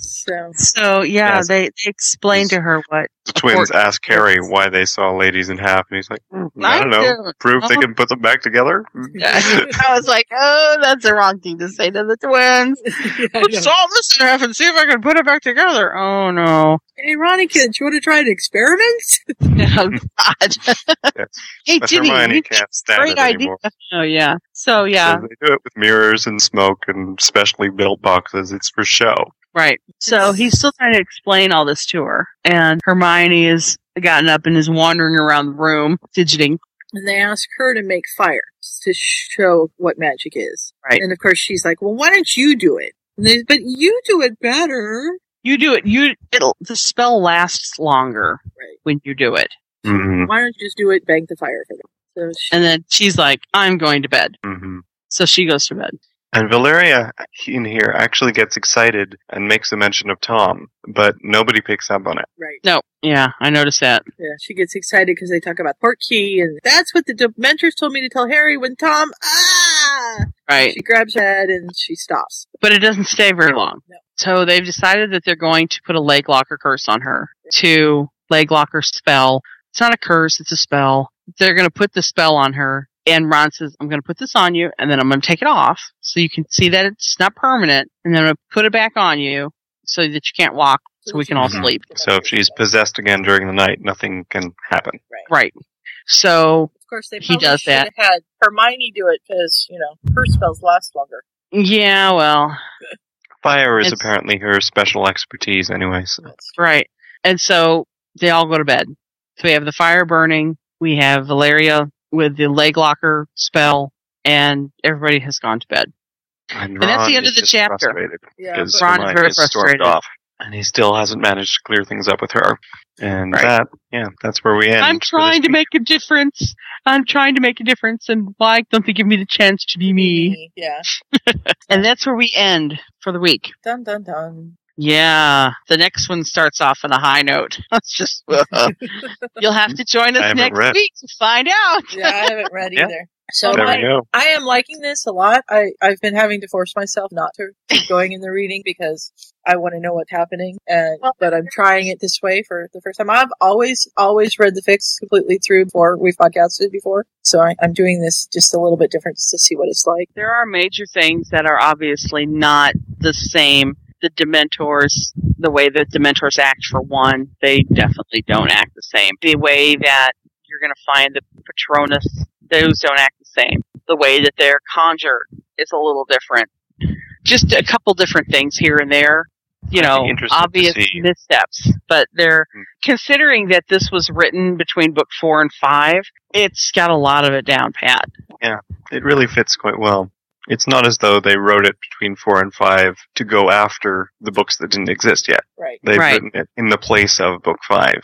S1: so
S9: so yeah,
S4: Yes.
S9: they, they explain to her what
S4: The twins ask Harry why they saw ladies in half, and he's like, "Mm, I
S9: I
S4: don't know.
S9: don't
S4: Prove they
S9: know."
S4: can put them back together?
S9: I was like, oh, that's the wrong thing to say to the twins.
S1: I
S9: Let's
S1: know.
S9: solve this in half and see if I can put it back together. Oh no.
S1: hey ronnie kids you want to try an experiment
S9: Oh God! hey,
S4: But
S9: Ginny,
S4: Hermione
S9: you
S4: can't stand
S9: great
S4: it
S9: idea.
S4: anymore.
S9: Oh yeah. So yeah,
S4: So they do it with mirrors and smoke and specially built boxes. It's for show.
S9: right. So he's still trying to explain all this to her, and Hermione has gotten up and is wandering around the room, fidgeting.
S1: and they ask her to make fire to show what magic is.
S9: Right.
S1: And of course, she's like, "Well, why don't you do it?" And they, but you do it better.
S9: You do it. You it'll the spell lasts longer when you do it.
S4: Mm-hmm.
S9: Hmm.
S1: Why don't you just do it? Bang the fire for them. So she,
S9: And then she's like, "I'm going to bed."
S4: hmm
S9: So she goes to bed.
S4: And Valeria in here actually gets excited and makes a mention of Tom, but nobody picks up on it.
S1: right.
S9: No, yeah, I noticed that.
S1: Yeah, she gets excited because they talk about Portkey, and that's what the Dementors told me to tell Harry when Tom. Ah!
S9: Right.
S1: She grabs her head and she stops.
S9: but it doesn't stay very long. So they've decided that they're going to put a leg locker curse on her to leg locker spell. It's not a curse, it's a spell. They're going to put the spell on her. And Ron says, I'm going to put this on you and then I'm going to take it off so you can see that it's not permanent. And then I'm going to put it back on you so that you can't walk so we can all
S1: Mm-hmm.
S4: Mhm.
S9: sleep.
S4: So if she's possessed again during the night, nothing can happen.
S9: Right. So
S1: Of course, they
S9: He
S1: probably
S9: does
S1: should
S9: that.
S1: have had Hermione do it because you know her spells last longer.
S9: yeah, well,
S4: Fire is
S9: It's-
S4: apparently her special expertise, anyway. So.
S9: Right. And so they all go to bed. So we have the fire burning. We have Valeria with the leg locker spell, and everybody has gone to bed.
S4: And,
S9: And that's the
S4: Ron
S9: end
S4: is
S9: of the
S4: just
S9: chapter.
S4: frustrated
S1: Yeah,
S4: because
S9: but- Ron is
S4: Hermione
S9: very
S4: has stormed
S9: frustrated.
S4: off. and he still hasn't managed to clear things up with her. And that, yeah, that's where we end.
S9: I'm trying to make a difference. I'm trying to make a difference, and why don't they give me the chance to be me?
S1: Yeah.
S9: And that's where we end for the week.
S1: Dun dun dun.
S9: Yeah, the next one starts off on a high note. That's just you'll have to join
S1: I
S9: us
S1: haven't
S9: next
S1: read.
S9: week to find out.
S1: Yeah, I haven't read
S9: Yeah.
S1: either. So
S9: There we
S1: I,
S9: go.
S1: I am liking this a lot. I, I've been having to force myself not to keep going in the reading because I want to know what's happening. And but I'm trying it this way for the first time. I've always always read the fix completely through before we've podcasted before. So I, I'm doing this just a little bit different just to see what it's like.
S9: There are major things that are obviously not the same. The Dementors, the way that Dementors act, for one, they definitely don't act the same. The way that you're going to find the Patronus, those don't act the same. The way that they're conjured is a little different. Just a couple different things here and there. You
S4: I'd be
S9: know,
S4: interested to
S9: obvious
S4: see. Hmm.
S9: missteps, but they're considering that this was written between book four and five. It's got a lot of it down pat.
S4: Yeah, it really fits quite well. It's not as though they wrote it between four and five to go after the books that didn't exist yet.
S1: Right.
S4: They've
S9: Right.
S4: written it in the place of book five.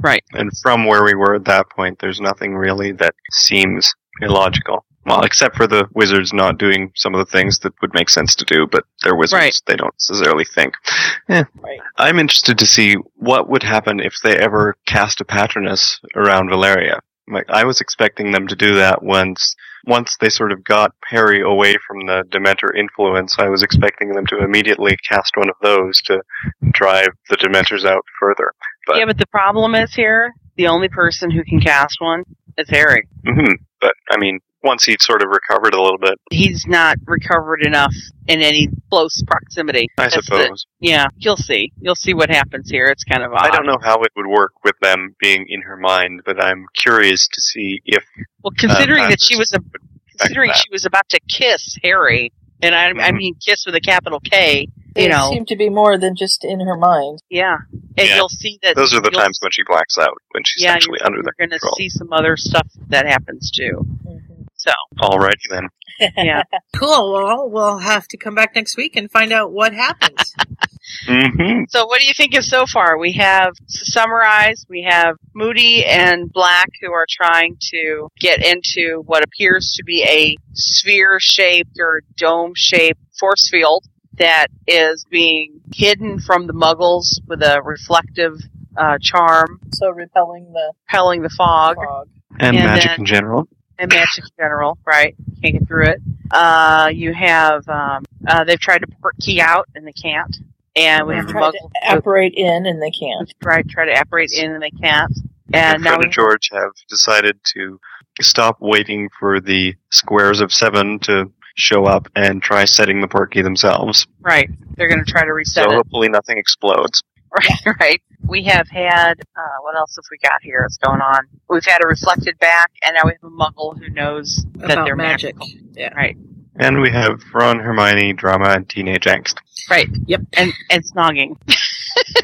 S9: Right.
S4: And from where we were at that point, there's nothing really that seems illogical. Well, except for the wizards not doing some of the things that would make sense to do, but they're wizards. They don't necessarily think. Yeah. I'm interested to see what would happen if they ever cast a patroness around Valeria. Like I was expecting them to do that once once they sort of got Perry away from the Dementor influence, I was expecting them to immediately cast one of those to drive the Dementors out further. But
S9: yeah, but the problem is here, the only person who can cast one is Harry.
S4: Mhm. but I mean, once he sort of recovered a little bit,
S9: He's not recovered enough in any close proximity.
S4: I
S9: That's the-
S4: suppose.
S9: yeah, you'll see. You'll see what happens here. It's kind of odd.
S4: I don't know how it would work with them being in her mind, but I'm curious to see if
S9: Well, considering
S4: Um,
S9: that she was a, considering
S4: that. Mm-hmm.
S9: she was about to kiss Harry, and I, I mean kiss with a capital K, you
S1: It
S9: know.
S1: seemed to be more than just in her mind.
S9: yeah, and
S4: Yeah.
S9: you'll see that
S4: those are the
S9: you'll-
S4: times when she blacks out when she's
S9: yeah,
S4: actually
S9: you're,
S4: under
S9: you're
S4: their
S9: gonna
S4: control.
S9: see some other stuff that happens too. So
S4: Alrighty then.
S9: yeah,
S1: cool. Well, we'll have to come back next week and find out what happens.
S4: Mm-hmm.
S9: So, what do you think of so far? We have to summarize. We have Moody and Black who are trying to get into what appears to be a sphere-shaped or dome-shaped force field that is being hidden from the Muggles with a reflective uh, charm,
S1: so repelling the
S9: repelling the fog,
S4: And, magic
S9: then-
S4: in general.
S9: and magic in general, right? Can't get through it. Uh, you have um, uh, they've tried to port key out and they can't. And we have the
S1: Tried
S9: Muggles
S1: to apparate in and they can't.
S9: Right, try to apparate in and they can't. And
S4: and
S9: now
S4: Fred
S9: we
S4: and George have decided to stop waiting for the squares of seven to show up and try setting the portkey themselves.
S9: right, they're going to try to reset
S4: so
S9: it.
S4: hopefully nothing explodes.
S9: Right, right. We have had uh, what else have we got here? What's going on? We've had a reflected back, and now we have a Muggle who knows that
S1: About
S9: they're
S1: magic.
S9: magical.
S1: Yeah.
S9: Right,
S4: And we have Ron, Hermione, drama, and teenage angst.
S9: right. Yep. And and snogging.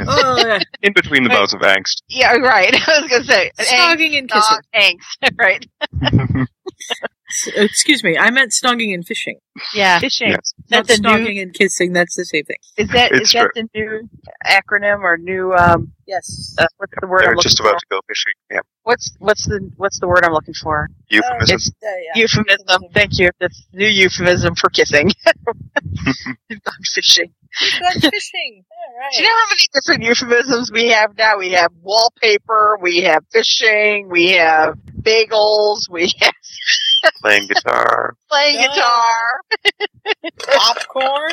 S1: Oh,
S4: In between the bouts of angst.
S9: yeah, right. I was going to say
S1: Snogging and kissing.
S9: Angst. Right.
S1: S- uh, Excuse me, I meant snogging and fishing.
S9: Yeah, fishing.
S1: That's
S9: Yes.
S1: Not
S9: That's a new-
S1: snogging and kissing. That's the same thing.
S9: Is that is
S4: It's
S9: that the new acronym or new? Um,
S1: yes.
S9: Uh, what's the word?
S4: They're
S9: I'm looking
S4: just about
S9: for?
S4: to go fishing. Yeah.
S9: What's what's the what's the word I'm looking for?
S4: Euphemism.
S9: It's euphemism. Thank you. That's new euphemism for kissing. I'm fishing.
S1: That's fishing.
S9: Do you know how many different euphemisms we have now? We have wallpaper. We have fishing. We have bagels. We have
S4: Playing guitar.
S9: playing guitar.
S1: Popcorn.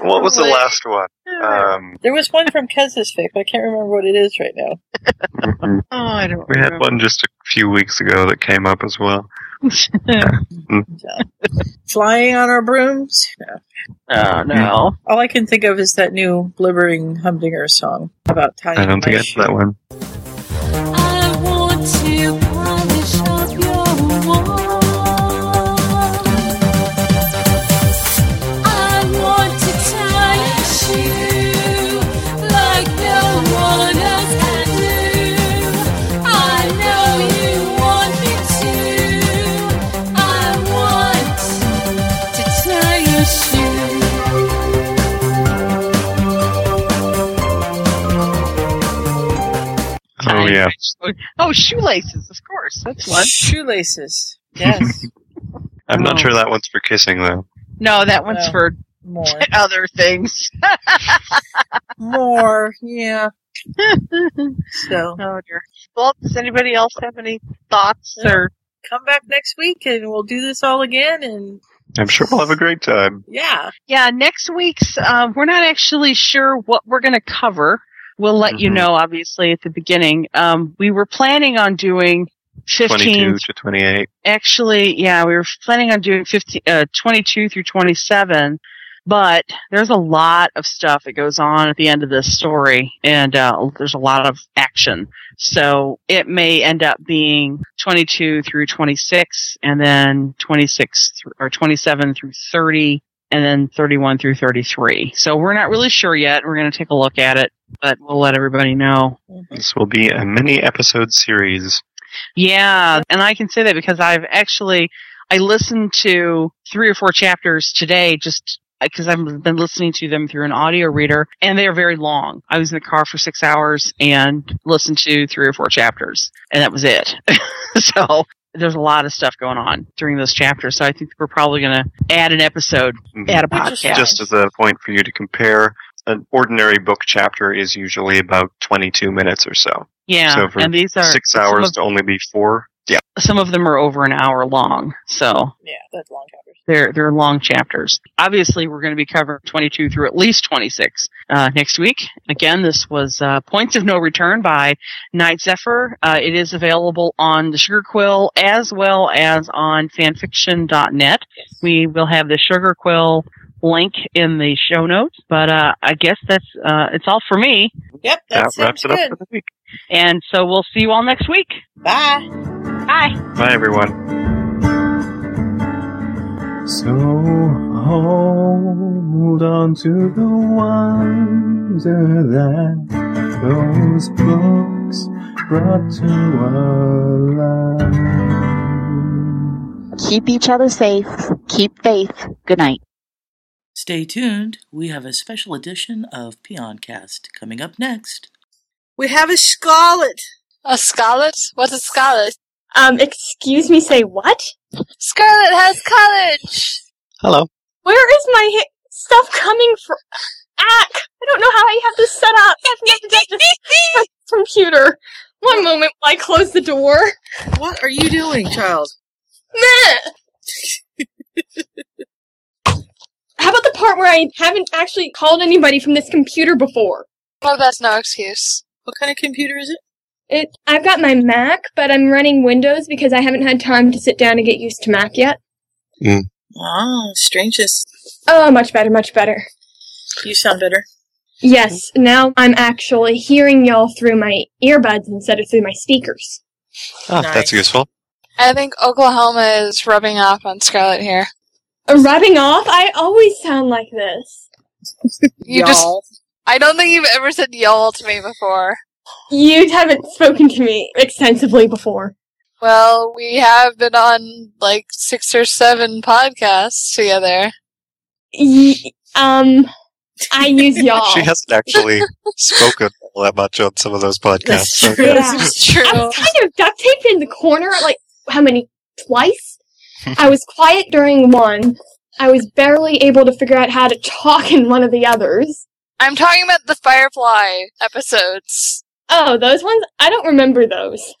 S4: What was the last one? Um,
S1: There was one from Kez's fic, but I can't remember what it is right now.
S9: Oh, I don't
S4: we had one just a few weeks ago that came up as well.
S1: Flying on our brooms.
S9: Oh
S4: no.
S1: All I can think of is that new Blibbering Humdinger song about tying
S4: I don't
S1: my
S4: think I did
S1: shoe.
S4: that one.
S16: I want to polish up your wall. I want to tie a shoe like no one else can do. I know you want me to. I want to tie your shoe.
S4: yeah.
S9: Oh, shoelaces, of course. That's one.
S1: Shoelaces. Yes.
S4: I'm not
S9: Oh.
S4: sure that one's for kissing though.
S9: No, that one's
S1: No.
S9: for
S1: More.
S9: other things.
S1: More. Yeah.
S9: so. Oh dear. Well, does anybody else have any thoughts or?
S15: Come back next week and we'll do this all again. And
S4: I'm sure we'll have a great time.
S15: yeah.
S9: Yeah, next week's, um, we're not actually sure what we're going to cover. We'll let you know, obviously, at the beginning. Um, we were planning on doing 15
S4: 22 to 28.
S9: actually, yeah, we were planning on doing 15, uh, 22 through 27, but there's a lot of stuff that goes on at the end of this story, and uh, there's a lot of action. So it may end up being 22 through 26, and then 26 thr or 27 through 30, and then 31 through 33. So we're not really sure yet. We're going to take a look at it, but we'll let everybody know.
S4: This will be a mini episode series.
S9: Yeah, and I can say that because I've actually I listened to three or four chapters today just because I've been listening to them through an audio reader and they are very long. I was in the car for 6 hours and listened to three or four chapters and that was it. so there's a lot of stuff going on during those chapters. So I think we're probably going to add an episode, add a podcast.
S4: Just as a point for you to compare, an ordinary book chapter is usually about 22 minutes or so.
S9: Yeah,
S4: So for
S9: and these are-
S4: six
S9: some
S4: hours
S9: of-
S4: to only be four. Yeah.
S9: Some of them are over an hour long. So
S15: Yeah, that's long chapters.
S9: They're they're long chapters. Obviously, we're going to be covering 22 through at least 26 uh, next week. Again, this was uh, Points of No Return by Night Zephyr. Uh, it is available on the Sugar Quill as well as on fanfiction.net. We will have the Sugar Quill link in the show notes. But uh, I guess that's uh, it's all for me.
S15: Yep,
S4: that That wraps sounds it up good. for the
S9: week. And so we'll see you all next week.
S15: Bye.
S9: Bye.
S4: Bye, everyone.
S17: So hold on to the wonder that those books brought to our lives.
S18: Keep each other safe. Keep faith. Good night.
S19: Stay tuned. We have a special edition of Peoncast coming up next.
S20: We have a scarlet. A scarlet? What's a scarlet? Um, excuse me, say what? Scarlet has college!
S8: Hello.
S20: Where is my hi- stuff coming from? Ack! I don't know how I have this set up. my computer. One moment while I close the door. What are you doing, child? How about the part where I haven't actually called anybody from this computer before? Oh, that's no excuse. What kind of computer is it? It. I've got my Mac, but I'm running Windows because I haven't had time to sit down and get used to Mac yet.
S1: Wow, strangeness.
S20: Oh, much better, much better.
S1: You sound better.
S20: Yes, now I'm actually hearing y'all through my earbuds instead of through my speakers.
S4: Oh, that's useful.
S20: I think Oklahoma is rubbing off on Scarlet here. Uh, Rubbing off? I always sound like this.
S1: You just- Y'all.
S20: I don't think you've ever said y'all to me before. You haven't spoken to me extensively before.
S8: Well, we have been on like six or seven podcasts together.
S20: Y- um, I use y'all.
S8: She
S7: hasn't actually spoken all that much on some of those podcasts. so-
S20: true. I was kind of duct taped in the corner, like, how many? Twice? I was quiet during one. I was barely able to figure out how to talk in one of the others.
S8: I'm talking about the Firefly episodes.
S20: Oh, those ones? I don't remember those.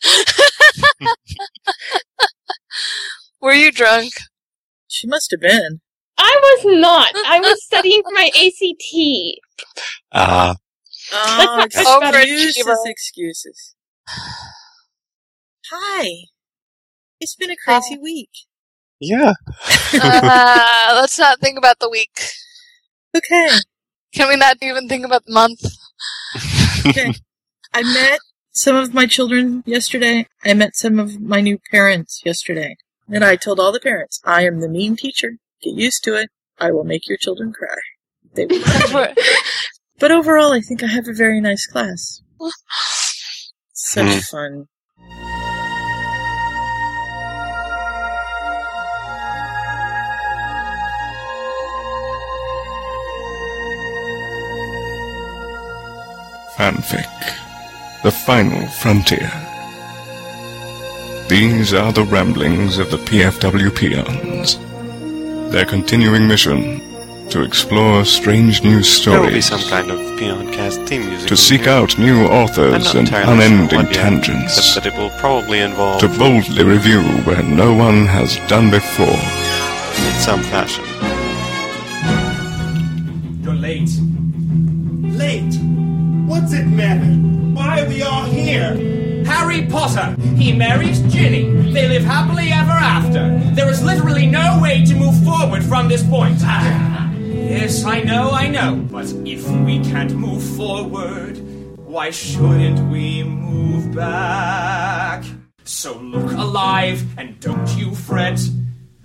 S8: Were you drunk?
S1: She must have been.
S20: I was not. I was studying for my ACT.
S7: Ah.
S1: Oh,
S20: That's
S1: excuse
S20: not much better.
S1: excuses, excuses. Hi. It's been a crazy week.
S7: yeah.
S8: uh, let's not think about the week.
S1: Okay.
S8: Can we not even think about the month?
S1: I met some of my children yesterday. I met some of my new parents yesterday. And I told all the parents, I am the mean teacher. Get used to it. I will make your children cry. They will not. but overall, I think I have a very nice class. Such
S16: Hmm.
S1: fun.
S21: Fanfic.
S22: The Final Frontier. These are the ramblings of the PFW peons. Their continuing mission to explore strange new
S23: There will be
S22: stories,
S23: some kind of peon cast theme music.
S22: to seek out new
S23: I'm
S22: authors
S23: not
S22: and
S23: entirely sure
S22: unending
S23: what yet,
S22: tangents,
S23: Except that it will probably involve,
S22: to boldly review where no one has done before.
S23: in some fashion,
S2: You're late. Late? What's it matter? Why we are here? Harry Potter. He marries Ginny. They live happily ever after. There is literally no way to move forward from this point. Ah, yes, I know, I know. But if we can't move forward, why shouldn't we move back? So look alive and don't you fret,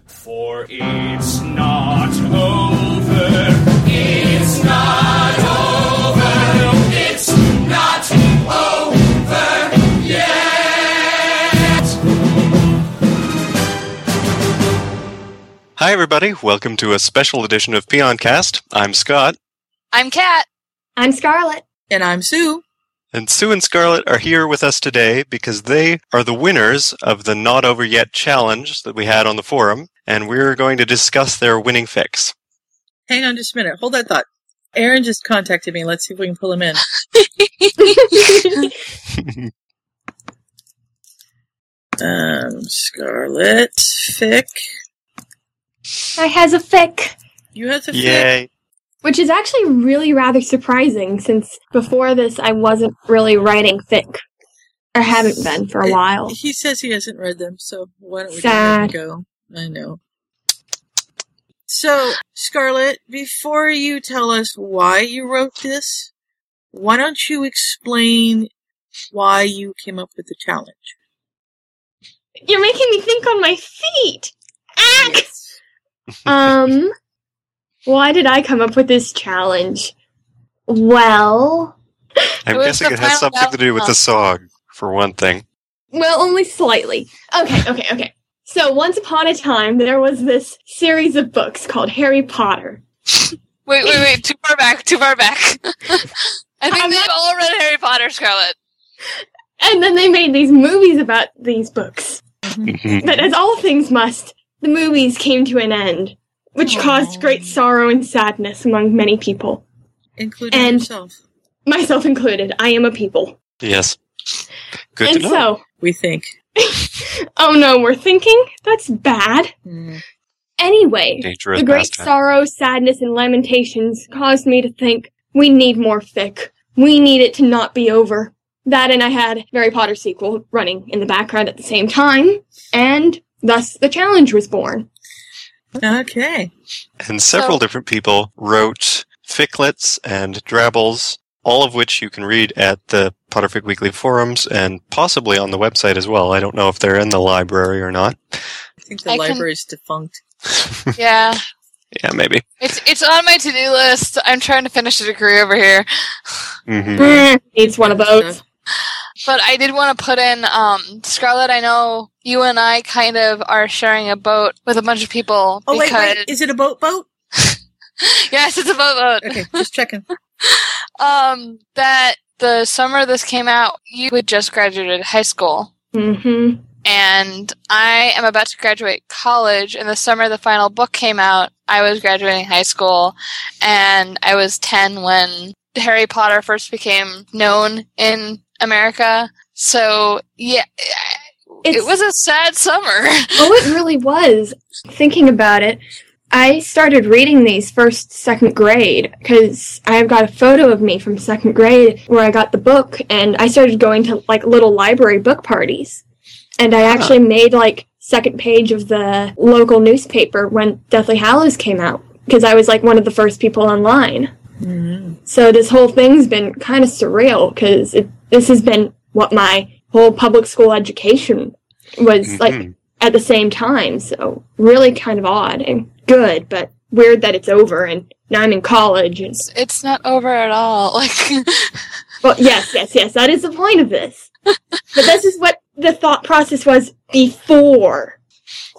S2: for it's not over. It's not over. It's not over yet.
S23: Hi, everybody. Welcome to a special edition of Peoncast. I'm Scott,
S20: I'm Kat. I'm Scarlett.
S1: And I'm Sue.
S23: and Sue and Scarlett are here with us today because they are the winners of the Not Over Yet challenge that we had on the forum, and we're going to discuss their winning fix.
S1: Hang on just a minute. Hold that thought. Aaron just contacted me. Let's see if we can pull him in. um, Scarlet Fick.
S20: I has a fic.
S1: You have to
S20: Which is actually really rather surprising since before this I wasn't really writing fic. Or haven't been for a while.
S1: He says he hasn't read them, so why don't we
S20: Sad.
S1: just let him go? I know. So, Scarlett, before you tell us why you wrote this, why don't you explain why you came up with the challenge?
S20: You're making me think on my feet. Ack. um, why did I come up with this challenge? Well,
S23: I'm
S20: It was
S23: guessing
S20: the
S23: it has
S20: final
S23: something to do with the
S20: outcome.
S23: song, for one thing.
S20: Well, only slightly. Okay, okay, okay. So once upon a time, there was this series of books called Harry Potter.
S8: Wait, wait, wait. Too far back. Too far back. I think they've all read Harry Potter, Scarlet.
S20: And then they made these movies about these books.
S22: Mm-hmm.
S20: But as all things must, the movies came to an end, which caused great sorrow and sadness among many people.
S1: Including
S20: And-
S1: yourself.
S20: Myself included, I am a people.
S23: Yes. Good
S20: and
S23: to know.
S20: so,
S1: we think.
S20: oh no, we're thinking? That's bad.
S8: Mm-hmm.
S20: Anyway,
S23: Dangerous
S20: the great
S23: pastime.
S20: sorrow, sadness, and lamentations caused me to think we need more fic. We need it to not be over. That and I had Harry Potter sequel running in the background at the same time, and thus the challenge was born.
S1: Okay.
S23: And several different people wrote ficlets and drabbles, all of which you can read at the Potterfic Weekly forums and possibly on the website as well. I don't know if they're in the library or not.
S1: I think the
S8: I can-
S1: library's defunct.
S8: Yeah.
S23: Yeah, maybe.
S8: It's it's on my to do list. I'm trying to finish a degree over here.
S23: Mhm.
S20: Needs one of those.
S8: But I did want to put in, um, Scarlett, I know you and I kind of are sharing a boat with a bunch of people.
S1: Oh, wait,
S8: because-
S1: wait. Is it a boat boat?
S8: yes, it's a boat boat.
S1: Okay, just checking.
S8: um, that the summer this came out, you had just graduated high school.
S20: Mm-hmm.
S8: And I am about to graduate college. And the summer the final book came out, I was graduating high school. And I was 10 when Harry Potter first became known in America. So, yeah, it
S20: It's-
S8: was a sad summer.
S20: oh, it really was. Thinking about it, I started reading these first second grade because I've got a photo of me from second grade where I got the book, and I started going to like little library book parties, and I actually made like second page of the local newspaper when Deathly Hallows came out because I was like one of the first people online. So this whole thing's been kind of surreal because this has been what my whole public school education was
S23: Mm-hmm.
S20: like
S16: Mhm.
S20: at the same time. So really kind of odd and good, but weird that it's over and now I'm in college. And
S8: it's not over at all. Like,
S20: well, yes, yes, yes. That is the point of this. but this is what the thought process was before.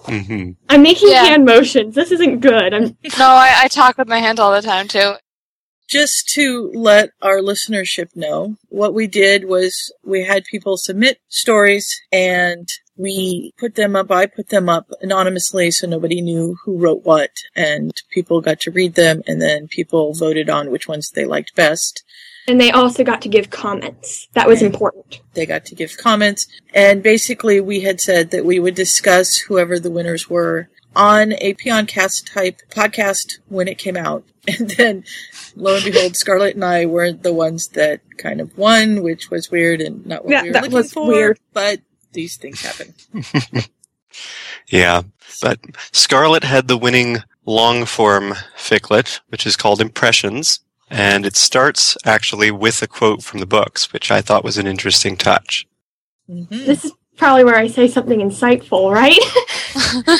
S23: Mm-hmm.
S20: I'm making hand motions. This isn't good. I'm
S8: no, I, I talk with my hands all the time too.
S1: just to let our listenership know, what we did was we had people submit stories and we put them up, I put them up anonymously so nobody knew who wrote what and people got to read them and then people voted on which ones they liked best.
S20: And they also got to give comments. That was important.
S1: They got to give comments. And basically, we had said that we would discuss whoever the winners were on a Peoncast type podcast when it came out. And then, lo and behold, Scarlett and I were the ones that kind of won, which was weird and not what
S20: Yeah,
S1: we were
S20: that
S1: looking
S20: was
S1: for.
S20: weird.
S1: But these things happen.
S4: Yeah, but Scarlet had the winning long form ficlet, which is called Impressions, and it starts actually with a quote from the books, which I thought was an interesting touch.
S1: Mm-hmm.
S20: This is probably where I say something insightful, right?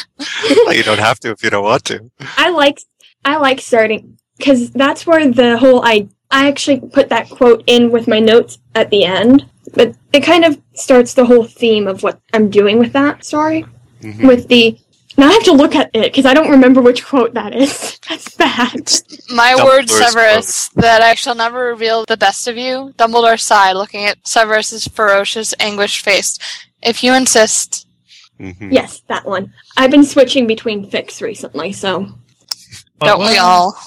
S4: you don't have to if you don't want to.
S20: I like I like starting because that's where the whole I I actually put that quote in with my notes at the end, but it kind of starts the whole theme of what I'm doing with that story.
S4: Mm-hmm.
S20: With the now I have to look at it because I don't remember which quote that is. That's bad.
S8: My
S20: Dumbledore's
S8: word, Severus, that I shall never reveal the best of you. Dumbledore sighed, looking at Severus's ferocious, anguished face. If you insist.
S4: Mm-hmm.
S20: Yes, that one. I've been switching between fix recently, so
S8: Don't we all?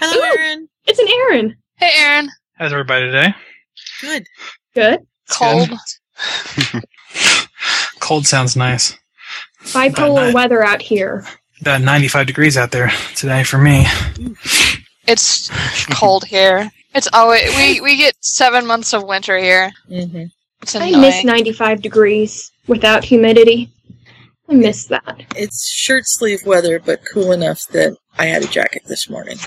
S1: Hello, Aaron.
S20: It's an Aaron.
S8: Hey, Aaron.
S10: How's everybody today?
S1: Good.
S20: Good.
S8: Cold.
S10: Cold sounds nice.
S20: Bipolar weather out here.
S10: About 95 degrees out there today for me.
S8: It's cold here. It's always we we get seven months of winter here.
S1: Mm-hmm.
S8: It's
S20: I
S8: annoying.
S20: miss 95 degrees without humidity. I miss that.
S1: It's shirt sleeve weather, but cool enough that I had a jacket this morning.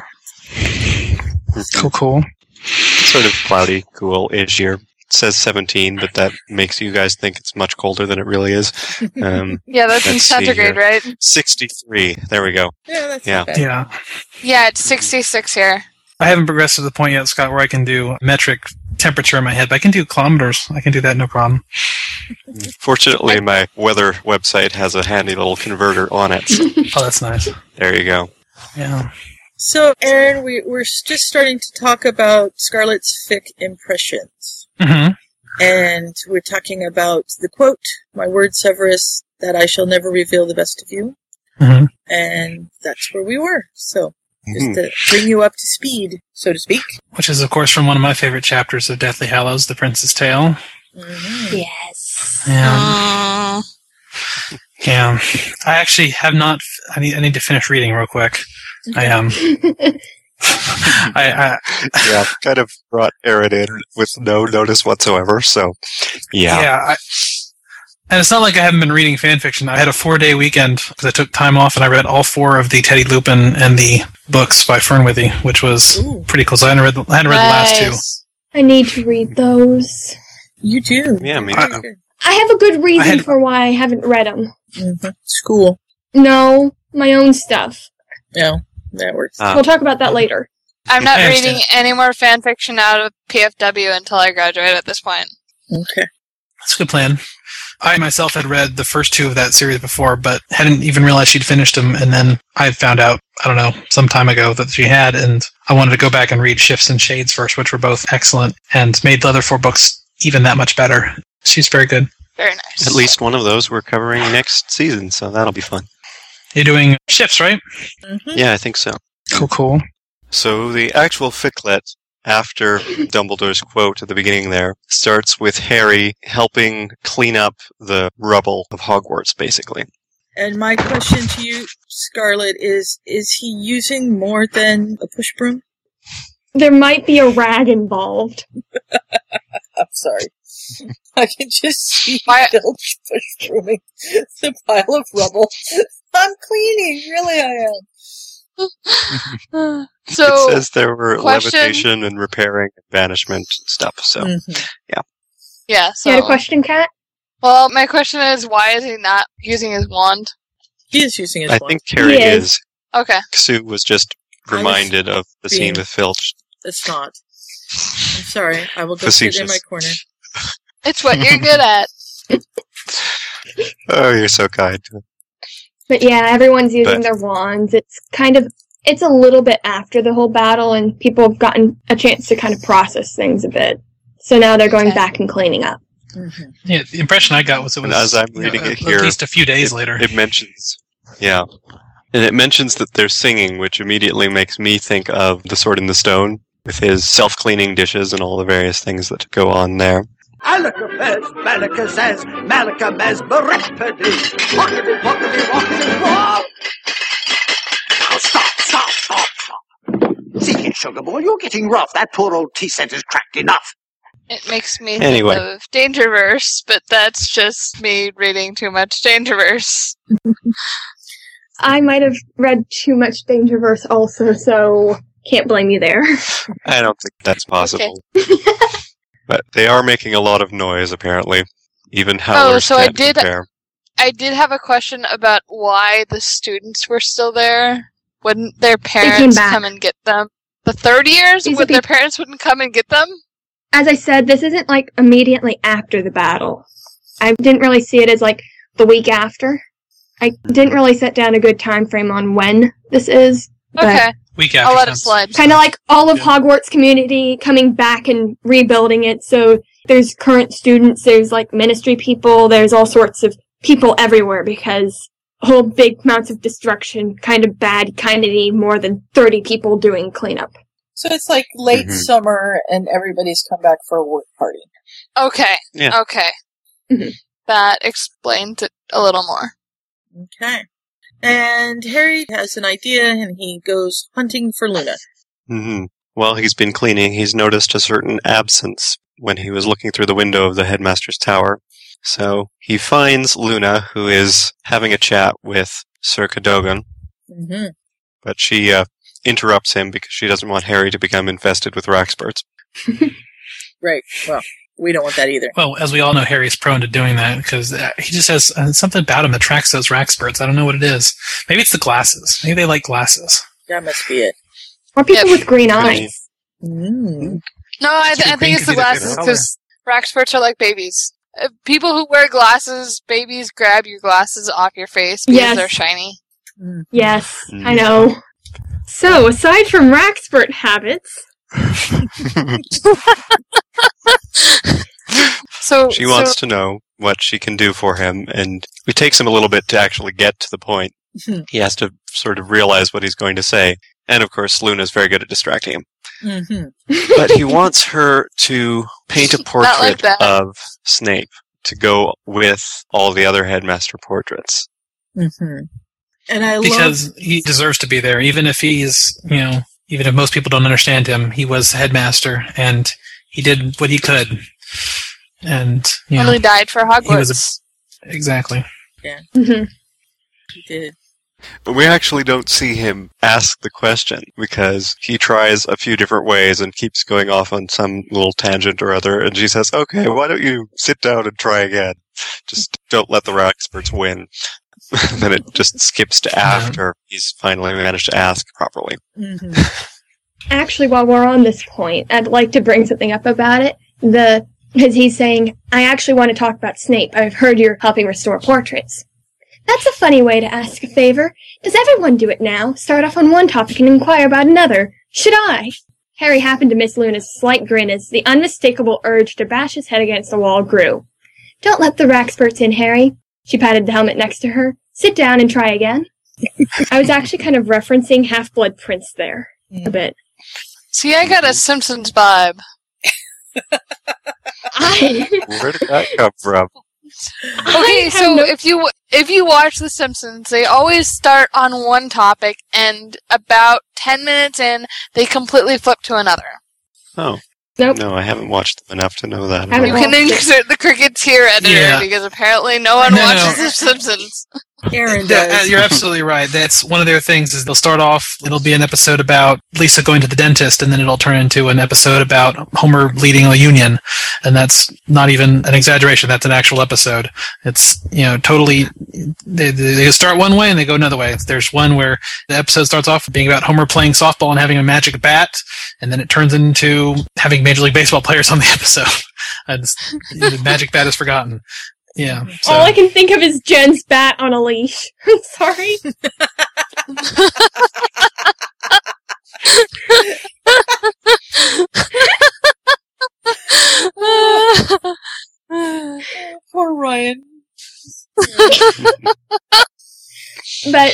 S10: Cool, cool.
S4: Mm-hmm. Sort of cloudy, cool ish year. It says 17, but that makes you guys think it's much colder than it really is. Um,
S8: Yeah, that's in
S4: let's see here.
S8: centigrade, right?
S4: 63. There we go.
S1: Yeah, that's
S4: yeah.
S10: Yeah.
S8: Yeah, it's sixty six here.
S10: I haven't progressed to the point yet, Scott, where I can do metric temperature in my head, but I can do kilometers. I can do that no problem.
S4: Fortunately, my weather website has a handy little converter on it.
S10: oh, that's nice.
S4: There you go.
S10: Yeah.
S1: So, Aaron, we, we're s- just starting to talk about Scarlett's fic impressions.
S10: Mm-hmm.
S1: And we're talking about the quote, My word, Severus, that I shall never reveal the best of you.
S10: Mhm.
S1: And that's where we were. So, just
S4: Mm-hmm.
S10: Mhm.
S1: to bring you up to speed, so to speak.
S10: Which is, of course, from one of my favorite chapters of Deathly Hallows, The Prince's Tale.
S1: Mm-hmm.
S2: Yes.
S10: Yeah. Yeah. I actually have not. I need, I need to finish reading real quick. I um. I, I,
S4: yeah, kind of brought Aaron in with no notice whatsoever. So, yeah.
S10: I, and it's not like I haven't been reading fan fiction. I had a four day weekend because I took time off and I read all four of the Teddy Lupin and the books by Fernwithy, which was pretty cool. So I hadn't read, the- I hadn't read the last
S20: I need to read those.
S1: You do.
S10: two. Yeah, me
S20: I have a good reason
S10: I had-
S20: for why I haven't read them.
S1: Mm-hmm. School.
S20: No, my own stuff.
S1: No, that works.
S10: Uh.
S20: we'll talk about that later.
S8: I'm not
S1: I
S8: reading
S1: understand.
S8: any more fan fiction out of PFW until I graduate at this point.
S1: Okay.
S10: That's a good plan. I myself had read the first two of that series before, but hadn't even realized she'd finished them. And then I found out, I don't know, some time ago that she had, and I wanted to go back and read Shifts and Shades first, which were both excellent and made the other four books even that much better. She's very good.
S8: Very nice.
S4: At least one of those we're covering next season, so that'll be fun.
S10: You're doing Shifts, right? Mm-hmm.
S4: Yeah, I think so.
S10: Cool, cool.
S4: So the actual ficlet after Dumbledore's quote at the beginning there starts with Harry helping clean up the rubble of Hogwarts, basically.
S1: And my question to you, Scarlett, is is he using more than a push broom?
S20: There might be a rag involved.
S1: I'm sorry. I can just see Filch push brooming the pile of rubble. I'm cleaning, really I am.
S4: it says there were
S20: question-
S4: levitation and repairing and banishment and stuff. So
S1: Mm, Mm-hmm.
S4: yeah,
S8: Yeah. So.
S10: Oh.
S20: You had a question, Kat?
S8: Well, my question is, why is he not using his wand?
S1: He is using
S4: I think Carrie
S8: Yes.
S4: is.
S8: Okay.
S4: Sue was just reminded of the
S1: being-
S4: scene with Filch.
S1: It's not. I'm sorry. I will go sit in
S4: Facetious.
S1: my corner.
S8: It's what you're good at.
S4: Oh, you're so kind.
S20: But yeah, everyone's using
S4: But-
S20: their wands. It's kind of it's a little bit after the whole battle, and people have gotten a chance to kind of process things a bit. So now they're going back and cleaning up.
S10: Yeah, the impression I got was it was
S4: And as I'm
S10: you know,
S4: reading
S10: at-
S4: it here,
S10: at least a few days
S4: it-
S10: later.
S4: it mentions, yeah, and it mentions that they're singing, which immediately makes me think of the Sword in the Stone with his self-cleaning dishes and all the various things that go on there.
S2: Alakabez, Malakazaz, Malakabez, Barapadi. Walkity, walkity, walkity, walk. Now stop, stop, stop, stop. See here, sugar boy, you're getting rough. That poor old T-center's cracked enough.
S8: It makes me
S2: Anyway.
S8: think of Dangerverse, but that's just me reading too much Dangerverse.
S20: I might have read too much Dangerverse also, so can't blame you there.
S4: I don't think that's possible, but they are making a lot of noise apparently. Even Howler
S8: Oh, so I
S4: can't
S8: did-
S4: compare.
S8: I did have a question about why the students were still there. Wouldn't their
S20: came
S8: parents
S20: back.
S8: come and get them? The third years,
S20: These
S8: would
S20: would be-
S8: their parents wouldn't come and get them?
S20: As I said, this isn't like immediately after the battle. I didn't really see it as like the week after. I didn't really set down a good time frame on when this is. but-
S8: Okay.
S10: Week
S8: I'll let it slide.
S20: Kind of like all of Hogwarts community coming back and rebuilding it. So there's current students, there's like ministry people, there's all sorts of people everywhere because whole big amounts of destruction, kind of bad, kind of need more than 30 people doing cleanup.
S1: So it's like late
S4: Mm-hmm.
S8: Mhm.
S1: summer and everybody's come back for a work party.
S8: Okay.
S1: Yeah.
S8: Okay.
S20: Mm-hmm.
S8: That explains it a little more.
S1: Okay. And Harry has an idea and he goes hunting for Luna.
S4: hmm While he's been cleaning, he's noticed a certain absence when he was looking through the window of the headmaster's tower. So he finds Luna, who is having a chat with Sir Cadogan,
S1: Mm-hmm.
S4: but she uh, interrupts him because she doesn't want Harry to become infested with Raxperts.
S1: Right. Well, we don't want that either.
S10: Well, as we all know, Harry's prone to doing that because he just has uh, something about him that tracks those Raxperts. I don't know what it is. Maybe it's the glasses. Maybe they like glasses.
S1: That must be it.
S20: Or people with green eyes.
S1: Mm.
S8: No, I, th- I think
S10: green
S8: it's
S10: could
S8: the
S10: be the
S8: glasses
S10: favorite
S8: because Raxperts are like babies. Uh, people who wear glasses, babies grab your glasses off your face because
S20: Yes.
S8: they're shiny.
S20: Yes, I know. So, aside from Raxpert habits,
S8: So
S4: She wants
S8: so,
S4: to know what she can do for him, and it takes him a little bit to actually get to the point.
S20: Mm-hmm.
S4: He has to sort of realize what he's going to say. And of course, Luna's very good at distracting him.
S1: Mm-hmm.
S4: but he wants her to paint a
S8: like
S4: portrait
S8: that.
S4: of Snape to go with all the other headmaster portraits.
S1: Mm-hmm. And I
S10: because he deserves to be there, even if he's you know, even if most people don't understand him, he was the headmaster and he did what he could. And you know,
S8: Nearly died for Hogwarts.
S10: he was a, exactly.
S1: Yeah.
S8: Mhm.
S1: He did.
S4: But we actually don't see him ask the question because he tries a few different ways and keeps going off on some little tangent or other. And she says, okay, why don't you sit down and try again? Just don't let the rock experts win. then it just skips to after he's finally managed to ask properly.
S1: Mm-hmm.
S20: actually, while we're on this point, I'd like to bring something up about it. The because he's saying, "I actually want to talk about Snape. I've heard you're helping restore portraits." That's a funny way to ask a favor. Does everyone do it now? Start off on one topic and inquire about another. Should I? Harry happened to miss Luna's slight grin as the unmistakable urge to bash his head against the wall grew. Don't let the Raxperts in, Harry. She patted the helmet next to her. Sit down and try again. I was actually kind of referencing Half Blood Prince there a bit.
S8: See, I got a Simpsons vibe.
S4: Where did that come from?
S8: Okay, so if you if you watch The Simpsons, they always start on one topic, and about ten minutes in, they completely flip to another.
S4: Oh.
S20: Nope.
S4: No, I haven't watched them enough to know that.
S8: You can insert the Cricketeer editor
S10: Yeah.
S8: because apparently no one
S10: No, no.
S8: watches The Simpsons.
S1: Aaron
S10: Yeah, uh, you're absolutely right. That's one of their things is they'll start off. It'll be an episode about Lisa going to the dentist, and then it'll turn into an episode about Homer leading a union, and that's not even an exaggeration. That's an actual episode. It's you know totally. They, they they start one way and they go another way. There's one where the episode starts off being about Homer playing softball and having a magic bat, and then it turns into having Major League Baseball players on the episode, and it's- the magic bat is forgotten. Yeah. so-
S20: All I can think of is Jen's bat on a leash. I'm sorry.
S2: Poor Ryan.
S20: But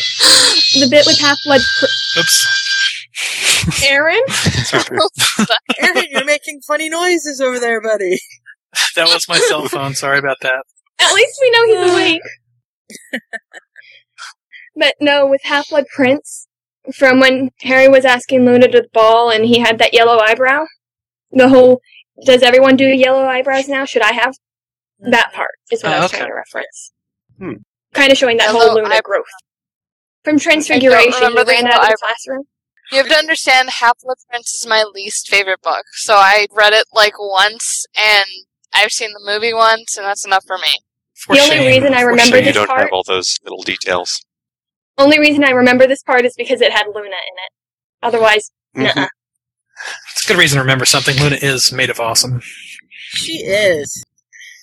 S20: the bit with half blood. Pr-
S10: Oops.
S1: Aaron?
S20: Aaron,
S1: Aaron, you're making funny noises over there, buddy.
S10: That was my cell phone. Sorry about that.
S20: At least we know he's awake. but no, with Half Blood Prince, from when Harry was asking Luna to the ball and he had that yellow eyebrow, the whole does everyone do yellow eyebrows now? Should I have? That part is what
S2: Oh,
S20: I was
S2: okay.
S20: trying to reference.
S2: Hmm.
S20: Kind of showing that whole Luna growth. From Transfiguration, he
S8: remember the
S20: ran out of
S8: yellow
S20: the classroom.
S8: You have to understand, Half Blood Prince is my least favorite book, so I read it like once, and I've seen the movie once, and that's enough for me.
S20: The only reason I
S4: For
S20: remember
S4: shame you
S20: this
S4: don't
S20: part-
S4: have all those little details.
S20: Only reason I remember this part is because it had Luna in it. Otherwise,
S10: Mhm.
S4: Mm-hmm.
S10: It's a good reason to remember something. Luna is made of awesome.
S1: She is.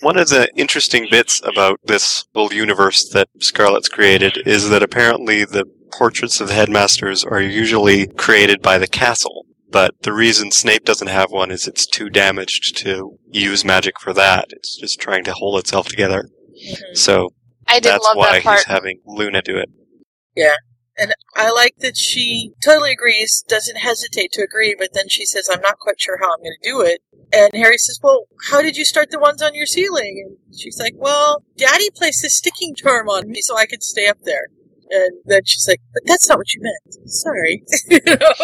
S4: One of the interesting bits about this little universe that Scarlet's created is that apparently the portraits of the headmasters are usually created by the castle. But the reason Snape doesn't have one is it's too damaged to use magic for that. It's just trying to hold itself together.
S20: Mm-hmm.
S4: So
S8: I did
S4: that's
S8: love that
S4: why
S8: part.
S4: he's having Luna do it.
S1: Yeah. And I like that she totally agrees, doesn't hesitate to agree, but then she says, I'm not quite sure how I'm going to do it. And Harry says, Well, how did you start the ones on your ceiling? And she's like, Well, Daddy placed a sticking term on me so I could stay up there. And then she's like, But that's not what you meant. Sorry. You know?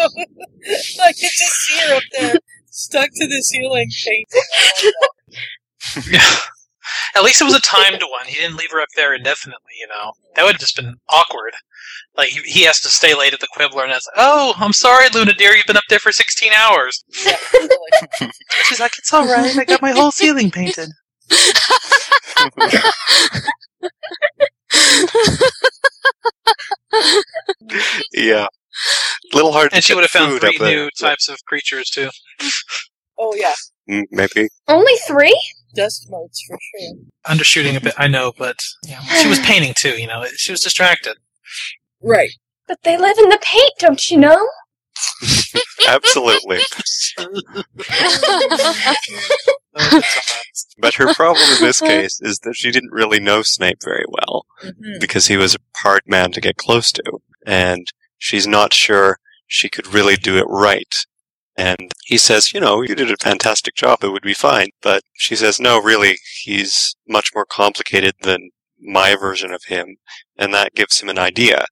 S1: I could just see her up there, stuck to the ceiling, painting.
S10: At least it was a timed one. He didn't leave her up there indefinitely, you know. That would have just been awkward. Like, he, he has to stay late at the Quibbler, and it's like, oh, I'm sorry, Luna dear, you've been up there for 16 hours. She's like, it's alright, I got my whole ceiling painted.
S4: Yeah. Little hard to
S10: And she
S4: get
S10: would have found
S4: food
S10: three
S4: up there.
S10: new types of creatures, too.
S1: oh, yeah.
S4: Mm, Maybe.
S20: Only three?
S1: Dust motes, for sure.
S10: Undershooting a bit, I know, but yeah, she was painting, too, you know. She was distracted.
S1: Right.
S20: But they live in the paint, don't you know?
S4: Absolutely. But her problem in this case is that she didn't really know Snape very well
S1: Mm-hmm.
S4: because he was a hard man to get close to, and she's not sure she could really do it right. And he says, You know, you did a fantastic job, it would be fine. But she says, No, really, he's much more complicated than my version of him, and that gives him an idea.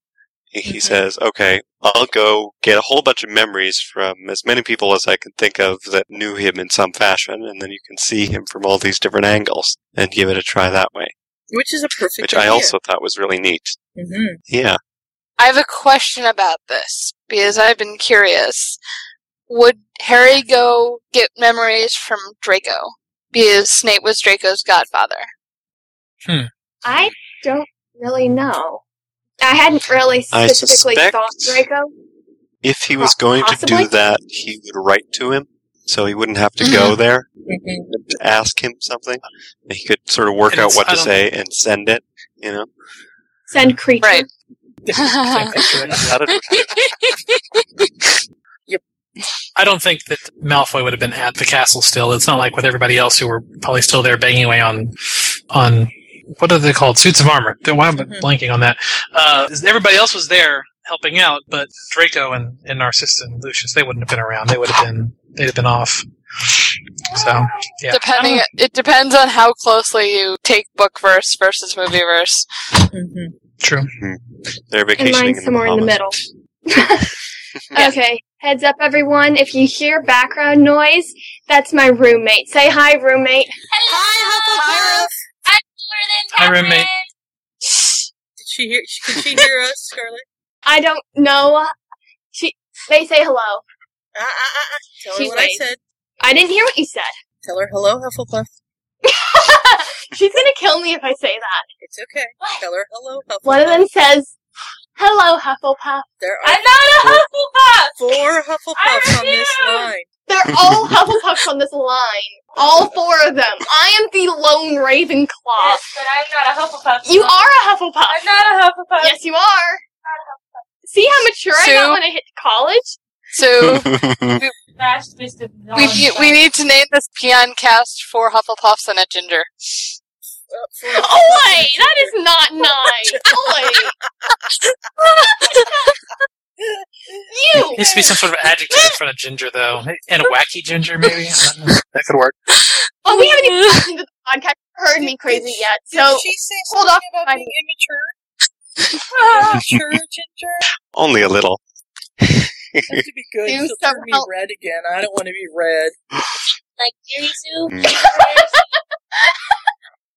S4: He says, Okay, I'll go get a whole bunch of memories from as many people as I can think of that knew him in some fashion, and then you can see him from all these different angles and give it a try that way,
S1: Which is a perfect
S4: which I also thought was really neat.
S1: Mm-hmm.
S4: Yeah.
S8: I have a question about this because I've been curious. Would Harry go get memories from Draco? Because Snape was Draco's godfather.
S20: I don't really know. I hadn't really
S4: I
S20: specifically
S4: suspect-
S20: thought Draco.
S4: If he was going to
S20: possibly? Mm-hmm.
S4: do that, he would write to him, so he wouldn't have to go there
S1: Mm-hmm.
S4: to ask him something. He could sort of work
S20: And
S4: out
S20: it's-
S4: what
S20: I
S4: to
S20: don't-
S4: say and send it, you know?
S20: Send creature. Right. Mm-hmm.
S4: How did-
S10: I don't think that Malfoy would have been at the castle still. It's not like with everybody else who were probably still there banging away on on what are they called? Suits of armor. Why am I
S8: Mm-hmm.
S10: blanking on that? Uh, everybody else was there helping out, but Draco and, and Narcissa and Lucius they wouldn't have been around. They would have been they'd have been off. So yeah,
S8: Depending, it depends on how closely you take book verse versus movie verse.
S1: Mm-hmm.
S10: true.
S4: Hmm. They're
S20: And
S4: vacationing
S20: mine's
S4: in the
S20: somewhere in the
S4: Bahamas.
S20: middle. Okay. Heads up, everyone. If you hear background noise, that's my roommate. Say hi, roommate.
S24: Hi,
S10: Hi, roommate.
S1: Did she hear? Could she hear us, Scarlett?
S20: I don't know. She. They say hello.
S1: Uh, uh, uh, uh. Tell her
S20: She's
S1: what
S20: late.
S1: I said.
S20: I didn't hear what you said.
S1: Tell her hello, Hufflepuff.
S20: She's gonna kill me if I say that.
S1: It's okay. Tell her hello, Hufflepuff.
S20: One of them says, "Hello, Hufflepuff."
S1: There are
S20: I'm not a Hufflepuff.
S1: Four Hufflepuffs on this
S20: refuse.
S1: line.
S20: They're all Hufflepuffs on this line. All four of them. I am the lone Ravenclaw. but I'm not a Hufflepuff. You are a Hufflepuff. I'm not a Hufflepuff. Yes, you are. See how mature I
S8: Sue?
S20: got when I hit college? Oh,
S8: So
S4: Hmm.
S8: we, we, need, we need to name this peon cast for Hufflepuffs and a ginger.
S20: Oh wait, that is not nice.
S10: It needs to be some sort of adjective in front of ginger, though, and a wacky ginger, maybe. I don't know. That could work.
S20: oh, we haven't even listened to the podcast. Heard me crazy yet? So
S1: she say
S20: hold off.
S1: about being immature. sure, Ginger.
S4: Only a little.
S1: Have to be good. She'll turn me red again. I don't want to be red.
S2: Like Mary Sue.
S4: Mm.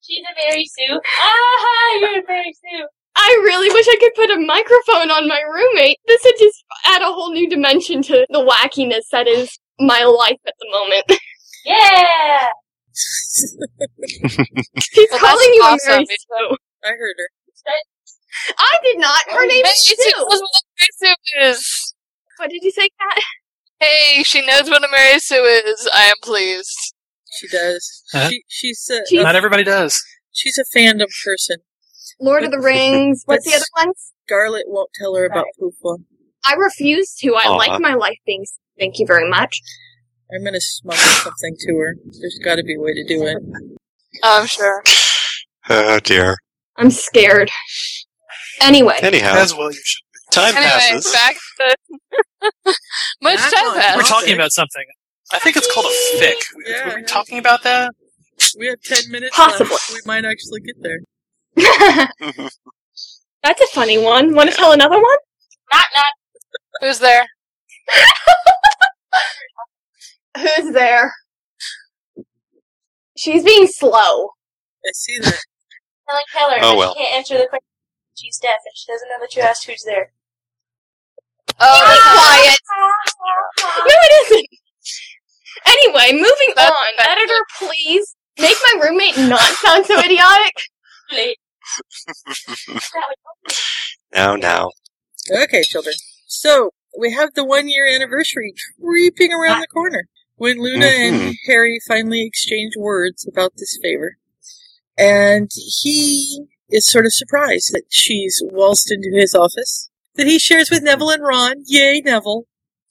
S2: She's a Mary Sue. Ah, you're a Mary Sue.
S20: I really wish I could put a microphone on my roommate. This would just add a whole new dimension to the wackiness that is my life at the moment.
S2: Yeah.
S20: She's calling you a Mary
S2: awesome.
S20: Sue.
S1: I heard her.
S20: I did not.
S4: Oh.
S20: Her name is
S8: She knows
S20: Sue.
S8: what a Mary Sue is.
S20: What did you say, Kat?
S8: Hey, she knows what a Mary Sue is. I am pleased.
S1: She does.
S10: Huh?
S1: She, she's a,
S10: Not everybody does.
S1: She's a fandom person.
S20: Lord of the Rings. What's the
S1: That's-
S20: other ones?
S1: Scarlet won't tell her about Poofla.
S20: I refuse to. I
S1: Aw.
S10: Uh-huh.
S20: like my life being. s- Thank you very much.
S1: I'm gonna smuggle something to her. There's got to be a way to do it.
S8: I'm sure.
S4: Oh dear.
S20: I'm scared. Anyway.
S4: Anyhow,
S10: As well, you should.
S4: Time
S8: Anyway,
S4: passes.
S8: back to much time passes.
S10: We're talking about something. I think it's called a fic.
S1: Yeah,
S10: Were we talking about that?
S1: We have ten minutes
S20: Possibly.
S1: left. We might actually get there.
S20: That's a funny one. Want to tell another one?
S2: Not not.
S8: Who's there?
S20: Who's there? She's being slow.
S1: I see that.
S2: Helen Keller.
S4: Oh,
S2: but
S4: well.
S2: She can't answer the question. She's deaf, and she doesn't know that you asked who's there.
S20: Oh, be quiet. No, it isn't. Anyway, moving on. Editor, please make my roommate not sound so idiotic.
S4: Now, now.
S1: Okay, children. So we have the one year anniversary creeping around the corner when Luna
S10: Mm-hmm.
S1: and Harry finally exchange words about this favor. And he is sort of surprised that she's waltzed into his office that he shares with Neville and Ron. Yay, Neville.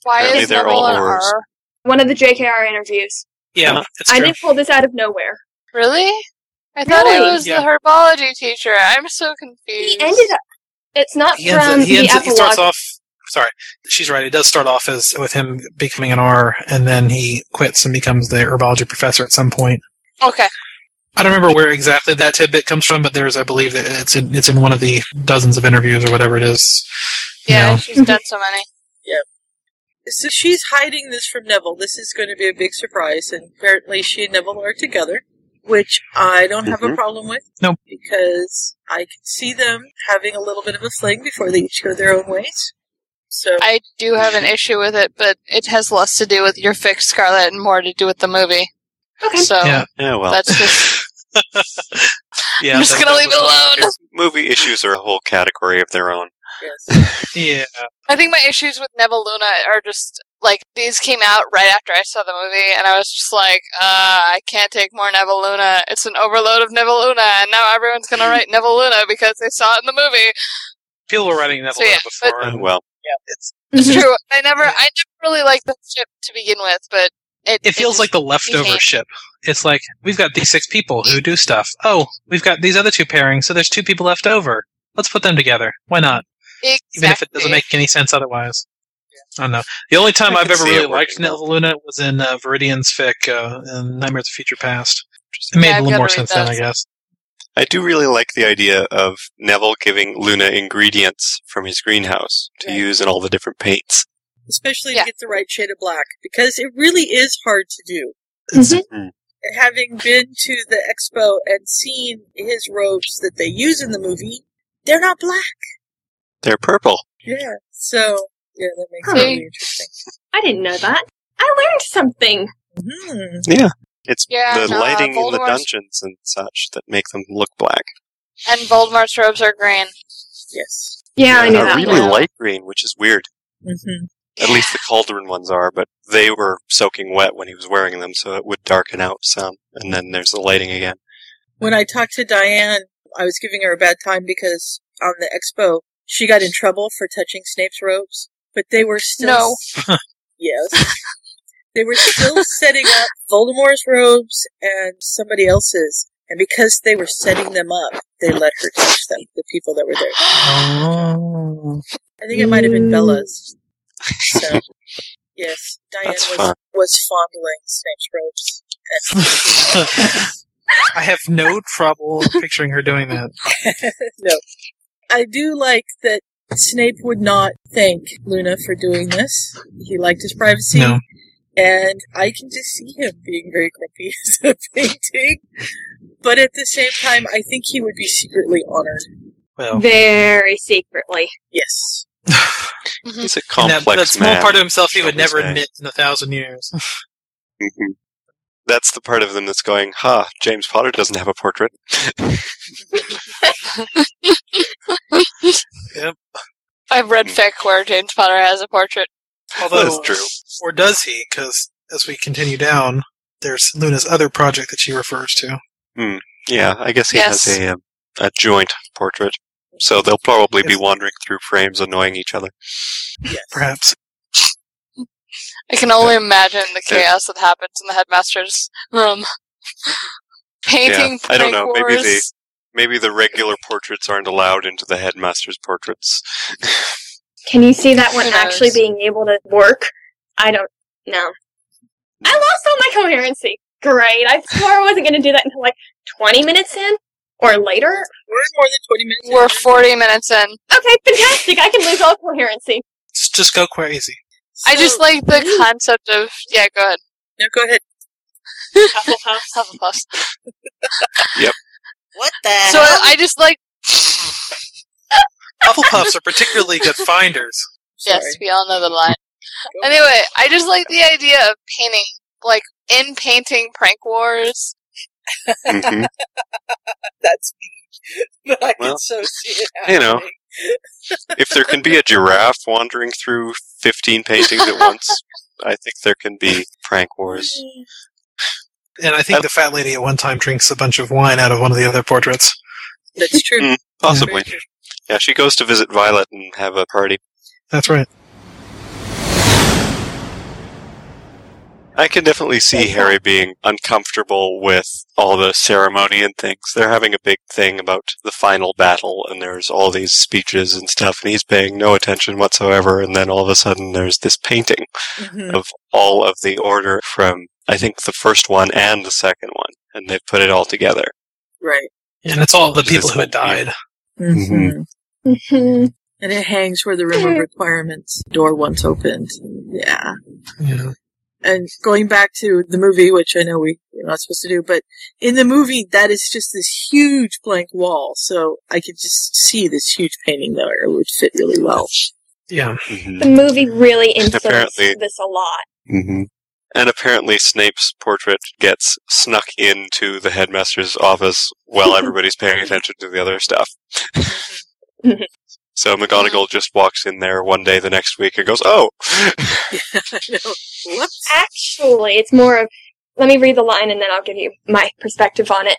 S8: Why
S4: Apparently
S8: is
S4: they're
S8: Neville
S4: all
S8: an
S4: horrors.
S8: R?
S20: One of the JKR interviews.
S10: Yeah,
S4: Uh-huh.
S10: it's
S20: I
S10: true.
S20: didn't pull this out of nowhere.
S8: Really? I thought
S20: Really?
S8: it was
S10: Yeah.
S8: the herbology teacher. I'm so confused.
S20: Ended up. It's not
S10: He, ends
S20: from
S10: he,
S20: the
S10: ends he starts
S20: epilogue.
S10: off. Sorry, she's right. It does start off as with him becoming an R, and then he quits and becomes the herbology professor at some point.
S8: Okay.
S10: I don't remember where exactly that tidbit comes from, but there's, I believe, that it's in it's in one of the dozens of interviews or whatever it is. you
S8: Yeah,
S10: know.
S8: she's done so many.
S1: So she's hiding this from Neville. This is going to be a big surprise, and apparently she and Neville are together, which I don't have a
S10: Mhm.
S1: problem with.
S10: Nope.
S1: Because I can see them having a little bit of a fling before they each go their own ways. So
S8: I do have an issue with it, but it has less to do with your fixed Scarlet and more to do with the movie.
S20: Okay.
S8: So
S4: Yeah. Yeah, well.
S8: that's just
S10: Yeah,
S8: I'm just
S10: that-
S8: gonna
S10: that
S8: leave it
S10: was-
S8: alone.
S4: Movie issues are a whole category of their own.
S10: Yeah.
S8: I think my issues with Neville Luna are just like these came out right after I saw the movie, and I was just like, uh, I can't take more Neville Luna. It's an overload of Neville Luna, and now everyone's gonna write Neville Luna because they saw it in the movie.
S10: People were writing Neville
S8: So, yeah,
S10: before. and-
S4: Well,
S8: It's
S20: Mm-hmm.
S8: true. I never, I never really liked the ship to begin with, but it,
S10: it feels
S8: just
S10: like the leftover
S8: became-
S10: ship. It's like we've got these six people who do stuff. Oh, we've got these other two pairings, so there's two people left over. Let's put them together. Why not? Even if it doesn't make any sense otherwise. I don't know. The only time
S4: I
S10: I've
S4: can
S10: ever
S4: see it
S10: really
S4: working
S10: liked Neville Luna was in uh, Viridian's fic, uh, in Nightmares of Future Past. It
S8: Yeah,
S10: made
S8: I've
S10: a little
S8: gotta
S10: more
S8: read
S10: sense then, I
S8: those.
S10: guess.
S4: I do really like the idea of Neville giving Luna ingredients from his greenhouse to use in all the different paints.
S1: especially to get the right shade of black because it really is hard to do.
S4: Mm.
S1: Having been to the expo and seen his robes that they use in the movie, they're not black.
S4: They're purple.
S1: Yeah. So yeah, that makes
S20: Huh.
S1: it really interesting.
S20: I didn't know that. I learned something.
S1: Mm-hmm,
S4: Yeah. It's
S8: Yeah,
S4: the
S8: uh,
S4: lighting in the
S8: Voldemort's-
S4: dungeons and such that make them look black.
S8: and Voldemort's robes are green.
S1: Yes.
S20: Yeah, I knew that.
S4: really
S20: one.
S4: light green, which is weird.
S1: Mm-hmm.
S4: At least the cauldron ones are, but they were soaking wet when he was wearing them, so it would darken out some. And then there's the lighting again.
S1: When I talked to Diane, I was giving her a bad time because on the expo she got in trouble for touching Snape's robes, but they were still
S8: No.
S1: Yes. they were still setting up Voldemort's robes and somebody else's. And because they were setting them up, they let her touch them, the people that were there.
S10: Oh.
S1: I think it might have been Bella's. So, yes, Diane
S10: That's
S1: was,
S10: fun.
S1: was fondling Snape's robes.
S10: I have no trouble picturing her doing that.
S1: no. I do like that Snape would not thank Luna for doing this. He liked his privacy.
S10: No.
S1: And I can just see him being very grumpy as a painting. But at the same time, I think he would be secretly honored.
S10: Well,
S1: Very secretly. Yes.
S8: Hmm.
S4: He's a
S10: in
S4: complex
S10: that, that small
S4: man,
S10: part of himself he would
S4: shall we
S10: never
S4: say.
S10: admit in a thousand years.
S4: Mhm. That's the part of them that's going, ha, James Potter doesn't have a portrait.
S10: Yep.
S8: I've read fic where James Potter has a portrait.
S10: Although,
S8: That's true.
S10: Or does he? Because as we continue down, there's Luna's other project that she refers to.
S4: Hmm. Yeah, I guess he
S10: Yes.
S4: has a, um, a joint portrait. So they'll probably be wandering through frames annoying each other.
S10: Perhaps.
S8: I can only imagine the chaos that happens in the headmaster's room. Painting.
S4: yeah. I don't
S8: prank
S4: know. Maybe the
S8: wars.
S4: maybe the regular portraits aren't allowed into the headmaster's portraits.
S20: Can you see that
S8: Who
S20: one
S8: knows?
S20: actually being able to work? I don't know. I lost all my coherency. Great. I swore I wasn't going to do that until like 20 minutes in or later.
S1: We're more than 20 minutes
S8: We're 40 minutes in.
S20: Okay, fantastic. I can lose all coherency.
S10: Just- Just go crazy.
S8: I just like the concept of. Yeah, go ahead.
S1: No, go ahead.
S8: Hufflepuffs.
S4: Yep.
S1: What the
S8: So I just like.
S10: Hufflepuffs are particularly good finders.
S8: Yes, we all know the line. Anyway, I just like the idea of painting, like in painting prank wars.
S4: Mhm.
S1: That's me. But I
S4: Well,
S1: can so see it
S4: you know.
S1: happening.
S4: If there can be a giraffe wandering through 15 paintings at once, I think there can be prank wars.
S10: And I think the fat lady at one time drinks a bunch of wine out of one of the other portraits.
S1: That's true.
S4: Mm, possibly. Yeah, she goes to visit Violet and have a party.
S10: That's right.
S4: I can definitely see Harry being uncomfortable with all the ceremony and things. They're having a big thing about the final battle, and there's all these speeches and stuff, and he's paying no attention whatsoever. And then all of a sudden, there's this painting
S8: Mm-hmm.
S4: of all of the order from, I think, the first one and the second one, and they've put it all together.
S1: Right.
S10: And it's all the people who had died.
S1: Mm-hmm. And it hangs where the room of requirements door once opened. Yeah.
S10: Yeah.
S1: And going back to the movie, which I know we, we're not supposed to do, but in the movie, that is just this huge blank wall. So I could just see this huge painting there. It would fit really well.
S10: Yeah.
S20: The movie really
S4: And
S20: inserts
S4: apparently-
S20: this a lot.
S4: Mm-hmm. And apparently, Snape's portrait gets snuck into the headmaster's office while everybody's paying attention to the other stuff. So McGonagall just walks in there one day the next week and goes, "Oh,
S20: Actually, it's more of let me read the line and then I'll give you my perspective on it.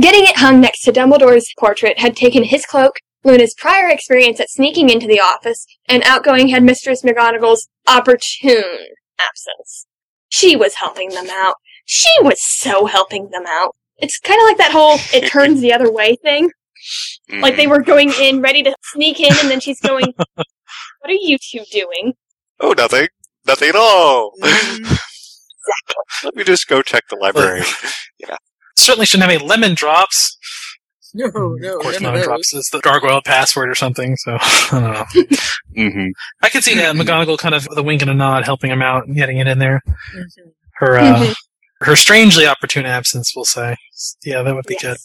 S20: Getting it hung next to Dumbledore's portrait had taken his cloak, Luna's prior experience at sneaking into the office, and outgoing headmistress McGonagall's opportune absence. She was helping them out. She was so helping them out. It's kind of like that whole it turns the other way thing.
S4: mm,
S20: Like they were going in ready to sneak in, and then she's going, What are you two doing?
S4: oh, nothing, nothing at all." Let me just go check the library. yeah.
S10: Certainly shouldn't have any lemon drops.
S1: No,
S4: Mm-hmm.
S1: no,
S10: Of course,
S1: none
S10: lemon
S1: of those.
S10: drops is the gargoyle password or something, so I don't know.
S4: Mm-hmm.
S10: I can see that McGonagall kind of with a wink and a nod helping him out and getting it in there.
S1: Mm-hmm.
S10: Her uh,
S25: Mhm.
S10: her strangely opportune absence, we'll say. Yeah, that would be good.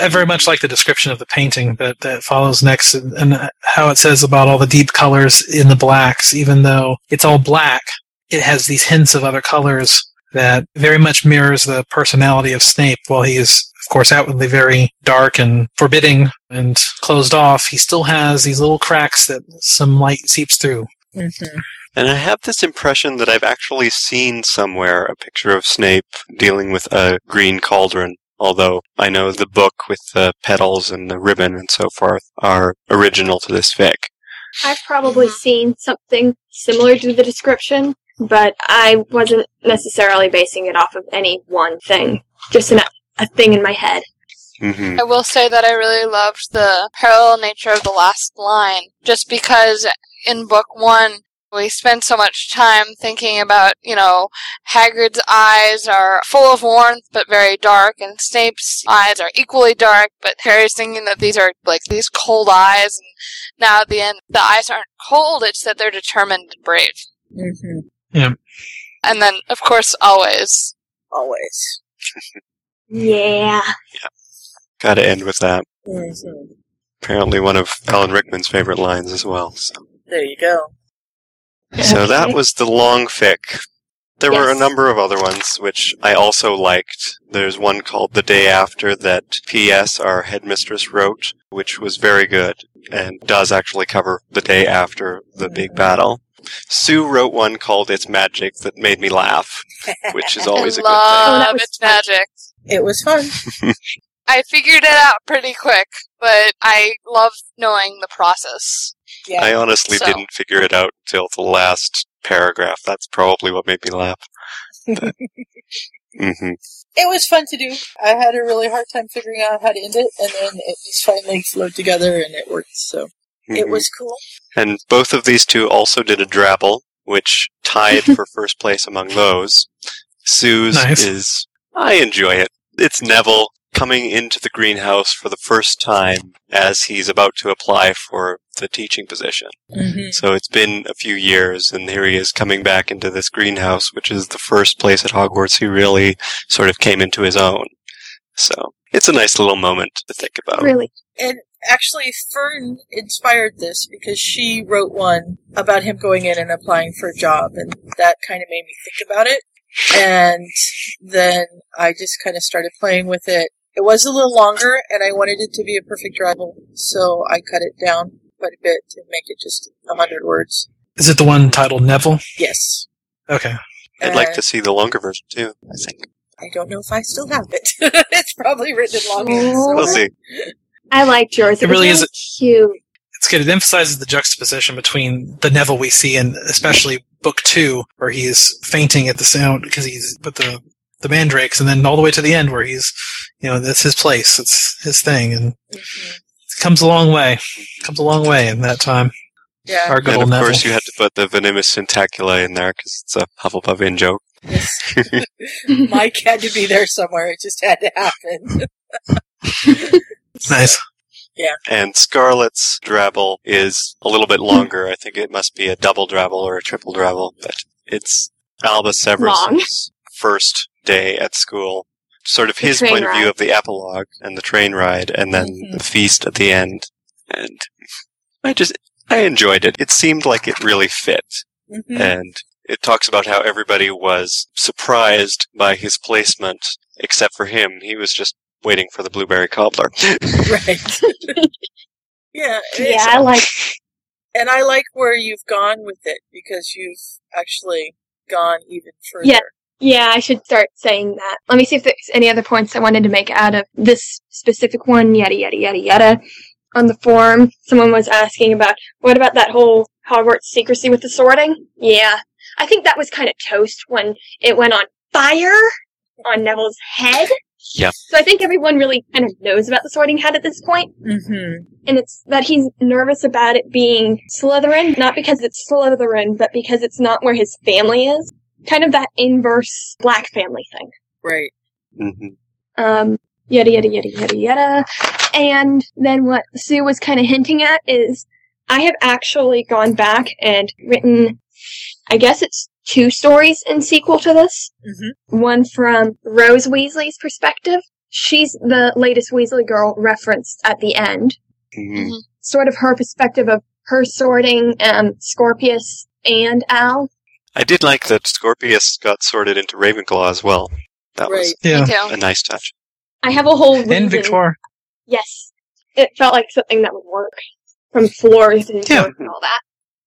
S10: I very much like the description of the painting that, that follows next and, and how it says about all the deep colors in the blacks, even though it's all black, it has these hints of other colors that very much mirrors the personality of Snape. While he is, of course, outwardly very dark and forbidding and closed off, he still has these little cracks that some light seeps through.
S1: Mm-hmm.
S4: And I have this impression that I've actually seen somewhere a picture of Snape dealing with a green cauldron. Although I know the book with the petals and the ribbon and so forth are original to this fic.
S20: I've probably seen something similar to the description. but I wasn't necessarily basing it off of any one thing, just an, a thing in my head.
S4: Mm-hmm.
S8: I will say that I really loved the parallel nature of the last line, just because in book one, we spend so much time thinking about, you know, Hagrid's eyes are full of warmth but very dark, and Snape's eyes are equally dark, but Harry's thinking that these are like these cold eyes, and now at the end, the eyes aren't cold, it's that they're determined and brave.
S1: Mm-hmm.
S10: Yeah.
S8: And then, of course, always.
S1: Always.
S20: Yeah.
S4: Got to end with that.
S1: Mm-hmm.
S4: Apparently, one of Alan Rickman's favorite lines as well. So,
S1: There you go.
S4: so that
S1: Okay.
S4: was the long fic. There were a number of other ones which I also liked. There's one called The Day After that P.S. our headmistress wrote, which was very good and does actually cover the day after the big battle. Sue wrote one called It's Magic that made me laugh, which is always a good
S8: Love
S4: thing.
S8: its magic.
S1: It was fun.
S8: I figured it out pretty quick, but I love knowing the process. Yeah.
S4: I honestly
S8: So.
S4: didn't figure it out till the last paragraph. That's probably what made me laugh. hmm
S1: It was fun to do. I had a really hard time figuring out how to end it, and then it was finally flowed together and it worked. So it
S4: Mhm.
S1: was cool.
S4: And both of these two also did a drabble, which tied for first place among those. Sue's
S10: Nice.
S4: is I enjoy it. It's Neville coming into the greenhouse for the first time as he's about to apply for the teaching position.
S1: Mhm.
S4: So it's been a few years, and here he is coming back into this greenhouse, which is the first place at Hogwarts he really sort of came into his own. So it's a nice little moment to think about.
S1: And actually, Fern inspired this because she wrote one about him going in and applying for a job, and that kind of made me think about it. And then I just kind of started playing with it. It was a little longer, and I wanted it to be a perfect rival, so I cut it down quite a bit to make it just a hundred words.
S10: Is it the one titled Neville?
S1: Yes.
S10: Okay.
S4: I'd like to see the longer version too. I think
S1: I don't know if I still have it. it's probably written in long hand, so-
S4: we'll see.
S20: I liked yours. It,
S10: It really
S20: was
S10: is
S20: really cute.
S10: It's good. It emphasizes the juxtaposition between the Neville we see in especially book two, where he's fainting at the sound because he's with the the mandrakes, and then all the way to the end where he's, you know, that's his place. It's his thing, and it comes a long way. Comes a long way in that time.
S1: Yeah.
S10: Our good
S4: and
S10: old
S4: of
S10: Neville.
S4: course, you had to put the venomous tentacula in there because it's a Hufflepuff in joke.
S1: Mike had to be there somewhere. It just had to happen.
S10: nice.
S1: yeah.
S4: And Scarlet's drabble is a little bit longer. I think it must be a double drabble or a triple drabble, but it's Alba Severus's first day at school. Sort of
S20: The
S4: his
S20: train
S4: point of view
S20: ride. Mm-hmm.
S4: of the epilogue and the train ride and then the feast at the end. And I just, I enjoyed it. It seemed like it really fit.
S1: Mhm.
S4: And it talks about how everybody was surprised by his placement, except for him. He was just waiting for the blueberry cobbler. Mm-hmm.
S1: Right. yeah. it
S20: Yeah,
S1: is.
S20: I like.
S1: And I like where you've gone with it because you've actually gone even further.
S20: Yeah, yeah. I should start saying that. Let me see if there's any other points I wanted to make out of this specific one. Yada yada yada yada. On the forum, someone was asking about what about that whole Hogwarts secrecy with the sorting? Yeah, I think that was kind of toast when it went on fire on Neville's head.
S4: Yep.
S20: So I think everyone really kind of knows about the sorting hat at this point.
S1: Mm-hmm.
S20: And it's that he's nervous about it being Slytherin, not because it's Slytherin, but because it's not where his family is. Kind of that inverse black family thing.
S1: Right.
S4: Mhm.
S20: Um, yada, yada, yada, yada, yada. And then what Sue was kind of hinting at is I have actually gone back and written, I guess it's two stories in sequel to this one from Rose Weasley's perspective. She's the latest Weasley girl referenced at the end. Sort of her perspective of her sorting um, Scorpius and Al.
S4: I did like that Scorpius got sorted into Ravenclaw as well. That was
S20: Right. Me too.
S4: a nice touch.
S20: I have a whole reason.
S4: Victoire.
S20: Yes. It felt like something that would work. From floors and doors and all that.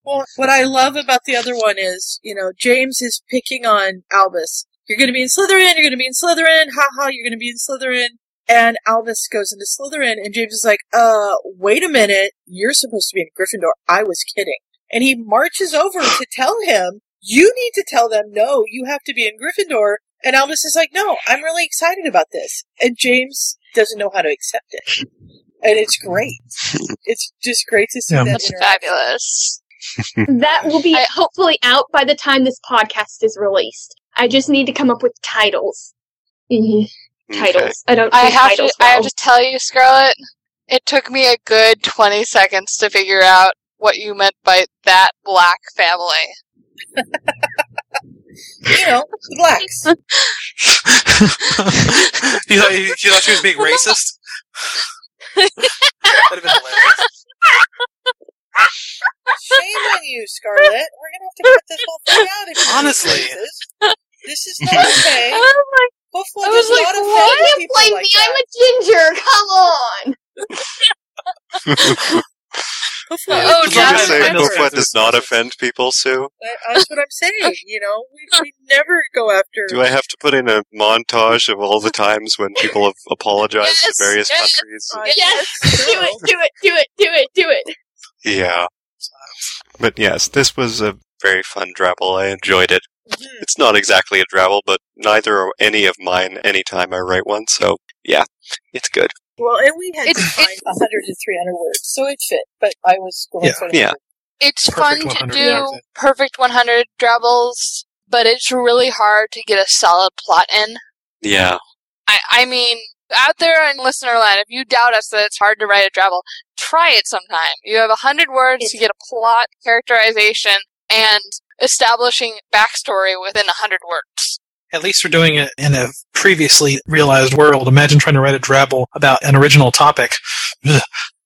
S1: Well, what I love about the other one is, you know, James is picking on Albus. You're going to be in Slytherin. You're going to be in Slytherin. Ha ha. You're going to be in Slytherin. And Albus goes into Slytherin, and James is like, "Uh, wait a minute. You're supposed to be in Gryffindor. I was kidding." And he marches over to tell him,
S2: you need to tell them, no, you have to be in Gryffindor. And Albus is like, no, I'm really excited about this. And James doesn't know how to accept it. And it's great. It's just great to see
S20: Yeah.
S2: that.
S20: That's
S2: fabulous.
S20: That will be hopefully out by the time this podcast is released. I just need to come up with titles. Mhm. Titles. I don't.
S8: I
S20: think
S8: have
S20: titles
S8: to. I
S20: will.
S8: have to tell you, Scarlett. It took me a good twenty seconds to figure out what you meant by that black family.
S2: you know, the blacks.
S10: you, thought, you thought she was being racist?
S2: Shame on you, Scarlett. We're gonna have to cut this whole thing out. If you
S10: Honestly.
S2: this is not okay.
S20: Oh my!
S2: Hopefully, there's a lot of famous
S20: You
S2: people
S20: blame
S2: like
S20: me. I'm a ginger. Come on.
S2: Hopefully,
S4: Did you just say Hooflet does not offend people, Sue?
S2: That- That's what I'm saying. You know, we, we never go after.
S4: Do I have to put in a montage of all the times when people have apologized to various countries?
S20: Yes. Do it. Do it. Do it. Do it. Do it.
S4: Yeah. But yes, this was a very fun drabble. I enjoyed it.
S2: Hmm.
S4: It's not exactly a drabble, but neither are any of mine anytime I write one, so yeah, it's good.
S2: Well, and we had to find 100 to 300 words, so it fit. But I was going
S4: Yeah.
S2: for
S4: Yeah.
S8: It's
S4: Perfect
S8: fun
S4: 100
S8: to
S4: Yeah.
S8: do perfect 100 drabbles, but it's really hard to get a solid plot in.
S4: Yeah.
S8: I, I mean, out there in listener land, if you doubt us that it's hard to write a drabble, try it sometime. You have 100 words to get a plot, characterization, and establishing backstory within 100 words.
S10: At least we're doing it in a previously realized world. Imagine trying to write a drabble about an original topic. Ugh,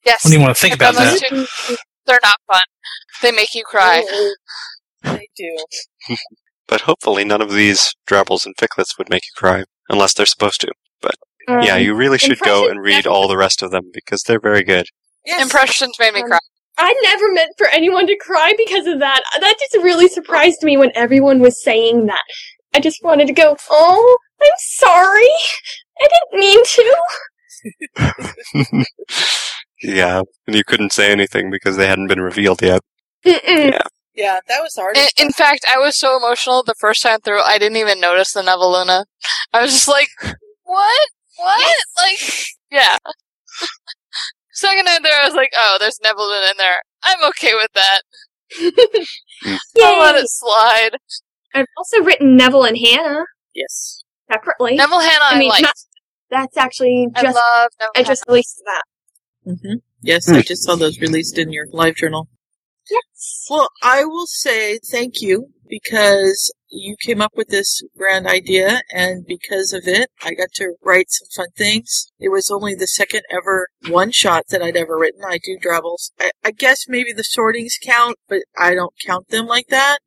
S8: Yes.
S10: I don't even want to think
S8: I've
S10: about
S8: done
S10: that.
S8: those too. They're not fun. They make you cry.
S2: They do.
S4: But hopefully none of these drabbles and ficklets would make you cry, unless they're supposed to. But yeah,
S8: Um,
S4: you really should go
S20: impression-
S4: and read all the rest of them because they're very good.
S8: Impressions made me cry.
S20: I never meant for anyone to cry because of that. That just really surprised me when everyone was saying that. I just wanted to go, oh, I'm sorry. I didn't mean to.
S4: Yeah, and you couldn't say anything because they hadn't been revealed yet.
S8: Yeah.
S2: Yeah, that was hard.
S8: In, in fact, I was so emotional the first time through, I didn't even notice the Nevaluna. I was just like, What? What? Like, yeah. Second night there, I was like, oh, there's Nevaluna in there. I'm okay with that.
S20: Yay.
S8: I'll let it slide.
S20: I've also written Neville and Hannah.
S2: Yes.
S20: Separately.
S8: Neville Hannah I liked.
S20: not- that's actually
S8: I
S20: just.
S8: love
S20: I just released that.
S2: Mm-hmm.
S1: Yes,
S2: I
S1: just saw those released in your live journal.
S2: Yes.
S1: Well,
S2: I will say thank you
S1: because you came up with this grand idea, and because of it, I got to write some fun things. It was only the second ever one shot that I'd ever written. I do drabbles. I, I guess maybe the sortings count, but I don't count them like that.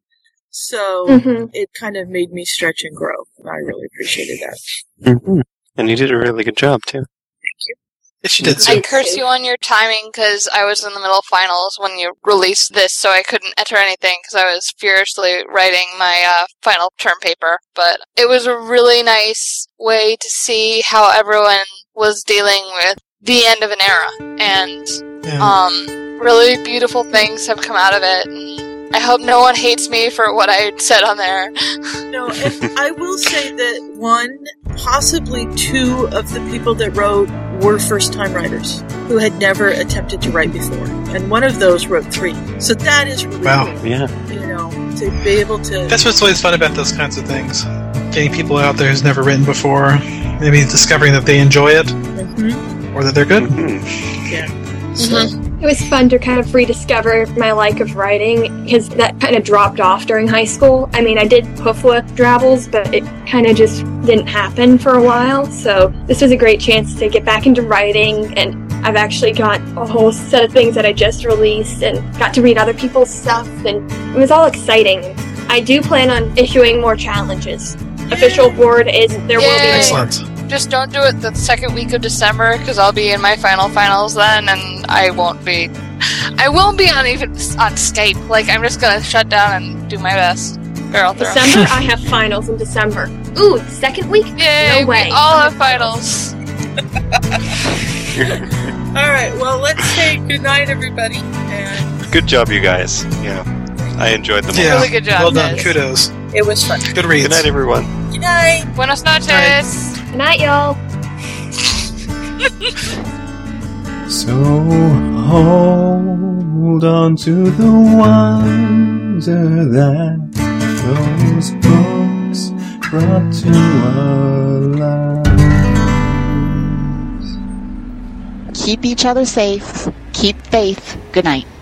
S1: So
S2: Hmm.
S20: Mhm.
S1: it kind of made me stretch and grow. and I really appreciated that.
S4: Mm-hmm. And you did a really good job, too.
S10: Yes, you did,
S8: I curse you on your timing because I was in the middle of finals when you released this, so I couldn't enter anything because I was furiously writing my uh, final term paper. But it was a really nice way to see how everyone was dealing with the end of an era, and um, really beautiful things have come out of it. And I hope no one hates me for what I said on there.
S1: No,
S2: and
S1: I will say that one, possibly two of the people that wrote were first time writers who had never attempted to write before. And one of those wrote three. So that is really
S10: Wow.
S4: Yeah.
S1: cool, you know, to be able to.
S10: That's what's always fun about those kinds of things. Getting people out there who's never written before, maybe discovering that they enjoy it
S1: mm-hmm.
S10: or that they're good.
S4: Mm-hmm.
S20: It was fun to kind of rediscover my like of writing because that kind of dropped off during high school. I mean, I did hoofla drabbles, but it kind of just didn't happen for a while. So this was a great chance to get back into writing, and I've actually got a whole set of things that I just released and got to read other people's stuff, and it was all exciting. I do plan on issuing more challenges. Official board is there will be
S10: Excellent.
S8: Just don't do it the second week of December because I'll be in my final finals then, and I won't be. I won't be on even on Skype. Like I'm just gonna shut down and do my best. Barrel through.
S20: December. I have finals in December. Ooh, second week?
S8: Yay,
S20: no way.
S8: We all have finals.
S1: All right, well, let's say goodnight, everybody. And
S4: Good job, you guys. Yeah. I enjoyed them.
S10: Yeah.
S4: all.
S8: Really good job,
S10: Well done.
S8: guys.
S10: Kudos.
S1: It was fun.
S10: Good reads.
S4: Good night, everyone.
S1: Good night.
S8: Buenas noches.
S20: Good night, y'all.
S2: So hold on to the wonder that those books brought to our lives.
S3: Keep each other safe. Keep faith. Good night.